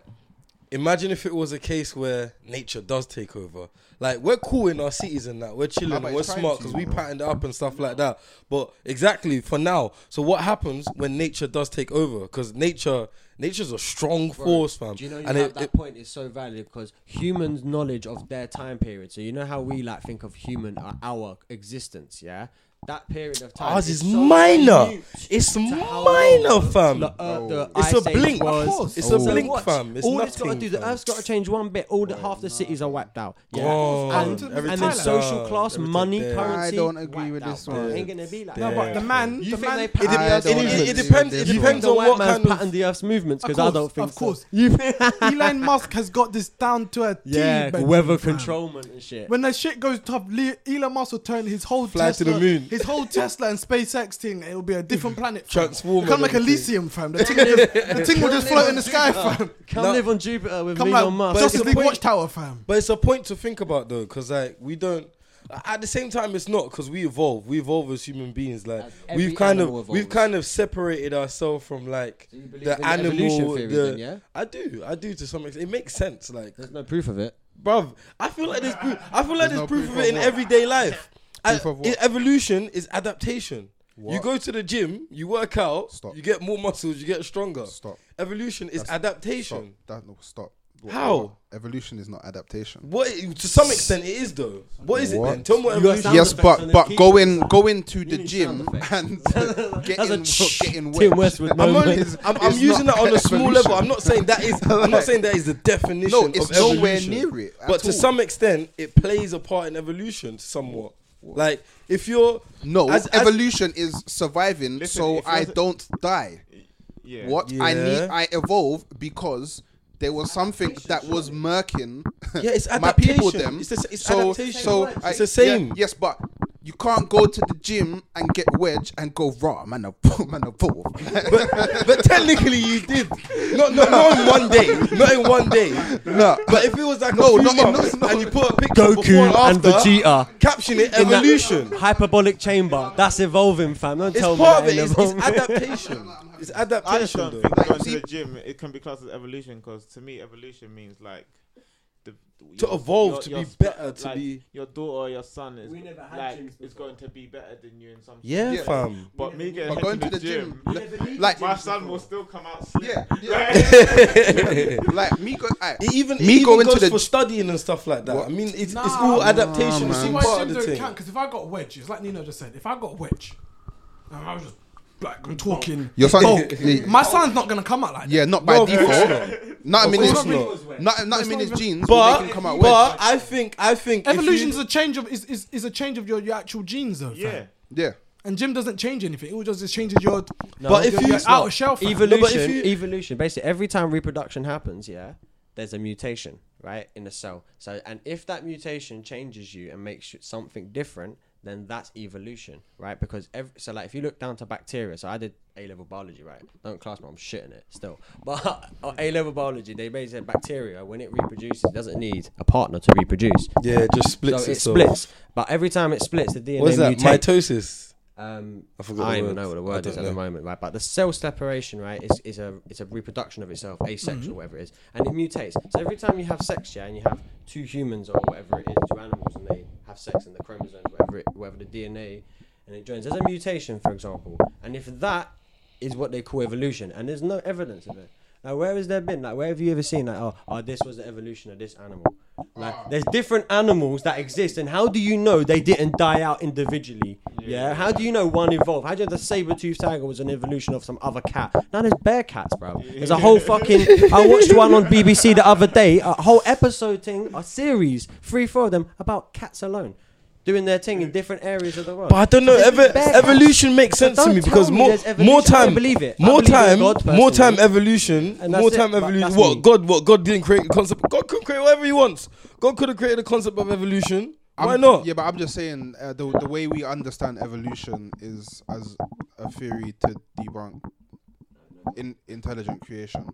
[SPEAKER 6] imagine if it was a case where nature does take over. Like we're cool in our cities and that. We're
[SPEAKER 5] Nah,
[SPEAKER 6] chilling.
[SPEAKER 5] but
[SPEAKER 6] and We're
[SPEAKER 5] it's trying
[SPEAKER 6] smart
[SPEAKER 5] to,
[SPEAKER 6] because we
[SPEAKER 5] bro.
[SPEAKER 6] patterned it up and stuff like that. But exactly for now. So what happens when nature does take over? Because nature nature's a strong force,
[SPEAKER 2] Um,
[SPEAKER 6] fam.
[SPEAKER 3] Do you know you
[SPEAKER 6] and
[SPEAKER 3] have
[SPEAKER 6] it-
[SPEAKER 3] that
[SPEAKER 6] it-
[SPEAKER 3] point is so valid because humans' knowledge of their time period. So you know how we like think of human uh, our existence, yeah. That period of time.
[SPEAKER 6] Ours is
[SPEAKER 3] so
[SPEAKER 6] minor.
[SPEAKER 3] minute
[SPEAKER 6] It's
[SPEAKER 3] to how
[SPEAKER 6] minor,
[SPEAKER 3] long
[SPEAKER 6] fam.
[SPEAKER 3] the Earth- the
[SPEAKER 6] It's a
[SPEAKER 3] Ice Age
[SPEAKER 6] blink.
[SPEAKER 3] was.
[SPEAKER 6] Of course. Oh. It's a
[SPEAKER 3] So
[SPEAKER 6] blink,
[SPEAKER 3] watch,
[SPEAKER 6] fam. It's
[SPEAKER 3] all it's got to
[SPEAKER 6] nothing,
[SPEAKER 3] do, the
[SPEAKER 6] fam. Oh,
[SPEAKER 3] Earth's got to change one bit. All the, half the cities are wiped out. Yeah.
[SPEAKER 6] Gone.
[SPEAKER 3] and
[SPEAKER 1] Everything
[SPEAKER 3] and then
[SPEAKER 1] down.
[SPEAKER 3] social class,
[SPEAKER 6] Everything
[SPEAKER 3] money,
[SPEAKER 6] down.
[SPEAKER 3] currency.
[SPEAKER 5] I don't agree
[SPEAKER 3] wiped
[SPEAKER 5] with
[SPEAKER 3] out,
[SPEAKER 5] this
[SPEAKER 3] bro.
[SPEAKER 5] one.
[SPEAKER 3] Ain't gonna be like
[SPEAKER 1] no,
[SPEAKER 3] that.
[SPEAKER 1] but the man,
[SPEAKER 3] You
[SPEAKER 1] the
[SPEAKER 3] think
[SPEAKER 1] man,
[SPEAKER 3] they
[SPEAKER 1] it-
[SPEAKER 5] I
[SPEAKER 6] It,
[SPEAKER 5] don't
[SPEAKER 6] it- it
[SPEAKER 5] agree
[SPEAKER 6] depends.
[SPEAKER 5] with
[SPEAKER 6] It
[SPEAKER 5] this
[SPEAKER 6] depends
[SPEAKER 3] the
[SPEAKER 6] on
[SPEAKER 3] white
[SPEAKER 6] what
[SPEAKER 3] man's
[SPEAKER 6] kind of
[SPEAKER 3] patterned the Earth's movements
[SPEAKER 1] Of
[SPEAKER 3] because I don't
[SPEAKER 1] course,
[SPEAKER 3] think
[SPEAKER 1] of
[SPEAKER 3] so.
[SPEAKER 1] course.
[SPEAKER 3] You-
[SPEAKER 2] <laughs>
[SPEAKER 1] Elon Musk has got this down to a T.
[SPEAKER 3] yeah,
[SPEAKER 1] baby,
[SPEAKER 3] weather
[SPEAKER 1] fam.
[SPEAKER 3] controlment and shit.
[SPEAKER 1] When the shit goes tough, Le- Elon Musk will turn his whole
[SPEAKER 6] Fly to
[SPEAKER 1] Tesla,
[SPEAKER 6] the moon.
[SPEAKER 1] his whole Tesla and SpaceX thing. It'll be a different planet. fam.
[SPEAKER 6] Transformer
[SPEAKER 1] Become like
[SPEAKER 6] and
[SPEAKER 1] Elysium, fam. The thing will just, the thing will just float in the <laughs> sky, fam.
[SPEAKER 3] Come
[SPEAKER 6] No.
[SPEAKER 3] live on Jupiter with
[SPEAKER 1] Come
[SPEAKER 3] Elon
[SPEAKER 1] like
[SPEAKER 3] Musk.
[SPEAKER 6] But it's
[SPEAKER 1] Justice
[SPEAKER 6] the
[SPEAKER 1] League
[SPEAKER 6] point-
[SPEAKER 1] Watchtower, fam.
[SPEAKER 6] But it's a point to think about though, because like we don't. At the same time, it's not because we evolve. We evolve as human beings. Like
[SPEAKER 3] As every
[SPEAKER 6] we've kind of
[SPEAKER 3] animal
[SPEAKER 6] we've
[SPEAKER 3] evolves.
[SPEAKER 6] kind of separated ourselves from like
[SPEAKER 3] you believe
[SPEAKER 6] the
[SPEAKER 3] in
[SPEAKER 6] animal.
[SPEAKER 3] evolution theory
[SPEAKER 6] the,
[SPEAKER 3] then, yeah?
[SPEAKER 6] I do. I do to some extent. It makes sense. Like,
[SPEAKER 3] There's no proof of it.
[SPEAKER 6] bruv, I feel like there's proof. I feel like there's,
[SPEAKER 5] no
[SPEAKER 6] proof
[SPEAKER 5] proof
[SPEAKER 6] of it
[SPEAKER 5] of
[SPEAKER 6] in
[SPEAKER 5] what?
[SPEAKER 6] everyday life. I-
[SPEAKER 5] Proof of what?
[SPEAKER 6] i- evolution is adaptation. You go to the gym, you work out,
[SPEAKER 5] Stop.
[SPEAKER 6] you get more muscles, you get stronger.
[SPEAKER 5] Stop.
[SPEAKER 6] Evolution is
[SPEAKER 5] That's- Stop.
[SPEAKER 6] adaptation.
[SPEAKER 5] That, no, stop. What-
[SPEAKER 6] How?
[SPEAKER 5] what- Evolution is not adaptation.
[SPEAKER 6] What to some extent it is though. What is
[SPEAKER 5] What?
[SPEAKER 6] it then? Tell me
[SPEAKER 3] You
[SPEAKER 6] what
[SPEAKER 3] got
[SPEAKER 6] evolution.
[SPEAKER 3] sound
[SPEAKER 5] yes,
[SPEAKER 3] effects
[SPEAKER 5] but
[SPEAKER 3] and
[SPEAKER 5] but
[SPEAKER 3] then
[SPEAKER 5] go
[SPEAKER 3] keep-
[SPEAKER 5] in go into the
[SPEAKER 3] need
[SPEAKER 5] gym
[SPEAKER 3] sound <laughs>
[SPEAKER 5] and
[SPEAKER 3] That's a
[SPEAKER 5] getting
[SPEAKER 3] ch- Tim
[SPEAKER 5] getting wet.
[SPEAKER 3] Westwood
[SPEAKER 6] I'm,
[SPEAKER 3] moment.
[SPEAKER 6] only, I'm, I'm
[SPEAKER 5] It's
[SPEAKER 6] using
[SPEAKER 5] not
[SPEAKER 6] that on a small
[SPEAKER 5] evolution.
[SPEAKER 6] level. I'm not saying that is.
[SPEAKER 5] <laughs>
[SPEAKER 6] I'm not saying that is the definition.
[SPEAKER 5] No, it's
[SPEAKER 6] of
[SPEAKER 5] nowhere
[SPEAKER 6] evolution.
[SPEAKER 5] near it at
[SPEAKER 6] But to
[SPEAKER 5] all.
[SPEAKER 6] some extent, it plays a part in evolution somewhat. Like if you're
[SPEAKER 5] No,
[SPEAKER 6] as- as-
[SPEAKER 5] evolution is surviving,
[SPEAKER 4] Listen,
[SPEAKER 5] so
[SPEAKER 4] if you
[SPEAKER 5] I
[SPEAKER 4] was-
[SPEAKER 5] don't die.
[SPEAKER 4] Yeah.
[SPEAKER 5] What I need,
[SPEAKER 6] Yeah.
[SPEAKER 5] I evolve because there was something that was murking.
[SPEAKER 6] Yeah, it's
[SPEAKER 5] <laughs> my people.
[SPEAKER 6] adaptation.
[SPEAKER 5] Them.
[SPEAKER 6] It's the s- it's
[SPEAKER 5] so
[SPEAKER 6] adaptation.
[SPEAKER 5] so
[SPEAKER 6] It's
[SPEAKER 5] I-
[SPEAKER 6] the same.
[SPEAKER 5] yeah, yes, but. You can't go to the gym and get wedge and go raw, man. A <laughs> man,
[SPEAKER 4] <laughs>
[SPEAKER 5] a
[SPEAKER 6] but, but technically you did. Not, not, not in one day. Not in one day.
[SPEAKER 5] No.
[SPEAKER 6] But if it was like
[SPEAKER 5] No,
[SPEAKER 4] <laughs>
[SPEAKER 6] a few
[SPEAKER 5] not in-
[SPEAKER 6] months
[SPEAKER 5] no, no.
[SPEAKER 6] and you put a picture
[SPEAKER 3] Goku
[SPEAKER 6] before and
[SPEAKER 3] and
[SPEAKER 6] after,
[SPEAKER 3] Vegeta.
[SPEAKER 6] caption it
[SPEAKER 3] In that
[SPEAKER 6] evolution.
[SPEAKER 3] hyperbolic chamber. That's evolving, fam. Don't
[SPEAKER 6] It's
[SPEAKER 3] tell
[SPEAKER 6] part of
[SPEAKER 3] me
[SPEAKER 6] it.
[SPEAKER 3] that
[SPEAKER 6] It's,
[SPEAKER 3] ain't
[SPEAKER 6] it's
[SPEAKER 3] <laughs> evolving.
[SPEAKER 6] adaptation. It's
[SPEAKER 4] I just
[SPEAKER 6] adaptation.
[SPEAKER 4] don't
[SPEAKER 6] Though.
[SPEAKER 4] think going
[SPEAKER 5] see-
[SPEAKER 4] to the gym it can be classed as evolution because to me evolution means like the
[SPEAKER 6] To evolve, to be
[SPEAKER 4] sp-
[SPEAKER 6] better, to
[SPEAKER 4] like,
[SPEAKER 6] be-
[SPEAKER 4] your daughter or your son is
[SPEAKER 3] We never had
[SPEAKER 4] like
[SPEAKER 3] gyms
[SPEAKER 4] is going to be better than you in some
[SPEAKER 6] Yeah,
[SPEAKER 5] Yeah.
[SPEAKER 6] fam.
[SPEAKER 4] But me
[SPEAKER 5] But
[SPEAKER 4] getting head
[SPEAKER 5] going
[SPEAKER 4] to the, gym,
[SPEAKER 5] like
[SPEAKER 4] my son will still come out. Slim.
[SPEAKER 5] yeah,
[SPEAKER 4] <laughs>
[SPEAKER 3] <laughs>
[SPEAKER 4] Like,
[SPEAKER 5] yeah. like me go. I,
[SPEAKER 6] It even
[SPEAKER 5] Me
[SPEAKER 6] it even
[SPEAKER 5] going to
[SPEAKER 6] goes
[SPEAKER 5] the-
[SPEAKER 6] for studying and stuff like that.
[SPEAKER 5] What?
[SPEAKER 6] I mean, it's, it's
[SPEAKER 1] Nah,
[SPEAKER 6] all
[SPEAKER 1] nah,
[SPEAKER 6] adaptation.
[SPEAKER 5] man.
[SPEAKER 6] it's
[SPEAKER 1] See
[SPEAKER 6] all
[SPEAKER 1] why
[SPEAKER 6] part
[SPEAKER 1] Jim
[SPEAKER 6] of the
[SPEAKER 1] don't
[SPEAKER 6] thing.
[SPEAKER 1] count? Because if I got wedge, it's like Nino just said, if I got wedge, and I was just like I'm talking,
[SPEAKER 5] <laughs> Your son-
[SPEAKER 1] bulk,
[SPEAKER 4] <laughs>
[SPEAKER 5] Yeah.
[SPEAKER 1] my son's not gonna come out like that.
[SPEAKER 5] yeah, not by
[SPEAKER 6] No, of course
[SPEAKER 5] default. Not in
[SPEAKER 6] course
[SPEAKER 5] his, not,
[SPEAKER 6] not.
[SPEAKER 5] not
[SPEAKER 1] It's
[SPEAKER 5] in
[SPEAKER 1] not
[SPEAKER 5] his
[SPEAKER 1] even-
[SPEAKER 5] genes, but, they
[SPEAKER 6] But,
[SPEAKER 5] can come out
[SPEAKER 6] but I think I think if you-
[SPEAKER 1] Evolution is a change of is, is, is a change of your, your actual genes though. fam.
[SPEAKER 4] yeah.
[SPEAKER 5] wedge. Yeah.
[SPEAKER 1] And Jim doesn't change anything. It all just, just changes your.
[SPEAKER 6] But if
[SPEAKER 1] your,
[SPEAKER 6] you-
[SPEAKER 1] your
[SPEAKER 6] it's
[SPEAKER 1] outer
[SPEAKER 6] not.
[SPEAKER 1] shell, fam.
[SPEAKER 6] Even- No, but if
[SPEAKER 3] evolution,
[SPEAKER 6] you-
[SPEAKER 3] evolution. Basically, every time reproduction happens, yeah, there's a mutation, right, in the cell. So, and if that mutation changes you and makes you something different, then that's evolution, right? Because ev so, like, if you look down to bacteria, so I did A level biology, right? Don't class me, I'm shitting it still. <laughs> But A level biology, they basically said bacteria when it reproduces it doesn't need a partner to reproduce.
[SPEAKER 6] yeah, it just
[SPEAKER 3] So
[SPEAKER 6] splits
[SPEAKER 3] it
[SPEAKER 6] itself.
[SPEAKER 3] splits, but every time it splits, the DNA
[SPEAKER 6] What is that?
[SPEAKER 3] mutates.
[SPEAKER 6] Mitosis.
[SPEAKER 3] Um, I,
[SPEAKER 6] I forgot the
[SPEAKER 3] don't even
[SPEAKER 6] word.
[SPEAKER 3] know what the
[SPEAKER 6] I
[SPEAKER 3] word is
[SPEAKER 6] don't
[SPEAKER 3] at the
[SPEAKER 6] know.
[SPEAKER 3] moment, right? But the cell separation, right, is, is a it's a reproduction of itself, asexual, whatever it is, and it mutates. So every time you have sex, yeah, and you have two humans or whatever it is, two animals, and they have sex, and the chromosomes, whatever it, whatever the DNA, and it joins. There's a mutation, for example, and if that is what they call evolution, and there's no evidence of it. Like where has there been? Like where have you ever seen like oh, oh this was the evolution of this animal? Like there's different animals that exist, and how do you know they didn't die out individually? Yeah. How do you know one evolved? How do you know the saber-toothed tiger was an evolution of some other cat? Now there's bear cats, bro. There's a whole fucking. I watched one on BBC the other day, a whole episode thing, a series, three, four of them about cats alone. Doing their thing in different areas of the world.
[SPEAKER 6] But I don't know.
[SPEAKER 3] There's
[SPEAKER 6] Ever,
[SPEAKER 3] bear cats.
[SPEAKER 6] evolution makes sense
[SPEAKER 3] don't
[SPEAKER 6] to me
[SPEAKER 3] tell
[SPEAKER 6] because
[SPEAKER 3] me
[SPEAKER 6] more,
[SPEAKER 3] there's evolution. I
[SPEAKER 6] more
[SPEAKER 3] don't
[SPEAKER 6] time,
[SPEAKER 3] believe it. I
[SPEAKER 6] more
[SPEAKER 3] believe in
[SPEAKER 6] time,
[SPEAKER 3] God,
[SPEAKER 6] more time.
[SPEAKER 3] personally.
[SPEAKER 6] Evolution,
[SPEAKER 3] And
[SPEAKER 6] more
[SPEAKER 3] that's it,
[SPEAKER 6] time.
[SPEAKER 3] but
[SPEAKER 6] Evolution.
[SPEAKER 3] that's
[SPEAKER 6] What
[SPEAKER 3] me.
[SPEAKER 6] God? What God didn't create the concept. God could create whatever He wants. God could have created the concept of evolution. Why
[SPEAKER 5] I'm-
[SPEAKER 6] not?
[SPEAKER 5] Yeah, but I'm just saying uh, the the way we understand evolution is as a theory to debunk in intelligent creation.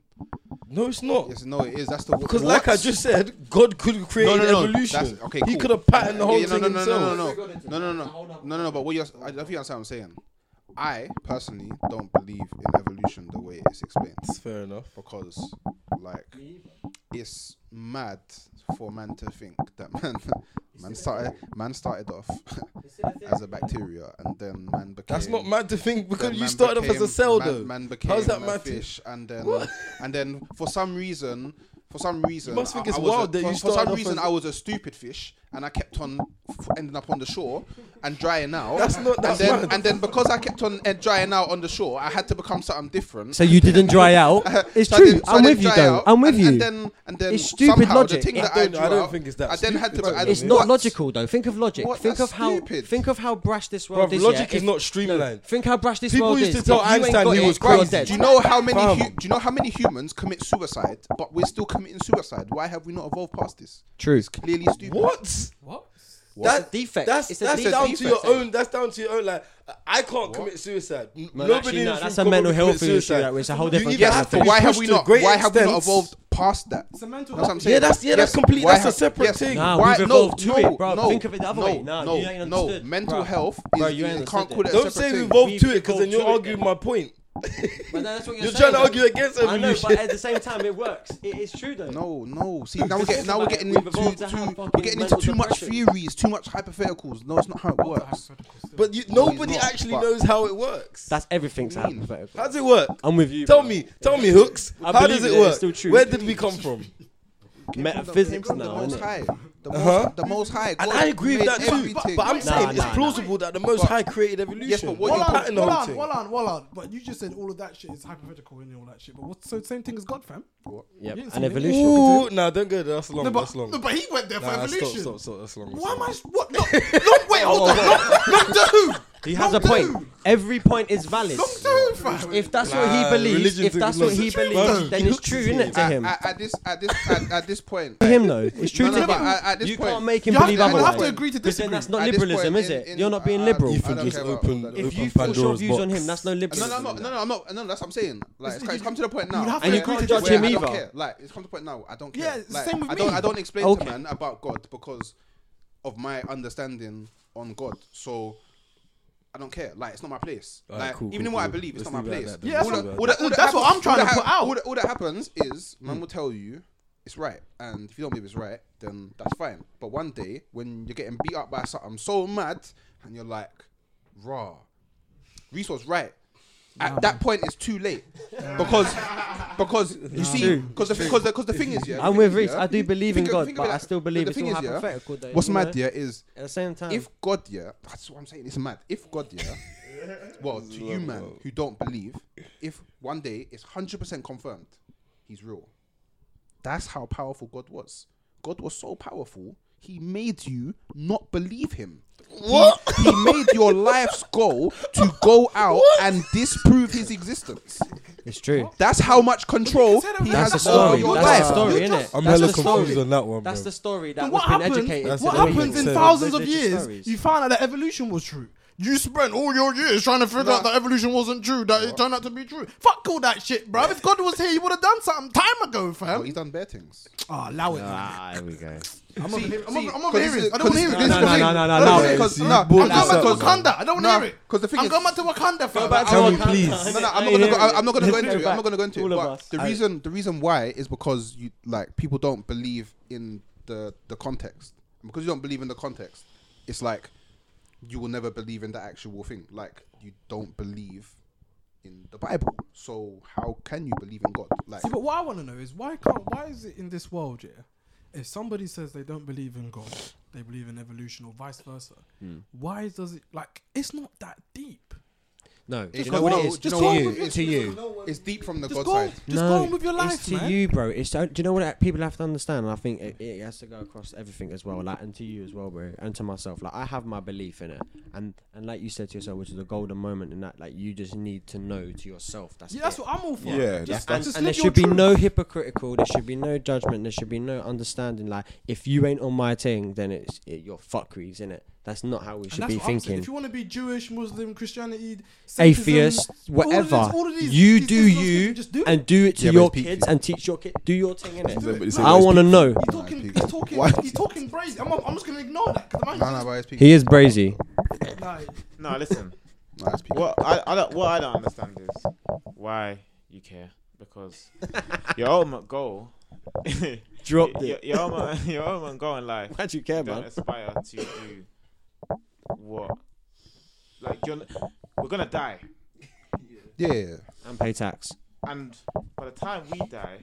[SPEAKER 6] No, it's not.
[SPEAKER 5] Yes, no, it is. That's the
[SPEAKER 6] Because, like I just said, God could have created
[SPEAKER 5] that's-
[SPEAKER 6] evolution.
[SPEAKER 5] Okay,
[SPEAKER 6] He
[SPEAKER 5] cool.
[SPEAKER 6] could have patterned the whole
[SPEAKER 5] Yeah, no,
[SPEAKER 6] thing
[SPEAKER 5] no, no,
[SPEAKER 6] himself.
[SPEAKER 5] No, no, no, no, no, no, no, no, no. But what you're, I don't think you understand what I'm saying. I personally don't believe in evolution the way it's explained
[SPEAKER 6] It's fair enough.
[SPEAKER 5] because, like, it's mad for man to think that <laughs> man, man started, man started off <laughs> as a bacteria and then man became.
[SPEAKER 6] That's not mad to think because
[SPEAKER 5] then
[SPEAKER 6] you
[SPEAKER 5] man
[SPEAKER 6] started off as a
[SPEAKER 5] became-
[SPEAKER 6] cell,
[SPEAKER 5] man,
[SPEAKER 6] though.
[SPEAKER 5] Man became
[SPEAKER 6] How's that
[SPEAKER 5] a
[SPEAKER 6] mad? To,
[SPEAKER 5] fish, and then and then for some reason, for some reason,
[SPEAKER 6] must think it's
[SPEAKER 5] was a-
[SPEAKER 6] wild that you
[SPEAKER 5] for, for
[SPEAKER 6] started
[SPEAKER 5] some
[SPEAKER 6] off
[SPEAKER 5] reason
[SPEAKER 6] as-
[SPEAKER 5] I was a stupid fish, and I kept on f- ending up on the shore and drying out.
[SPEAKER 6] That's not- that's
[SPEAKER 5] and then
[SPEAKER 6] mad.
[SPEAKER 5] and then because I kept on eh, drying out on the shore, I had to become something different.
[SPEAKER 3] So you didn't dry
[SPEAKER 5] <laughs>
[SPEAKER 3] out. It's
[SPEAKER 5] So I
[SPEAKER 3] true.
[SPEAKER 5] didn't- so I
[SPEAKER 3] I'm
[SPEAKER 5] didn't
[SPEAKER 3] with you
[SPEAKER 5] dry
[SPEAKER 3] though.
[SPEAKER 5] out,
[SPEAKER 3] I'm with
[SPEAKER 5] and-
[SPEAKER 3] you.
[SPEAKER 5] And then, and then
[SPEAKER 3] It's stupid
[SPEAKER 5] somehow
[SPEAKER 3] logic.
[SPEAKER 5] The thing
[SPEAKER 3] I
[SPEAKER 5] that
[SPEAKER 6] don't-
[SPEAKER 5] drew
[SPEAKER 6] I don't
[SPEAKER 5] out,
[SPEAKER 6] think it's that
[SPEAKER 5] I then had to.
[SPEAKER 6] stupid,
[SPEAKER 5] I-
[SPEAKER 6] though.
[SPEAKER 3] It's
[SPEAKER 5] what?
[SPEAKER 3] not logical though. Think of logic.
[SPEAKER 5] What?
[SPEAKER 3] think
[SPEAKER 5] That's
[SPEAKER 3] of how
[SPEAKER 5] stupid.
[SPEAKER 3] think of how brash this
[SPEAKER 6] Bro,
[SPEAKER 3] world is.
[SPEAKER 6] logic
[SPEAKER 3] yeah?
[SPEAKER 6] is not streamlined.
[SPEAKER 3] Think how brash this
[SPEAKER 6] People
[SPEAKER 3] world
[SPEAKER 6] used
[SPEAKER 3] is.
[SPEAKER 6] to tell
[SPEAKER 3] If you ain't
[SPEAKER 6] Einstein
[SPEAKER 3] got
[SPEAKER 6] he
[SPEAKER 3] it,
[SPEAKER 6] was
[SPEAKER 3] you're
[SPEAKER 6] crazy.
[SPEAKER 3] dead.
[SPEAKER 5] Do you know how many?
[SPEAKER 6] Fam.
[SPEAKER 5] Hu- do you know how many humans commit suicide, but we're still committing suicide? Why have we not evolved past this?
[SPEAKER 3] True.
[SPEAKER 5] Clearly stupid.
[SPEAKER 6] What?
[SPEAKER 1] What?
[SPEAKER 3] That's a defect.
[SPEAKER 6] That's,
[SPEAKER 3] It's a
[SPEAKER 6] that's
[SPEAKER 3] defect.
[SPEAKER 6] down to your
[SPEAKER 5] Defect.
[SPEAKER 6] own. That's down to your own. Like I can't commit suicide. N-
[SPEAKER 3] No,
[SPEAKER 6] Nobody
[SPEAKER 3] actually,
[SPEAKER 6] in
[SPEAKER 3] no,
[SPEAKER 6] this
[SPEAKER 3] that's
[SPEAKER 6] room
[SPEAKER 3] a
[SPEAKER 6] probably
[SPEAKER 3] mental health
[SPEAKER 6] commits suicide.
[SPEAKER 3] issue, that was a whole
[SPEAKER 6] You
[SPEAKER 3] different
[SPEAKER 6] either
[SPEAKER 3] kind
[SPEAKER 6] have
[SPEAKER 3] of
[SPEAKER 6] to
[SPEAKER 3] thing.
[SPEAKER 6] be
[SPEAKER 5] Why have
[SPEAKER 6] pushed
[SPEAKER 5] we
[SPEAKER 6] to
[SPEAKER 5] not?
[SPEAKER 6] great
[SPEAKER 5] Why have we not
[SPEAKER 6] extents.
[SPEAKER 5] evolved past that?
[SPEAKER 1] It's a mental
[SPEAKER 5] That's what I'm
[SPEAKER 1] health.
[SPEAKER 5] saying.
[SPEAKER 6] Yeah, that's- yeah, that's complete-
[SPEAKER 5] why
[SPEAKER 6] that's a
[SPEAKER 5] have-
[SPEAKER 6] separate
[SPEAKER 5] yes,
[SPEAKER 6] thing.
[SPEAKER 3] Nah,
[SPEAKER 5] why-
[SPEAKER 3] we've evolved
[SPEAKER 5] no,
[SPEAKER 3] to
[SPEAKER 5] no,
[SPEAKER 3] it, bro.
[SPEAKER 5] No,
[SPEAKER 3] Think of it the other
[SPEAKER 5] no,
[SPEAKER 3] way. Nah,
[SPEAKER 5] no,
[SPEAKER 3] you ain't
[SPEAKER 5] no.
[SPEAKER 3] understood,
[SPEAKER 5] Mental
[SPEAKER 3] bro.
[SPEAKER 5] health. Is,
[SPEAKER 3] Bro, you ain't
[SPEAKER 5] can't
[SPEAKER 3] understood
[SPEAKER 5] call
[SPEAKER 3] it.
[SPEAKER 5] it. a separate
[SPEAKER 6] Don't say we
[SPEAKER 5] thing.
[SPEAKER 6] evolved to it
[SPEAKER 3] We've
[SPEAKER 6] because then you're
[SPEAKER 3] evolved to it.
[SPEAKER 6] arguing my point.
[SPEAKER 3] But that's what you're,
[SPEAKER 6] You're
[SPEAKER 3] saying,
[SPEAKER 6] trying to argue against
[SPEAKER 3] I know,
[SPEAKER 6] evolution.
[SPEAKER 3] but at the same time, it works. It is true though.
[SPEAKER 5] No, no. See, now we're
[SPEAKER 3] This
[SPEAKER 5] getting
[SPEAKER 3] is
[SPEAKER 5] now we're
[SPEAKER 3] like
[SPEAKER 5] getting
[SPEAKER 3] we've
[SPEAKER 5] into
[SPEAKER 3] evolved
[SPEAKER 5] too,
[SPEAKER 3] to have fucking
[SPEAKER 5] we're getting into
[SPEAKER 3] mental
[SPEAKER 5] too much
[SPEAKER 3] depression.
[SPEAKER 5] theories, too much hypotheticals. No, it's not how it works.
[SPEAKER 6] But you,
[SPEAKER 5] No, he's
[SPEAKER 6] nobody
[SPEAKER 5] not,
[SPEAKER 6] actually
[SPEAKER 5] but-
[SPEAKER 6] knows how it works.
[SPEAKER 3] That's everything's happened.
[SPEAKER 6] How does it work?
[SPEAKER 3] I'm with you.
[SPEAKER 6] Tell
[SPEAKER 3] bro.
[SPEAKER 6] me, tell me, Hooks.
[SPEAKER 3] I
[SPEAKER 6] How
[SPEAKER 3] believe
[SPEAKER 6] does
[SPEAKER 3] it,
[SPEAKER 6] it
[SPEAKER 3] it's
[SPEAKER 6] work?
[SPEAKER 3] still true.
[SPEAKER 6] Where did we come from?
[SPEAKER 3] Metaphysics
[SPEAKER 5] the,
[SPEAKER 3] now,
[SPEAKER 5] the most
[SPEAKER 3] innit?
[SPEAKER 5] high, the,
[SPEAKER 6] Uh-huh.
[SPEAKER 5] most, the most high.
[SPEAKER 6] And
[SPEAKER 5] God
[SPEAKER 6] I agree with
[SPEAKER 5] made
[SPEAKER 6] that too. But,
[SPEAKER 5] everything.
[SPEAKER 6] but I'm saying it's
[SPEAKER 3] nah, nah.
[SPEAKER 6] plausible that the Most High created evolution.
[SPEAKER 5] Yes, but what
[SPEAKER 1] Hold
[SPEAKER 5] you're
[SPEAKER 1] on,
[SPEAKER 6] patting the
[SPEAKER 1] hold
[SPEAKER 6] whole
[SPEAKER 1] on,
[SPEAKER 6] thing.
[SPEAKER 1] hold on, hold on. But you just said all of that shit is hypothetical and all that shit. But what's so same thing as God, fam?
[SPEAKER 3] Yep.
[SPEAKER 1] You ain't
[SPEAKER 3] An
[SPEAKER 1] seen it.
[SPEAKER 3] evolution.
[SPEAKER 6] Ooh, nah, don't go there. That's long.
[SPEAKER 1] No,
[SPEAKER 6] that's
[SPEAKER 1] but,
[SPEAKER 6] long.
[SPEAKER 1] no, but he went there for
[SPEAKER 6] nah,
[SPEAKER 1] evolution.
[SPEAKER 6] stop, stop, stop. That's long.
[SPEAKER 1] Why am I?
[SPEAKER 6] that's
[SPEAKER 1] s- What? No, no wait, hold on. No, no, dude.
[SPEAKER 3] He has
[SPEAKER 1] No,
[SPEAKER 3] a point.
[SPEAKER 1] dude.
[SPEAKER 3] Every point is valid.
[SPEAKER 1] No, dude, fam.
[SPEAKER 3] If that's
[SPEAKER 6] Nah,
[SPEAKER 3] what he believes,
[SPEAKER 6] religion's
[SPEAKER 3] if that's what he
[SPEAKER 6] ignorance.
[SPEAKER 3] believes,
[SPEAKER 6] It's true,
[SPEAKER 3] then
[SPEAKER 6] though.
[SPEAKER 3] it's true, isn't it, to
[SPEAKER 5] At-
[SPEAKER 3] him?
[SPEAKER 5] At, at this, at this, at, at this point,
[SPEAKER 3] To him, though, it's true
[SPEAKER 5] No, no,
[SPEAKER 3] to
[SPEAKER 5] but
[SPEAKER 3] him.
[SPEAKER 5] at- at this
[SPEAKER 3] you
[SPEAKER 5] point-
[SPEAKER 3] can't make him
[SPEAKER 1] You have to-
[SPEAKER 3] believe
[SPEAKER 1] you have
[SPEAKER 3] otherwise.
[SPEAKER 1] to agree to
[SPEAKER 3] Because then
[SPEAKER 1] disagree.
[SPEAKER 3] that's not
[SPEAKER 5] At this
[SPEAKER 3] liberalism,
[SPEAKER 5] point
[SPEAKER 3] is it?
[SPEAKER 5] in- in-
[SPEAKER 3] You're not being
[SPEAKER 5] I- I-
[SPEAKER 3] liberal.
[SPEAKER 5] You
[SPEAKER 6] long.
[SPEAKER 5] I don't
[SPEAKER 6] Ethan just
[SPEAKER 5] care about
[SPEAKER 6] opened,
[SPEAKER 5] that.
[SPEAKER 3] If you
[SPEAKER 6] opened
[SPEAKER 3] force your
[SPEAKER 6] Pandora's
[SPEAKER 3] views
[SPEAKER 6] box.
[SPEAKER 3] on him, that's no
[SPEAKER 5] No,
[SPEAKER 3] liberalism.
[SPEAKER 5] no, I'm not. No, no, I'm not. No, that's what I'm saying. Like, it's, it's come to the point now.
[SPEAKER 1] You have
[SPEAKER 5] where-
[SPEAKER 1] to agree to
[SPEAKER 5] where
[SPEAKER 1] judge
[SPEAKER 3] him
[SPEAKER 5] I don't
[SPEAKER 3] either.
[SPEAKER 5] care. Like, it's come to the point now. I don't care.
[SPEAKER 1] Yeah, it's the
[SPEAKER 5] like,
[SPEAKER 1] same with
[SPEAKER 5] I don't.
[SPEAKER 1] me.
[SPEAKER 5] I don't explain
[SPEAKER 3] Okay.
[SPEAKER 5] to man about God because of my understanding on God. So. I don't care. Like it's not my place.
[SPEAKER 6] Alright,
[SPEAKER 5] like
[SPEAKER 6] cool,
[SPEAKER 5] even
[SPEAKER 6] cool,
[SPEAKER 5] in what I
[SPEAKER 6] cool.
[SPEAKER 5] believe, it's
[SPEAKER 6] Let's
[SPEAKER 5] not my
[SPEAKER 6] leave it at
[SPEAKER 5] place.
[SPEAKER 6] that then.
[SPEAKER 1] Yeah,
[SPEAKER 5] all
[SPEAKER 1] that's
[SPEAKER 5] that-
[SPEAKER 1] what-
[SPEAKER 5] all that- all that
[SPEAKER 1] that's what
[SPEAKER 5] happens-
[SPEAKER 1] I'm trying
[SPEAKER 5] all
[SPEAKER 1] to
[SPEAKER 5] that
[SPEAKER 1] put
[SPEAKER 5] hap-
[SPEAKER 1] out.
[SPEAKER 5] All that, all that happens is man
[SPEAKER 6] Hmm.
[SPEAKER 5] will tell you it's right, and if you don't believe it's right, then that's fine. But one day when you're getting beat up by something so mad, and you're like, raw, Reese was right. At that point, it's too late because because you see because the because the, 'cause the thing is yeah.
[SPEAKER 3] I'm
[SPEAKER 5] the
[SPEAKER 3] with
[SPEAKER 5] thing
[SPEAKER 3] Reese.
[SPEAKER 5] is, yeah,
[SPEAKER 3] I do believe
[SPEAKER 5] think
[SPEAKER 3] in
[SPEAKER 5] of-
[SPEAKER 3] God,
[SPEAKER 5] think of
[SPEAKER 3] but
[SPEAKER 5] it
[SPEAKER 3] I
[SPEAKER 5] like-
[SPEAKER 3] still believe
[SPEAKER 5] the
[SPEAKER 3] it's
[SPEAKER 5] thing
[SPEAKER 3] all
[SPEAKER 5] is, yeah,
[SPEAKER 3] hypothetical. though,
[SPEAKER 5] What's
[SPEAKER 3] you
[SPEAKER 5] mad
[SPEAKER 3] know?
[SPEAKER 5] yeah is
[SPEAKER 3] At the same time,
[SPEAKER 5] if God, yeah, that's what I'm saying. It's mad. If God,
[SPEAKER 1] <laughs>
[SPEAKER 5] yeah, well, to you, man, who don't believe, if one day it's hundred percent confirmed, he's real. That's how powerful God was. God was so powerful, he made you not believe him. What? He, he made your life's goal to go out and disprove his existence.
[SPEAKER 3] it's true.
[SPEAKER 5] That's how much control
[SPEAKER 1] said it
[SPEAKER 5] he
[SPEAKER 1] was-
[SPEAKER 5] has
[SPEAKER 1] That's
[SPEAKER 3] That's the
[SPEAKER 1] the
[SPEAKER 5] over
[SPEAKER 3] story.
[SPEAKER 5] your
[SPEAKER 1] That's
[SPEAKER 5] life.
[SPEAKER 3] That's
[SPEAKER 1] the
[SPEAKER 3] the
[SPEAKER 1] story,
[SPEAKER 3] story,
[SPEAKER 1] You
[SPEAKER 3] innit?
[SPEAKER 1] innit?
[SPEAKER 6] I'm
[SPEAKER 3] That's
[SPEAKER 6] hella
[SPEAKER 3] the
[SPEAKER 6] confused
[SPEAKER 3] story.
[SPEAKER 6] on that one,
[SPEAKER 3] That's
[SPEAKER 6] bro.
[SPEAKER 3] the story that
[SPEAKER 1] But
[SPEAKER 3] was
[SPEAKER 1] what
[SPEAKER 3] been
[SPEAKER 1] happens?
[SPEAKER 3] educated.
[SPEAKER 6] That's
[SPEAKER 1] what
[SPEAKER 6] the way
[SPEAKER 1] happens in
[SPEAKER 6] said.
[SPEAKER 1] thousands of years? You find out that evolution was true. You spent all your years trying to figure out that evolution wasn't true. That it turned out to be true. Fuck all that shit, bruv. If God was here, he would have done something time ago,
[SPEAKER 5] Well,
[SPEAKER 1] fam.
[SPEAKER 5] he's done bare things.
[SPEAKER 1] Ah, allow it. man.
[SPEAKER 4] Ah, here we go.
[SPEAKER 1] I'm not hearing. I'm
[SPEAKER 5] see,
[SPEAKER 1] not- I'm not
[SPEAKER 5] 'cause this
[SPEAKER 1] hearing.
[SPEAKER 5] is-
[SPEAKER 1] it. I don't want to hear it.
[SPEAKER 3] No,
[SPEAKER 5] this is
[SPEAKER 3] no,
[SPEAKER 5] the thing.
[SPEAKER 3] no, no,
[SPEAKER 5] No,
[SPEAKER 3] no,
[SPEAKER 5] no,
[SPEAKER 3] no.
[SPEAKER 5] because-
[SPEAKER 6] You
[SPEAKER 5] no, I'm
[SPEAKER 6] bought
[SPEAKER 1] I'm going back
[SPEAKER 5] going
[SPEAKER 6] this
[SPEAKER 5] back
[SPEAKER 1] to
[SPEAKER 6] out,
[SPEAKER 5] to Wakanda.
[SPEAKER 1] Wakanda. I don't
[SPEAKER 5] No,
[SPEAKER 1] want to hear it.
[SPEAKER 5] 'cause the thing
[SPEAKER 1] I'm
[SPEAKER 5] is-
[SPEAKER 1] <laughs> going back to Wakanda, fam.
[SPEAKER 3] back to
[SPEAKER 1] I-
[SPEAKER 6] Tell
[SPEAKER 1] I-
[SPEAKER 6] me,
[SPEAKER 3] Wakanda.
[SPEAKER 6] please.
[SPEAKER 5] No, no,
[SPEAKER 3] I
[SPEAKER 5] I'm not
[SPEAKER 3] hear
[SPEAKER 5] gonna go.
[SPEAKER 3] it.
[SPEAKER 5] I- I'm not gonna go
[SPEAKER 3] Let's
[SPEAKER 5] into
[SPEAKER 3] go
[SPEAKER 5] it. I'm not gonna go into
[SPEAKER 3] back. All
[SPEAKER 5] it.
[SPEAKER 3] of
[SPEAKER 5] But
[SPEAKER 3] us.
[SPEAKER 5] the
[SPEAKER 3] I-
[SPEAKER 5] reason, the reason why is because you like people don't believe in the the context. And because you don't believe in the context, it's like you will never believe in the actual thing. Like you don't believe in the Bible. So how can you believe in God? Like
[SPEAKER 1] See, but what I want to know is why can't why is it in this world, yeah? If somebody says they don't believe in God, they believe in evolution or vice versa.
[SPEAKER 3] Hmm.
[SPEAKER 1] Why does it like it's not that deep?
[SPEAKER 3] No, do
[SPEAKER 5] It's
[SPEAKER 3] you know what
[SPEAKER 5] called-
[SPEAKER 3] it is?
[SPEAKER 5] it's
[SPEAKER 3] To
[SPEAKER 5] called-
[SPEAKER 3] you,
[SPEAKER 5] it's-
[SPEAKER 3] to you.
[SPEAKER 5] it's deep from the
[SPEAKER 1] Just
[SPEAKER 5] God
[SPEAKER 1] go,
[SPEAKER 5] side.
[SPEAKER 1] just go on with your life,
[SPEAKER 3] it's to
[SPEAKER 1] man.
[SPEAKER 3] you, bro. It's do you know what that people have to understand? And I think it, it has to go across everything as well, like and to you as well, bro, and to myself. Like I have my belief in it, and and like you said to yourself, which is a golden moment in that. Like you just need to know to yourself. That's
[SPEAKER 1] Yeah, that's
[SPEAKER 3] it.
[SPEAKER 1] what I'm all for.
[SPEAKER 2] Yeah,
[SPEAKER 1] just,
[SPEAKER 2] that's-
[SPEAKER 1] just
[SPEAKER 3] and there
[SPEAKER 1] live your
[SPEAKER 3] should be
[SPEAKER 1] truth.
[SPEAKER 3] no hypocritical. There should be no judgment. There should be no understanding. Like if you ain't on my thing, then it's it, your fuckeries in it. That's not how we
[SPEAKER 1] And
[SPEAKER 3] should
[SPEAKER 1] that's
[SPEAKER 3] be
[SPEAKER 1] what I'm saying.
[SPEAKER 3] thinking.
[SPEAKER 1] If you want to be Jewish, Muslim, Christianity, Satanism,
[SPEAKER 3] Atheist,
[SPEAKER 1] all of these-
[SPEAKER 3] whatever
[SPEAKER 1] all of these-
[SPEAKER 3] you
[SPEAKER 1] these
[SPEAKER 3] do,
[SPEAKER 1] Islam stuff,
[SPEAKER 3] you
[SPEAKER 1] just do it.
[SPEAKER 3] and do it to
[SPEAKER 2] Yeah, but
[SPEAKER 3] your
[SPEAKER 2] it's peak.
[SPEAKER 3] kids and teach your kid. Do your thing in it.
[SPEAKER 2] But it's-
[SPEAKER 3] I want to know.
[SPEAKER 1] He's talking, he's talking, he's talking crazy. I'm, I'm just gonna ignore that because
[SPEAKER 5] No, no, but it's people.
[SPEAKER 3] He is brazy.
[SPEAKER 1] like,
[SPEAKER 4] No, listen.
[SPEAKER 5] No, it's people.
[SPEAKER 4] What I, I don't, what I don't understand is why you care
[SPEAKER 3] <laughs>
[SPEAKER 4] because your ultimate goal,
[SPEAKER 3] Dropped
[SPEAKER 4] your,
[SPEAKER 3] it.
[SPEAKER 4] your ultimate <laughs> your ultimate goal in life
[SPEAKER 3] Why'd you care,
[SPEAKER 4] don't aspire to do what like you're we're gonna die
[SPEAKER 5] Yeah.
[SPEAKER 3] <laughs> And pay tax.
[SPEAKER 4] and by the time we die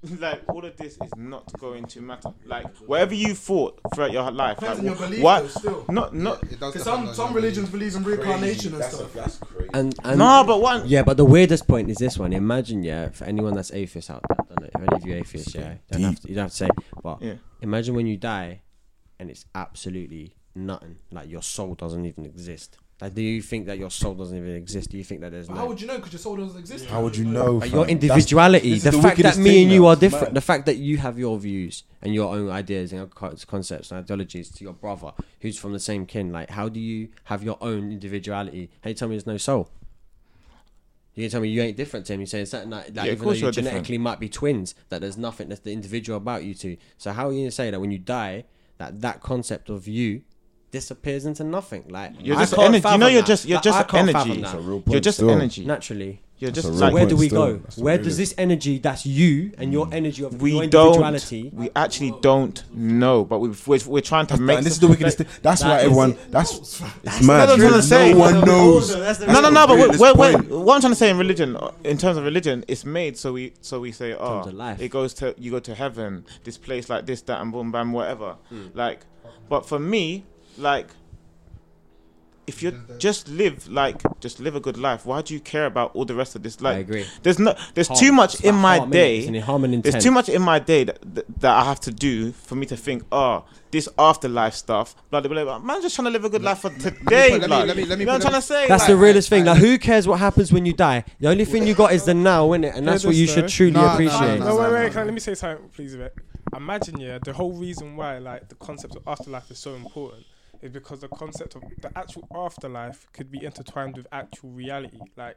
[SPEAKER 4] <laughs> like all of this is not going to matter like whatever you thought throughout your life like,
[SPEAKER 1] Depends on your belief,
[SPEAKER 4] what
[SPEAKER 1] though, still.
[SPEAKER 4] not not
[SPEAKER 5] It
[SPEAKER 1] Because
[SPEAKER 5] does depend
[SPEAKER 1] some
[SPEAKER 5] on
[SPEAKER 1] some
[SPEAKER 5] your
[SPEAKER 1] religions
[SPEAKER 5] belief.
[SPEAKER 1] believe in reincarnation and stuff.
[SPEAKER 2] That's crazy.
[SPEAKER 3] And, and
[SPEAKER 4] no but one
[SPEAKER 3] Yeah, but the weirdest point is this one. Imagine, yeah, for anyone that's atheist out there, I don't know, if any of you atheists, yeah, don't have to, you don't have to say, it, but
[SPEAKER 4] Yeah.
[SPEAKER 3] imagine when you die and it's absolutely nothing. Like your soul doesn't even exist. Like, do you think that your soul doesn't even exist? Do you think that there's
[SPEAKER 1] But
[SPEAKER 3] no?
[SPEAKER 1] how would you know? Because your soul doesn't exist.
[SPEAKER 2] How would you know?
[SPEAKER 3] But
[SPEAKER 2] fam?
[SPEAKER 3] your
[SPEAKER 2] That's-
[SPEAKER 3] individuality,
[SPEAKER 2] this
[SPEAKER 3] the,
[SPEAKER 2] is the
[SPEAKER 3] fact that
[SPEAKER 2] wickedest
[SPEAKER 3] me
[SPEAKER 2] thing,
[SPEAKER 3] and you
[SPEAKER 2] though.
[SPEAKER 3] are
[SPEAKER 2] It's
[SPEAKER 3] different,
[SPEAKER 2] mad.
[SPEAKER 3] the fact that you have your views and your own ideas and your co- concepts and ideologies to your brother who's from the same kin, like how do you have your own individuality? How you tell me there's no soul? You can tell me you ain't different to him. You say it's that like, like
[SPEAKER 4] Yeah, of
[SPEAKER 3] even though
[SPEAKER 4] course
[SPEAKER 3] you
[SPEAKER 4] you're different.
[SPEAKER 3] genetically might be twins, that there's nothing that's the individual about you two. So how are you gonna say that when you die, that that concept of you disappears into nothing. Like
[SPEAKER 4] You're
[SPEAKER 3] I
[SPEAKER 4] just
[SPEAKER 3] can't
[SPEAKER 4] energy. You know,
[SPEAKER 3] fathom
[SPEAKER 4] you're
[SPEAKER 3] that.
[SPEAKER 4] just you're
[SPEAKER 3] Like, I
[SPEAKER 4] just
[SPEAKER 3] can't fathom
[SPEAKER 4] energy.
[SPEAKER 3] that.
[SPEAKER 2] That's a real point
[SPEAKER 4] You're just
[SPEAKER 2] still.
[SPEAKER 4] energy.
[SPEAKER 3] naturally.
[SPEAKER 4] You're
[SPEAKER 2] a
[SPEAKER 4] just
[SPEAKER 3] So
[SPEAKER 2] real
[SPEAKER 4] like
[SPEAKER 3] where do
[SPEAKER 2] point
[SPEAKER 3] we
[SPEAKER 2] still.
[SPEAKER 3] go?
[SPEAKER 2] That's the
[SPEAKER 3] Where does
[SPEAKER 2] realest.
[SPEAKER 3] this energy that's you and your energy of your
[SPEAKER 4] we don't.
[SPEAKER 3] individuality?
[SPEAKER 4] We actually don't know, but we we're, we're trying to make.
[SPEAKER 2] and this is the
[SPEAKER 4] some-
[SPEAKER 2] wickedest thing. That's
[SPEAKER 3] That
[SPEAKER 2] why
[SPEAKER 3] is
[SPEAKER 2] everyone.
[SPEAKER 3] it.
[SPEAKER 2] That's it's
[SPEAKER 4] what
[SPEAKER 2] mad.
[SPEAKER 4] I'm trying to say.
[SPEAKER 2] No one knows.
[SPEAKER 3] That's the-
[SPEAKER 4] No, no, no.
[SPEAKER 2] the
[SPEAKER 4] But
[SPEAKER 2] realest
[SPEAKER 4] where, where,
[SPEAKER 2] point.
[SPEAKER 4] what I'm trying to say in religion, uh, in terms of religion, it's made so we so we say, oh,
[SPEAKER 3] terms of life.
[SPEAKER 4] it goes to you go to heaven, this place like this, that, and boom, bam, whatever.
[SPEAKER 3] Hmm.
[SPEAKER 4] Like, but for me, like, if you just live like just live a good life, why do you care about all the rest of this? Like,
[SPEAKER 3] agree.
[SPEAKER 4] There's no, there's
[SPEAKER 3] Harm.
[SPEAKER 4] too much
[SPEAKER 3] It's
[SPEAKER 4] in
[SPEAKER 3] about
[SPEAKER 4] my
[SPEAKER 3] harm, innit?
[SPEAKER 4] day.
[SPEAKER 3] It's in harm and
[SPEAKER 4] There's
[SPEAKER 3] intent.
[SPEAKER 4] too much in my day that, that, that I have to do for me to think, oh, this afterlife stuff, blah, blah, blah. blah. Man, just trying to live a good life for today.
[SPEAKER 5] put- let me-
[SPEAKER 4] blood.
[SPEAKER 5] let me- let me put-
[SPEAKER 4] you know what I'm trying to say?
[SPEAKER 3] That's
[SPEAKER 4] Like,
[SPEAKER 3] the realest thing. Like, who cares what happens when you die? The only thing you got is the now, innit? And that's
[SPEAKER 7] Yeah,
[SPEAKER 3] what you
[SPEAKER 7] that's
[SPEAKER 3] should
[SPEAKER 7] fair.
[SPEAKER 3] truly
[SPEAKER 5] Nah, nah,
[SPEAKER 3] appreciate.
[SPEAKER 5] nah,
[SPEAKER 7] No,
[SPEAKER 5] nah.
[SPEAKER 7] wait, wait. Can, let me say something, please, Vic. Imagine, yeah, the whole reason why like the concept of afterlife is so important is because the concept of the actual afterlife could be intertwined with actual reality, like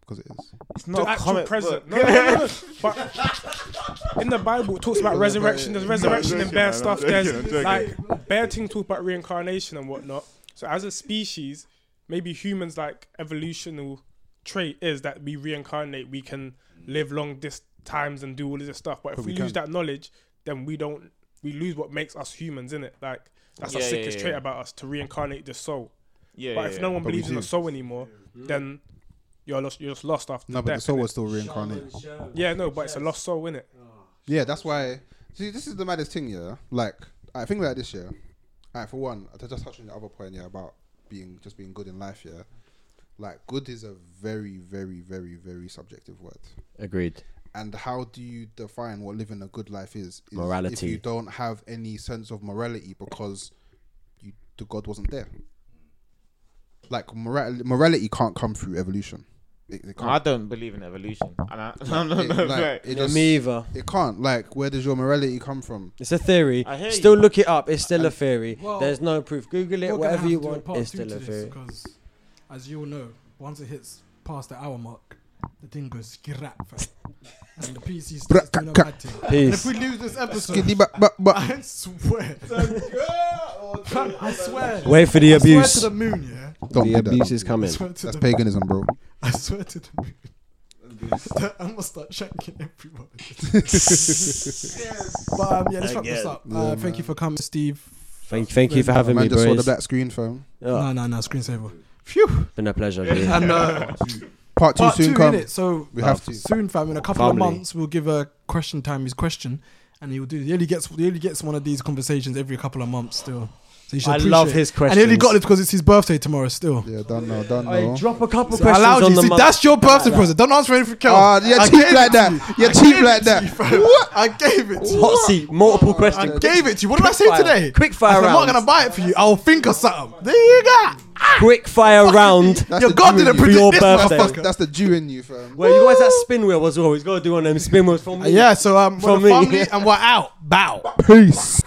[SPEAKER 5] because it is.
[SPEAKER 4] It's
[SPEAKER 7] the
[SPEAKER 4] not a
[SPEAKER 7] actual
[SPEAKER 4] comic
[SPEAKER 7] present.
[SPEAKER 4] present.
[SPEAKER 7] No, no, no, no, no. <laughs> But in the Bible, it talks about resurrection. There's resurrection and bare stuff. There's like bare things talk about reincarnation and whatnot. So as a species, maybe humans like evolutional trait is that we reincarnate. We can live long dis- times and do all of this stuff. But if we, lose that knowledge, then we don't. We lose what makes us humans, in it. Like that's the
[SPEAKER 4] Yeah, yeah,
[SPEAKER 7] sickest
[SPEAKER 4] yeah.
[SPEAKER 7] trait about us to reincarnate the soul.
[SPEAKER 4] Yeah,
[SPEAKER 7] but
[SPEAKER 4] yeah,
[SPEAKER 7] if
[SPEAKER 4] yeah.
[SPEAKER 7] no one
[SPEAKER 5] But we
[SPEAKER 7] believes in the
[SPEAKER 5] do.
[SPEAKER 7] soul anymore, then you're lost. You're just lost after
[SPEAKER 5] No,
[SPEAKER 7] death.
[SPEAKER 5] but the soul
[SPEAKER 7] innit?
[SPEAKER 5] was still reincarnated.
[SPEAKER 7] Yeah, no, but it's a lost soul, innit?
[SPEAKER 5] Yeah, that's why. See, this is the maddest thing, yeah. Like, I think like this, yeah. Alright, for one, to just touch on the other point, yeah, about being just being good in life, yeah. Like, good is a very, very, very, very subjective word.
[SPEAKER 3] Agreed.
[SPEAKER 5] And how do you define what living a good life is? is If
[SPEAKER 3] Morality.
[SPEAKER 5] you don't have any sense of morality because you, the God wasn't there. Like, moral, morality can't come through evolution. It, it
[SPEAKER 4] I
[SPEAKER 5] can't.
[SPEAKER 4] don't believe in <laughs> evolution. And I, no, no,
[SPEAKER 5] It,
[SPEAKER 4] no,
[SPEAKER 5] like,
[SPEAKER 4] right.
[SPEAKER 5] it, just,
[SPEAKER 3] Me
[SPEAKER 5] it
[SPEAKER 3] either.
[SPEAKER 5] can't. Like, where does your morality come from?
[SPEAKER 3] It's a theory.
[SPEAKER 4] I hear
[SPEAKER 3] Still
[SPEAKER 4] you.
[SPEAKER 3] look it up. It's still a theory.
[SPEAKER 1] Well,
[SPEAKER 3] There's no proof. Google
[SPEAKER 1] We're
[SPEAKER 3] it,
[SPEAKER 1] gonna
[SPEAKER 3] whatever
[SPEAKER 1] have
[SPEAKER 3] you
[SPEAKER 1] to do a
[SPEAKER 3] want.
[SPEAKER 1] part
[SPEAKER 3] It's
[SPEAKER 1] two
[SPEAKER 3] still
[SPEAKER 1] to
[SPEAKER 3] a
[SPEAKER 1] this
[SPEAKER 3] theory.
[SPEAKER 1] Because, as you all know, once it hits past the hour mark, the thing goes scrap. fam. and the PC starts doing a bad thing. And if
[SPEAKER 3] Peace.
[SPEAKER 1] we lose this episode,
[SPEAKER 5] Skiddy ba- ba-
[SPEAKER 1] <laughs>
[SPEAKER 5] ba-
[SPEAKER 1] I swear, fam, I swear,
[SPEAKER 3] Wait for the
[SPEAKER 1] I swear
[SPEAKER 3] abuse.
[SPEAKER 1] to the moon, yeah.
[SPEAKER 5] Don't
[SPEAKER 3] The
[SPEAKER 5] do that.
[SPEAKER 3] abuse is
[SPEAKER 1] I
[SPEAKER 3] coming.
[SPEAKER 1] swear to
[SPEAKER 5] That's
[SPEAKER 1] the
[SPEAKER 5] paganism, bro.
[SPEAKER 1] <laughs> I swear to the moon. <laughs> I'm gonna start shanking everyone. but um, yeah, let's wrap this up. Uh,
[SPEAKER 5] Yeah,
[SPEAKER 1] thank you for coming, Steve.
[SPEAKER 3] Thank, thank you for having
[SPEAKER 5] Man
[SPEAKER 3] me,
[SPEAKER 5] just saw the
[SPEAKER 3] boys.
[SPEAKER 5] black screen phone.
[SPEAKER 3] Oh,
[SPEAKER 1] No, no, no, screensaver. Phew.
[SPEAKER 3] been a pleasure. dude.
[SPEAKER 1] And uh,
[SPEAKER 5] Part two
[SPEAKER 1] part two,
[SPEAKER 5] soon come.
[SPEAKER 1] innit? So uh,
[SPEAKER 5] We have to.
[SPEAKER 1] soon, fam. In a couple
[SPEAKER 3] Family.
[SPEAKER 1] of months, we'll give a question time his question, and he will do. He only gets he only gets one of these conversations every couple of months still. So you should
[SPEAKER 3] I love
[SPEAKER 1] appreciate it.
[SPEAKER 3] his questions.
[SPEAKER 1] And he only got it because it's his birthday tomorrow still.
[SPEAKER 5] Yeah, done now, done
[SPEAKER 3] Hey,
[SPEAKER 5] now.
[SPEAKER 3] drop a couple
[SPEAKER 1] I
[SPEAKER 3] questions
[SPEAKER 1] allowed
[SPEAKER 3] on
[SPEAKER 1] you.
[SPEAKER 3] the
[SPEAKER 1] See,
[SPEAKER 3] month.
[SPEAKER 1] that's your birthday present. Don't answer anything
[SPEAKER 5] Ah,
[SPEAKER 1] else.
[SPEAKER 5] you're
[SPEAKER 1] I
[SPEAKER 5] cheap
[SPEAKER 1] gave
[SPEAKER 5] like
[SPEAKER 1] it
[SPEAKER 5] that.
[SPEAKER 1] to you.
[SPEAKER 5] You're
[SPEAKER 1] I
[SPEAKER 5] cheap
[SPEAKER 1] gave
[SPEAKER 5] like
[SPEAKER 1] it to
[SPEAKER 5] that.
[SPEAKER 1] you, fam. What? I gave it to you.
[SPEAKER 3] Hot seat, multiple
[SPEAKER 1] I
[SPEAKER 3] questions.
[SPEAKER 1] gave it to you. What did I say
[SPEAKER 3] Quick fire.
[SPEAKER 1] today?
[SPEAKER 3] Quick fire
[SPEAKER 1] I said, I'm not
[SPEAKER 3] rounds.
[SPEAKER 1] gonna buy it for you. I'll think of something. There you go.
[SPEAKER 3] Quick fire round.
[SPEAKER 5] That's
[SPEAKER 1] Your
[SPEAKER 5] the
[SPEAKER 1] God
[SPEAKER 5] Jew in
[SPEAKER 1] didn't
[SPEAKER 5] you.
[SPEAKER 1] predict
[SPEAKER 3] your
[SPEAKER 1] this,
[SPEAKER 3] birthday.
[SPEAKER 5] That's,
[SPEAKER 1] motherfucker.
[SPEAKER 5] that's the Jew in you, fam.
[SPEAKER 3] Well, you guys, that spin wheel was always got to do one of them spin wheels from me.
[SPEAKER 1] Uh,
[SPEAKER 3] <laughs>
[SPEAKER 1] Yeah. So um,
[SPEAKER 3] From
[SPEAKER 1] we're the
[SPEAKER 3] me.
[SPEAKER 1] family, and we're out. Bow.
[SPEAKER 5] Peace.